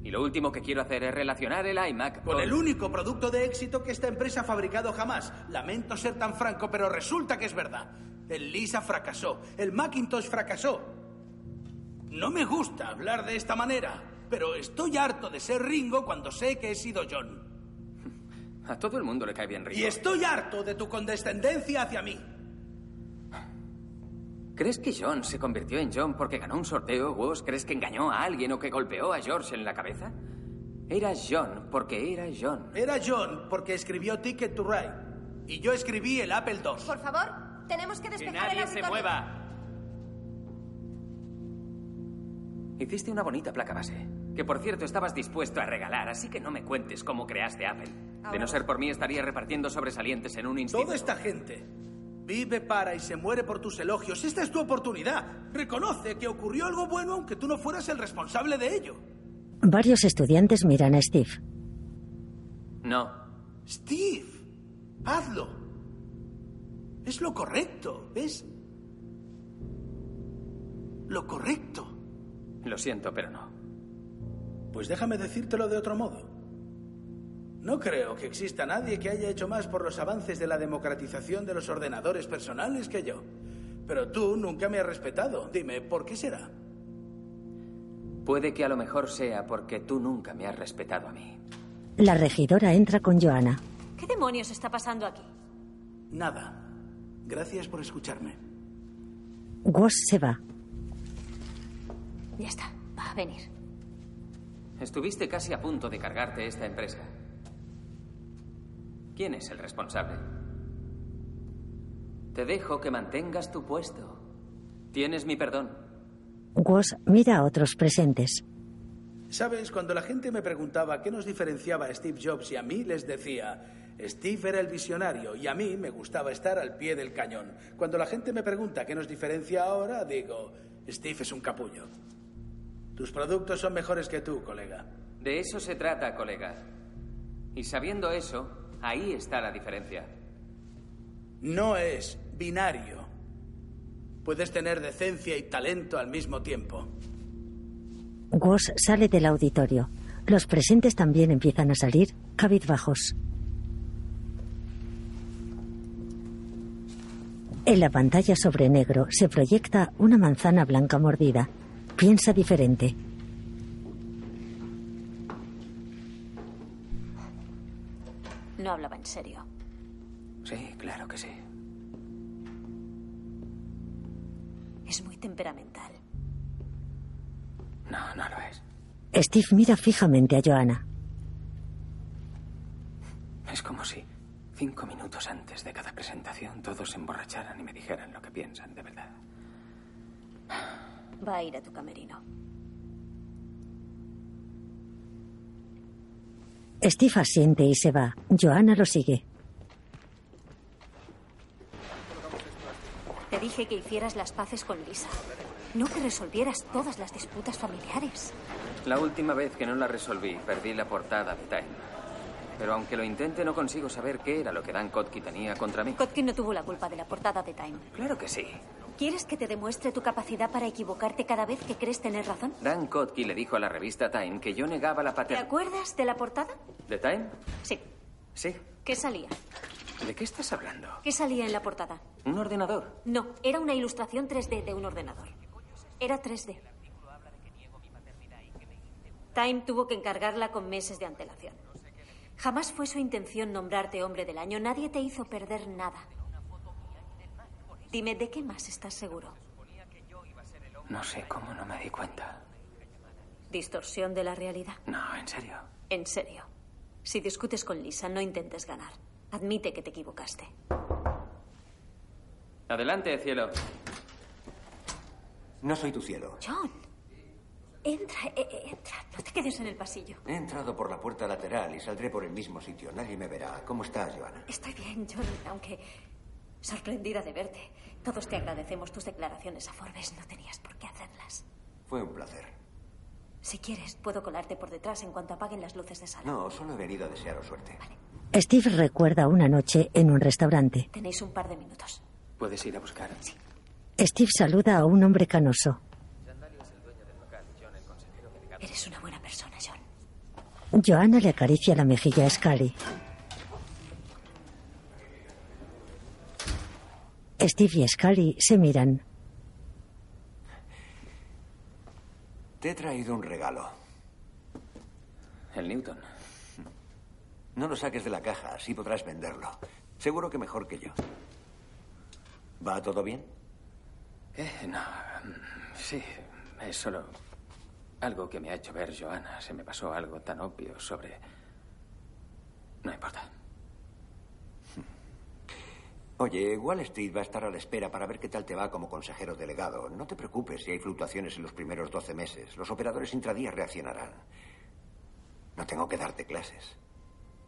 F: Y lo último que quiero hacer es relacionar el iMac
I: Con el único producto de éxito que esta empresa ha fabricado jamás. Lamento ser tan franco, pero resulta que es verdad. El Lisa fracasó. El Macintosh fracasó. No me gusta hablar de esta manera, pero estoy harto de ser Ringo cuando sé que he sido John.
F: A todo el mundo le cae bien Ringo.
I: Y estoy harto de tu condescendencia hacia mí.
F: Ah. ¿Crees que John se convirtió en John porque ganó un sorteo, Woz? ¿Crees que engañó a alguien o que golpeó a George en la cabeza? Era John porque era John.
I: Era John porque escribió Ticket to Ride y yo escribí el Apple II.
Y: Por favor, tenemos que despejar el auditorio.
F: Hiciste una bonita placa base, que por cierto estabas dispuesto a regalar, así que no me cuentes cómo creaste Apple. De no ser por mí estaría repartiendo sobresalientes en un instante.
I: Toda esta gente vive para y se muere por tus elogios. Esta es tu oportunidad. Reconoce que ocurrió algo bueno aunque tú no fueras el responsable de ello.
A: Varios estudiantes miran a Steve.
F: No.
I: Steve, hazlo. Es lo correcto, ¿ves? Lo correcto.
F: Lo siento, pero no.
I: Pues déjame decírtelo de otro modo. No creo que exista nadie que haya hecho más por los avances de la democratización de los ordenadores personales que yo. Pero tú nunca me has respetado. Dime, ¿por qué será?
F: Puede que a lo mejor sea porque tú nunca me has respetado a mí.
A: La regidora entra con Joana.
E: ¿Qué demonios está pasando aquí?
I: Nada. Gracias por escucharme.
A: Woz se va.
E: Ya está, va a venir.
F: Estuviste casi a punto de cargarte esta empresa. ¿Quién es el responsable? Te dejo que mantengas tu puesto. Tienes mi perdón.
A: Woz mira a otros presentes.
I: Sabes, cuando la gente me preguntaba qué nos diferenciaba a Steve Jobs y a mí, les decía, Steve era el visionario y a mí me gustaba estar al pie del cañón. Cuando la gente me pregunta qué nos diferencia ahora, digo, Steve es un capullo. Tus productos son mejores que tú, colega.
F: De eso se trata, colega. Y sabiendo eso, ahí está la diferencia.
I: No es binario. Puedes tener decencia y talento al mismo tiempo.
A: Woz sale del auditorio. Los presentes también empiezan a salir cabizbajos. En la pantalla sobre negro se proyecta una manzana blanca mordida. Piensa diferente.
E: No hablaba en serio.
F: Sí, claro que sí.
E: Es muy temperamental.
F: No, no lo es.
A: Steve mira fijamente a Joanna.
F: Es como si cinco minutos antes de cada presentación todos se emborracharan y me dijeran lo que piensan de verdad.
E: Va a ir a tu camerino.
A: Steve asiente y se va. Joanna lo sigue.
E: Te dije que hicieras las paces con Lisa. No que resolvieras todas las disputas familiares.
F: La última vez que no la resolví, perdí la portada de Time. Pero aunque lo intente, no consigo saber qué era lo que Dan Kotki tenía contra mí.
E: Kotkin no tuvo la culpa de la portada de Time.
F: Claro que sí.
E: ¿Quieres que te demuestre tu capacidad para equivocarte cada vez que crees tener razón?
F: Dan Kotki le dijo a la revista Time que yo negaba la
E: ¿Te
F: paternidad.
E: acuerdas de la portada?
F: ¿De Time?
E: Sí.
F: Sí.
E: ¿Qué salía?
F: ¿De qué estás hablando?
E: ¿Qué salía en la portada?
F: ¿Un ordenador?
E: No, era una ilustración 3D de un ordenador. Era 3D. Time tuvo que encargarla con meses de antelación. Jamás fue su intención nombrarte hombre del año. Nadie te hizo perder nada. Dime, ¿de qué más estás seguro?
F: No sé cómo no me di cuenta.
E: ¿Distorsión de la realidad?
F: No, en serio.
E: En serio. Si discutes con Lisa, no intentes ganar. Admite que te equivocaste.
F: Adelante, cielo.
K: No soy tu cielo.
E: John. Entra, e- e- entra. No te quedes en el pasillo.
K: He entrado por la puerta lateral y saldré por el mismo sitio. Nadie me verá. ¿Cómo estás, Joana?
E: Estoy bien, John, aunque sorprendida de verte. Todos te agradecemos tus declaraciones a Forbes. No tenías por qué hacerlas.
K: Fue un placer.
E: Si quieres, puedo colarte por detrás en cuanto apaguen las luces de sala.
K: No, solo he venido a desearos suerte.
A: Steve recuerda una noche en un restaurante.
E: Tenéis un par de minutos.
F: ¿Puedes ir a buscar?
A: Steve saluda a un hombre canoso.
F: el dueño del local, John el consejero.
N: Eres una buena persona, John.
A: Joanna le acaricia la mejilla a Scully. Steve y Scully se miran.
K: Te he traído un regalo.
F: El Newton.
K: No lo saques de la caja, así podrás venderlo. Seguro que mejor que yo. ¿Va todo bien?
F: Eh, no. mm, Sí, es solo algo que me ha hecho ver Joana. Se me pasó algo tan obvio sobre... No importa.
K: Oye, Wall Street va a estar a la espera para ver qué tal te va como consejero delegado. No te preocupes si hay fluctuaciones en los primeros 12 meses. Los operadores intradía reaccionarán. No tengo que darte clases.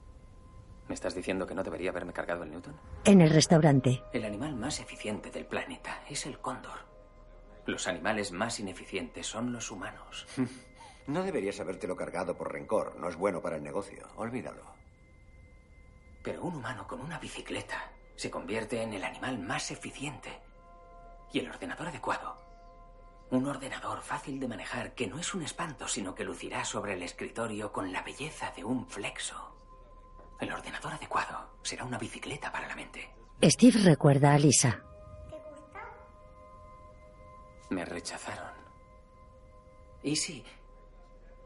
F: ¿Me estás diciendo que no debería haberme cargado el Newton?
A: En el restaurante,
F: El animal más eficiente del planeta es el cóndor. Los animales más ineficientes son los humanos.
K: No deberías habértelo cargado por rencor. No es bueno para el negocio. Olvídalo.
F: Pero un humano con una bicicleta se convierte en el animal más eficiente. Y el ordenador adecuado. Un ordenador fácil de manejar que no es un espanto, sino que lucirá sobre el escritorio con la belleza de un flexo. El ordenador adecuado será una bicicleta para la mente.
A: Steve recuerda a Lisa.
F: Me rechazaron. ¿Y si,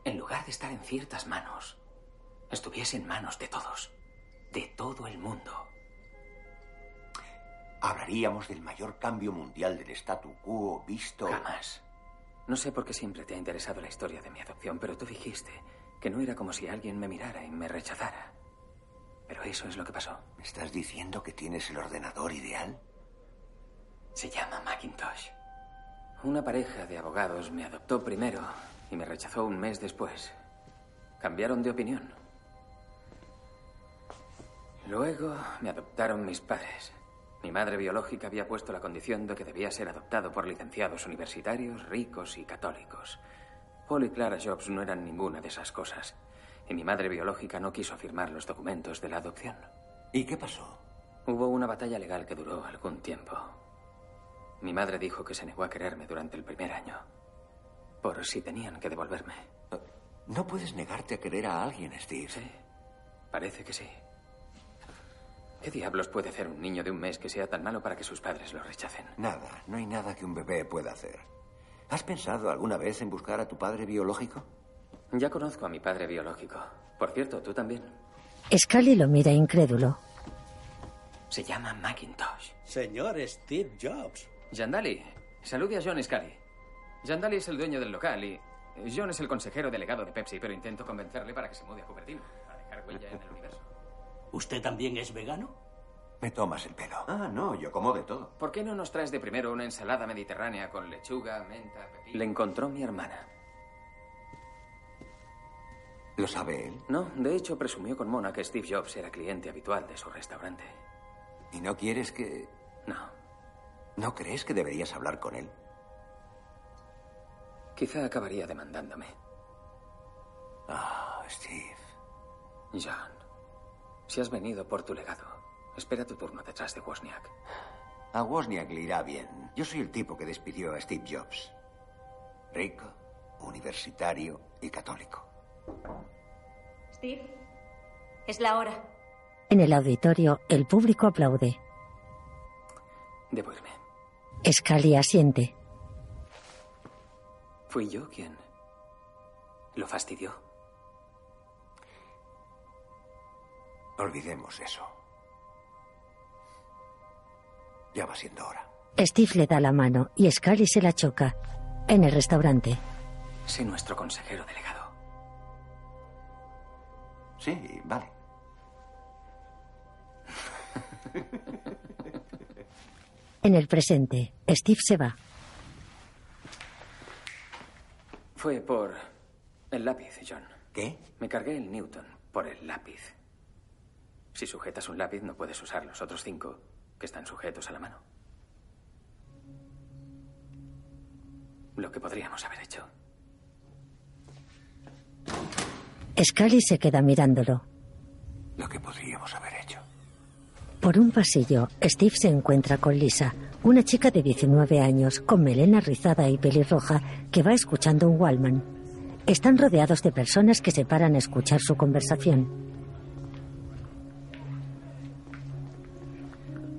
F: en lugar de estar en ciertas manos, estuviese en manos de todos? De todo el mundo.
K: Hablaríamos del mayor cambio mundial del statu quo visto.
F: Jamás. No sé por qué siempre te ha interesado la historia de mi adopción, pero tú dijiste que no era como si alguien me mirara y me rechazara. Pero eso es lo que pasó.
K: ¿Me estás diciendo que tienes el ordenador ideal?
F: Se llama Macintosh. Una pareja de abogados me adoptó primero y me rechazó un mes después. Cambiaron de opinión. Luego me adoptaron mis padres. Mi madre biológica había puesto la condición de que debía ser adoptado por licenciados universitarios, ricos y católicos. Paul y Clara Jobs no eran ninguna de esas cosas. Y mi madre biológica no quiso firmar los documentos de la adopción.
K: ¿Y qué pasó?
F: Hubo una batalla legal que duró algún tiempo. Mi madre dijo que se negó a quererme durante el primer año. Por si tenían que devolverme.
K: No puedes negarte a querer a alguien, Steve.
F: Sí, parece que sí. ¿Qué diablos puede hacer un niño de un mes que sea tan malo para que sus padres lo rechacen?
K: Nada, no hay nada que un bebé pueda hacer. ¿Has pensado alguna vez en buscar a tu padre biológico?
F: Ya conozco a mi padre biológico. Por cierto, tú también.
A: Scully lo mira incrédulo.
F: Se llama Macintosh.
H: Señor Steve Jobs.
F: Yandali, salude a John Scully. Yandali es el dueño del local y John es el consejero delegado de Pepsi, pero intento convencerle para que se mude a Cupertino, para dejar huella en el universo.
H: ¿Usted también es vegano?
K: Me tomas el pelo. Ah, no, yo como de todo.
F: ¿Por qué no nos traes de primero una ensalada mediterránea con lechuga, menta, pepino? Le encontró mi hermana.
K: ¿Lo sabe él?
F: No, de hecho presumió con Mona que Steve Jobs era cliente habitual de su restaurante.
K: ¿Y no quieres que...
F: No.
K: ¿No crees que deberías hablar con él?
F: Quizá acabaría demandándome.
K: Ah, Steve.
F: John, si has venido por tu legado, espera tu turno detrás de Wozniak.
K: A Wozniak le irá bien. Yo soy el tipo que despidió a Steve Jobs. Rico, universitario y católico.
N: Steve, es la hora.
A: En el auditorio, el público aplaude.
F: Debo irme.
A: Scully asiente.
F: Fui yo quien lo fastidió.
K: Olvidemos eso. Ya va siendo hora.
A: Steve le da la mano y Scully se la choca. En el restaurante,
F: Sé nuestro consejero delegado.
K: Sí, vale.
A: en el presente, Steve se va.
F: Fue por el lápiz, John.
K: ¿Qué?
F: Me cargué el Newton por el lápiz. Si sujetas un lápiz no puedes usar los otros cinco que están sujetos a la mano. Lo que podríamos haber hecho.
A: Scully se queda mirándolo.
K: Lo que podríamos haber hecho.
A: Por un pasillo, Steve se encuentra con Lisa, una chica de 19 años con melena rizada y pelirroja que va escuchando un Wallman. Están rodeados de personas que se paran a escuchar su conversación.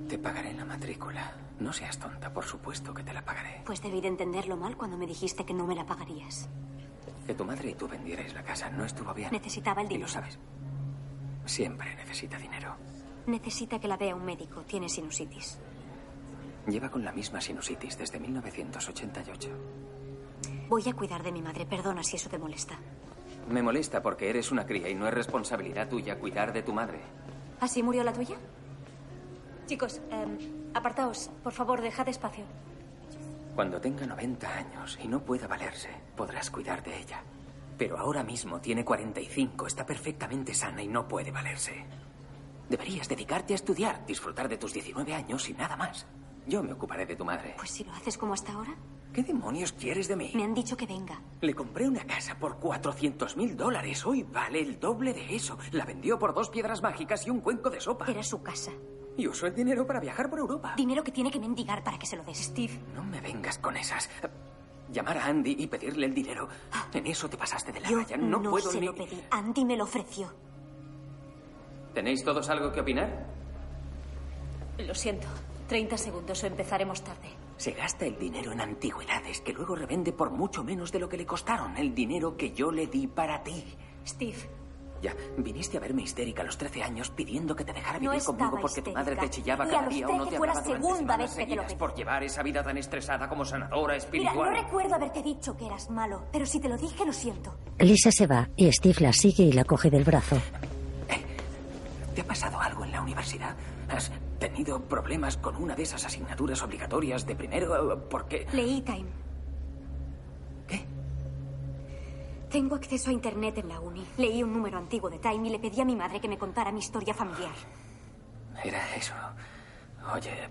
F: Te pagaré la matrícula. No seas tonta, por supuesto que te la pagaré.
N: Pues debí de entenderlo mal cuando me dijiste que no me la pagarías.
F: Que tu madre y tú vendierais la casa no estuvo bien.
N: Necesitaba el
F: Y lo
N: dinero.
F: sabes. Siempre necesita dinero.
N: Necesita que la vea un médico. Tiene sinusitis.
F: Lleva con la misma sinusitis desde 1988.
N: Voy a cuidar de mi madre. Perdona si eso te molesta.
F: Me molesta porque eres una cría y no es responsabilidad tuya cuidar de tu madre.
N: ¿Así ¿Ah, murió la tuya? Chicos, em, apartaos. Por favor, dejad espacio.
F: Cuando tenga 90 años y no pueda valerse, podrás cuidar de ella. Pero ahora mismo tiene 45, está perfectamente sana y no puede valerse. Deberías dedicarte a estudiar, disfrutar de tus 19 años y nada más. Yo me ocuparé de tu madre.
N: Pues si lo haces como hasta ahora,
F: ¿Qué demonios quieres de mí?
N: me han dicho que venga.
F: Le compré una casa por 400 mil dólares. Hoy vale el doble de eso. La vendió por dos piedras mágicas y un cuenco de sopa.
N: Era su casa.
F: Y usó el dinero para viajar por Europa.
N: Dinero que tiene que mendigar para que se lo des. Steve.
F: No me vengas con esas. Llamar a Andy y pedirle el dinero. En eso te pasaste de la raya. No, puedo
N: Ah. se
F: ni...
N: lo pedí. Andy me lo ofreció.
F: ¿Tenéis todos algo que opinar?
N: Lo siento. 30 segundos o empezaremos tarde.
F: Se gasta el dinero en antigüedades que luego revende por mucho menos de lo que le costaron. El dinero que yo le di para ti.
N: Steve,
F: Ya, viniste a verme histérica a los 13 años pidiendo que te dejara
N: No
F: vivir conmigo
N: estaba
F: porque tu madre te
N: histérica.
F: chillaba
N: Y a
F: cada
N: los
F: día o no
N: 13
F: te
N: fue la
F: hablaba durante
N: segunda
F: semanas
N: vez que te lo
F: seguidas
N: pedí.
F: por llevar esa vida tan estresada como sanadora
N: mira, no
F: espiritual.
N: recuerdo haberte dicho que eras malo, pero si te lo dije, lo siento.
A: Lisa se va y Steve la sigue y la coge del brazo.
F: ¿Te ha pasado algo en la universidad? ¿Has tenido problemas con una de esas asignaturas obligatorias de primero? ¿Por qué?
N: Leí Time. ¿Qué? Tengo acceso a internet en la uni. Leí un número antiguo de Time y le pedí a mi madre que me contara mi historia familiar.
F: Era eso. Oye,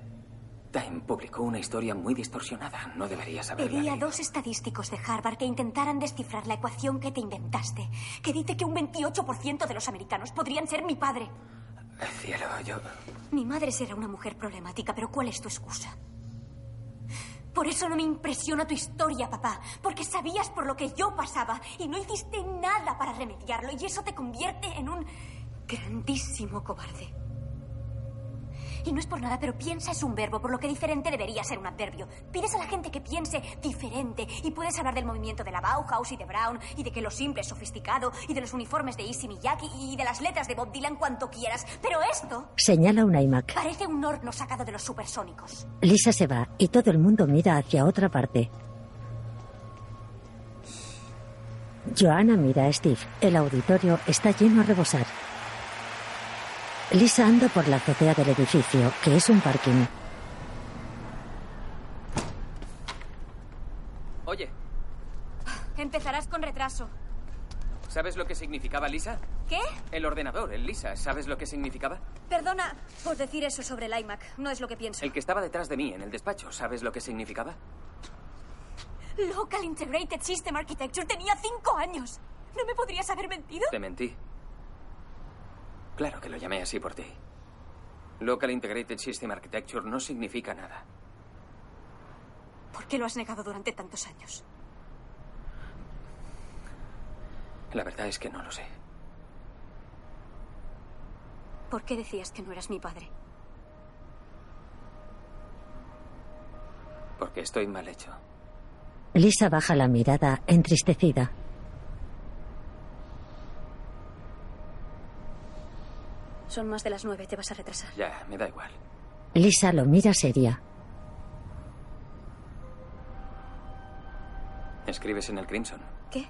F: Time publicó una historia muy distorsionada. No deberías haberla
N: Pedí a
F: leído.
N: dos estadísticos de Harvard que intentaran descifrar la ecuación que te inventaste, que dice que un 28% de los americanos podrían ser mi padre.
F: Cielo, yo...
N: Mi madre será una mujer problemática, pero ¿cuál es tu excusa? Por eso no me impresiona tu historia, papá, porque sabías por lo que yo pasaba y no hiciste nada para remediarlo y eso te convierte en un grandísimo cobarde. Y no es por nada, pero piensa es un verbo, por lo que diferente debería ser un adverbio. Pides a la gente que piense diferente y puedes hablar del movimiento de la Bauhaus y de Brown y de que lo simple es sofisticado y de los uniformes de Issey Miyake y de las letras de Bob Dylan cuanto quieras, pero esto...
A: Señala un iMac.
N: Parece un horno sacado de los supersónicos.
A: Lisa se va y todo el mundo mira hacia otra parte. Joanna mira a Steve. El auditorio está lleno a rebosar. Lisa anda por la azotea del edificio, que es un parking.
F: Oye,
N: Empezarás con retraso.
F: ¿sabes lo que significaba Lisa?
N: ¿Qué?
F: El ordenador, el Lisa, ¿sabes lo que significaba?
N: Perdona por decir eso sobre el iMac. No es lo que pienso.
F: El que estaba detrás de mí en el despacho, ¿sabes lo que significaba?
N: Local Integrated System Architecture tenía cinco años. ¿No me podrías haber mentido?
F: Te mentí. Claro que lo llamé así por ti. Local Integrated System Architecture no significa nada.
N: ¿Por qué lo has negado durante tantos años?
F: La verdad es que no lo sé.
N: ¿Por qué decías que no eras mi padre?
F: Porque estoy mal hecho.
A: Lisa baja la mirada, entristecida.
N: Son más de las nueve, te vas a retrasar.
F: Ya, me da igual.
A: Lisa lo mira seria.
F: Escribes en el Crimson.
N: ¿Qué?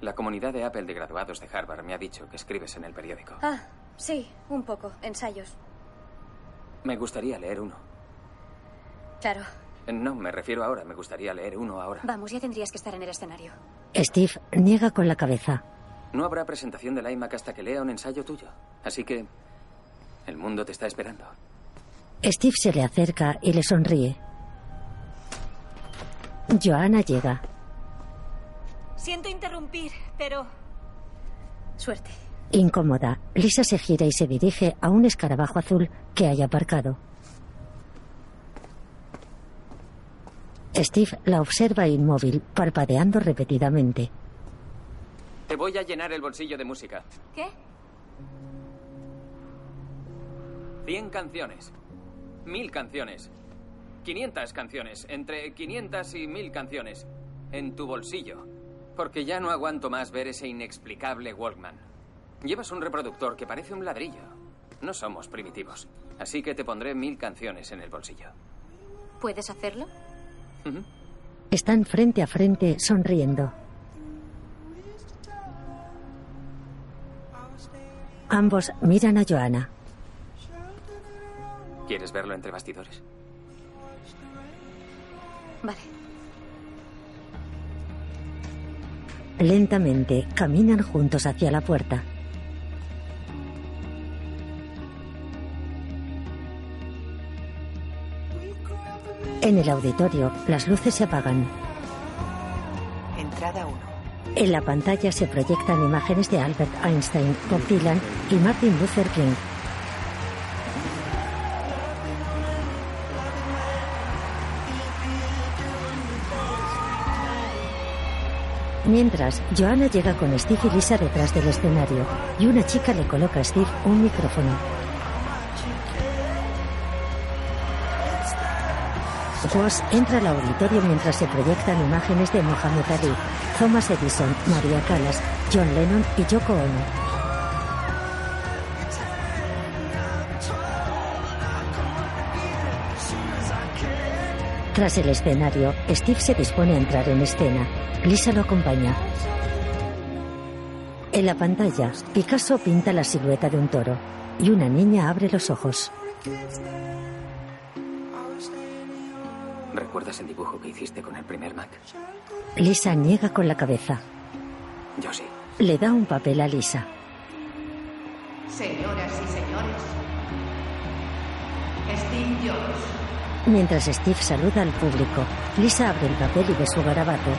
F: La comunidad de Apple de graduados de Harvard me ha dicho que escribes en el periódico.
N: Ah, sí, un poco. Ensayos.
F: Me gustaría leer uno.
N: Claro.
F: No, me refiero ahora. Me gustaría leer uno ahora.
N: Vamos, ya tendrías que estar en el escenario.
A: Steve niega con la cabeza.
F: No habrá presentación del iMac hasta que lea un ensayo tuyo. Así que el mundo te está esperando.
A: Steve se le acerca y le sonríe. Joanna llega.
N: Siento interrumpir, pero... Suerte.
A: Incómoda, Lisa se gira y se dirige a un escarabajo azul que hay aparcado. Steve la observa inmóvil, parpadeando repetidamente.
F: Te voy a llenar el bolsillo de música.
E: ¿Qué?
F: 100 canciones. 1000 canciones. 500 canciones. Entre 500 y 1000 canciones. En tu bolsillo. Porque ya no aguanto más ver ese inexplicable Walkman. Llevas un reproductor que parece un ladrillo. No somos primitivos. Así que te pondré 1000 canciones en el bolsillo.
E: ¿Puedes hacerlo?
A: Están frente a frente, sonriendo. Ambos miran a Joana.
F: ¿Quieres verlo entre bastidores?
E: Vale.
A: Lentamente caminan juntos hacia la puerta. En el auditorio, las luces se apagan.
M: Entrada 1.
A: En la pantalla se proyectan imágenes de Albert Einstein, Bob Dylan y Martin Luther King. Mientras, Joanna llega con Steve y Lisa detrás del escenario y una chica le coloca a Steve un micrófono. Ross entra al auditorio mientras se proyectan imágenes de Mohamed Ali, Thomas Edison, María Callas, John Lennon y Yoko Ono. Tras el escenario, Steve se dispone a entrar en escena. Lisa lo acompaña. En la pantalla, Picasso pinta la silueta de un toro y una niña abre los ojos.
F: ¿Recuerdas el dibujo que hiciste con el primer Mac?
A: Lisa niega con la cabeza.
F: Yo sí.
A: Le da un papel a Lisa.
J: Señoras y señores, Steve Jobs.
A: Mientras Steve saluda al público, Lisa abre el papel y ve su garabato.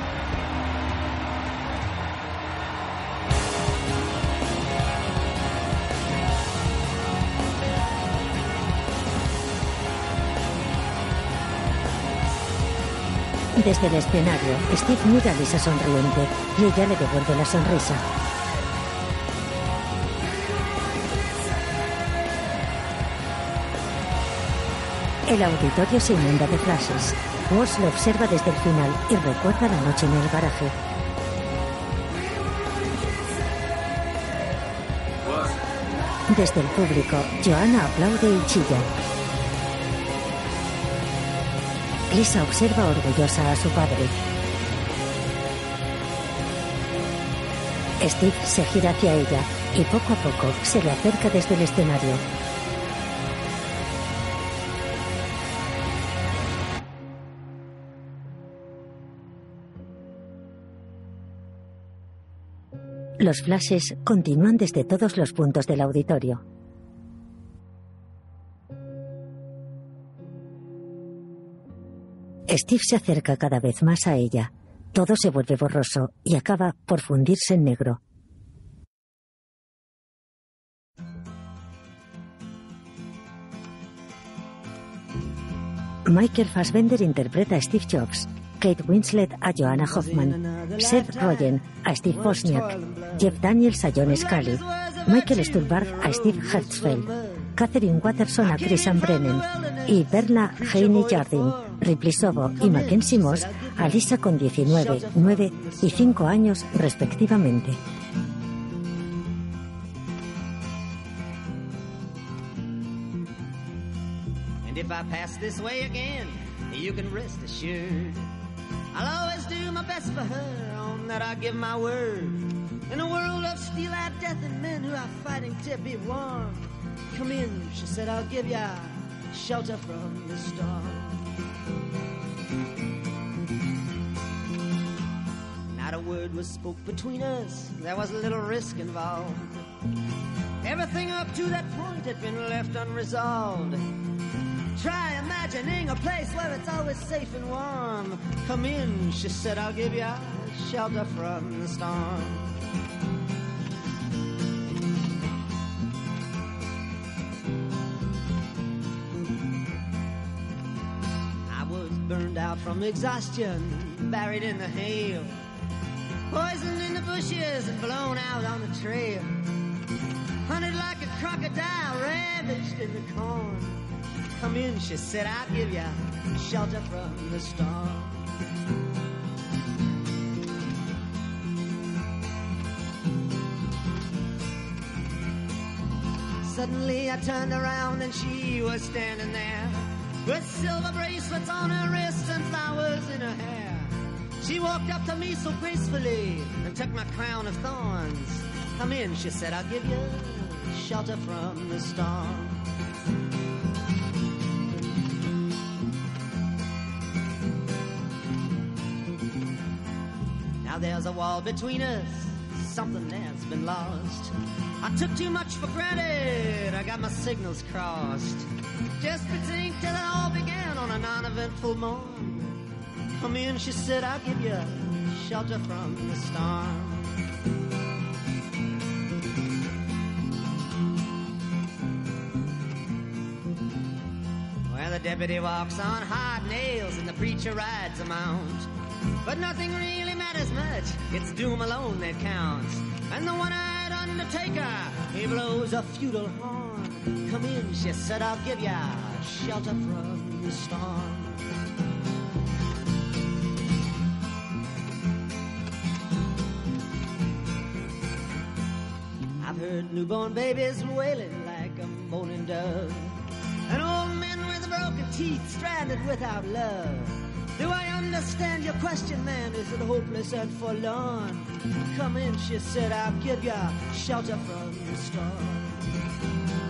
A: Desde el escenario, Steve mira a Lisa sonriente y ella le devuelve la sonrisa. El auditorio se inunda de frases. Walsh lo observa desde el final y recuerda la noche en el garaje. Desde el público, Joanna aplaude y chilla. Lisa observa orgullosa a su padre. Steve se gira hacia ella y poco a poco se le acerca desde el escenario. Los flashes continúan desde todos los puntos del auditorio. Steve se acerca cada vez más a ella. Todo se vuelve borroso y acaba por fundirse en negro. Michael Fassbender interpreta a Steve Jobs, Kate Winslet a Joanna Hoffman, Seth Rogen a Steve Bosniak, Jeff Daniels a John Scully, Michael Stuhlbarg a Steve Hertzfeld, Catherine Watterson a Chris Brennan y Berna Heine Jardin, Ripley Sobo y Mackenzie Moss a Lisa con 19, 9 y 5 años respectivamente.
O: And if I pass this way again, you can rest assured. I'll always do my best for her, on that I give my word. In a world of steel eyed death and men who are fighting to be warm. Come in, she said, I'll give ya shelter from the storm. Not a word was spoke between us, there was little risk involved. Everything up to that point had been left unresolved. Try imagining a place where it's always safe and warm. Come in, she said, I'll give you shelter from the storm. I was burned out from exhaustion, buried in the hail. Poisoned in the bushes and blown out on the trail. Hunted like a crocodile, ravaged in the corn. Come in, she said, I'll give ya shelter from the storm. Suddenly I turned around and she was standing there with silver bracelets on her wrists and flowers in her hair. She walked up to me so gracefully and took my crown of thorns. Come in, she said, I'll give you shelter from the storm. Now there's a wall between us, something that's been lost. I took too much for granted, I got my signals crossed. Just pretend till it all began on a non eventful morn. Come in, she said, I'll give you shelter from the storm. Where the deputy walks on hard nails and the preacher rides a mount. But nothing really matters much, it's doom alone that counts. And the one eyed undertaker, he blows a feudal horn. Come in, she said, I'll give ya shelter from the storm. I've heard newborn babies wailing like a moaning dove. And old men with broken teeth stranded without love. Do I understand your question, man? Is it hopeless and forlorn? Come in, she said, I'll give ya shelter from the storm.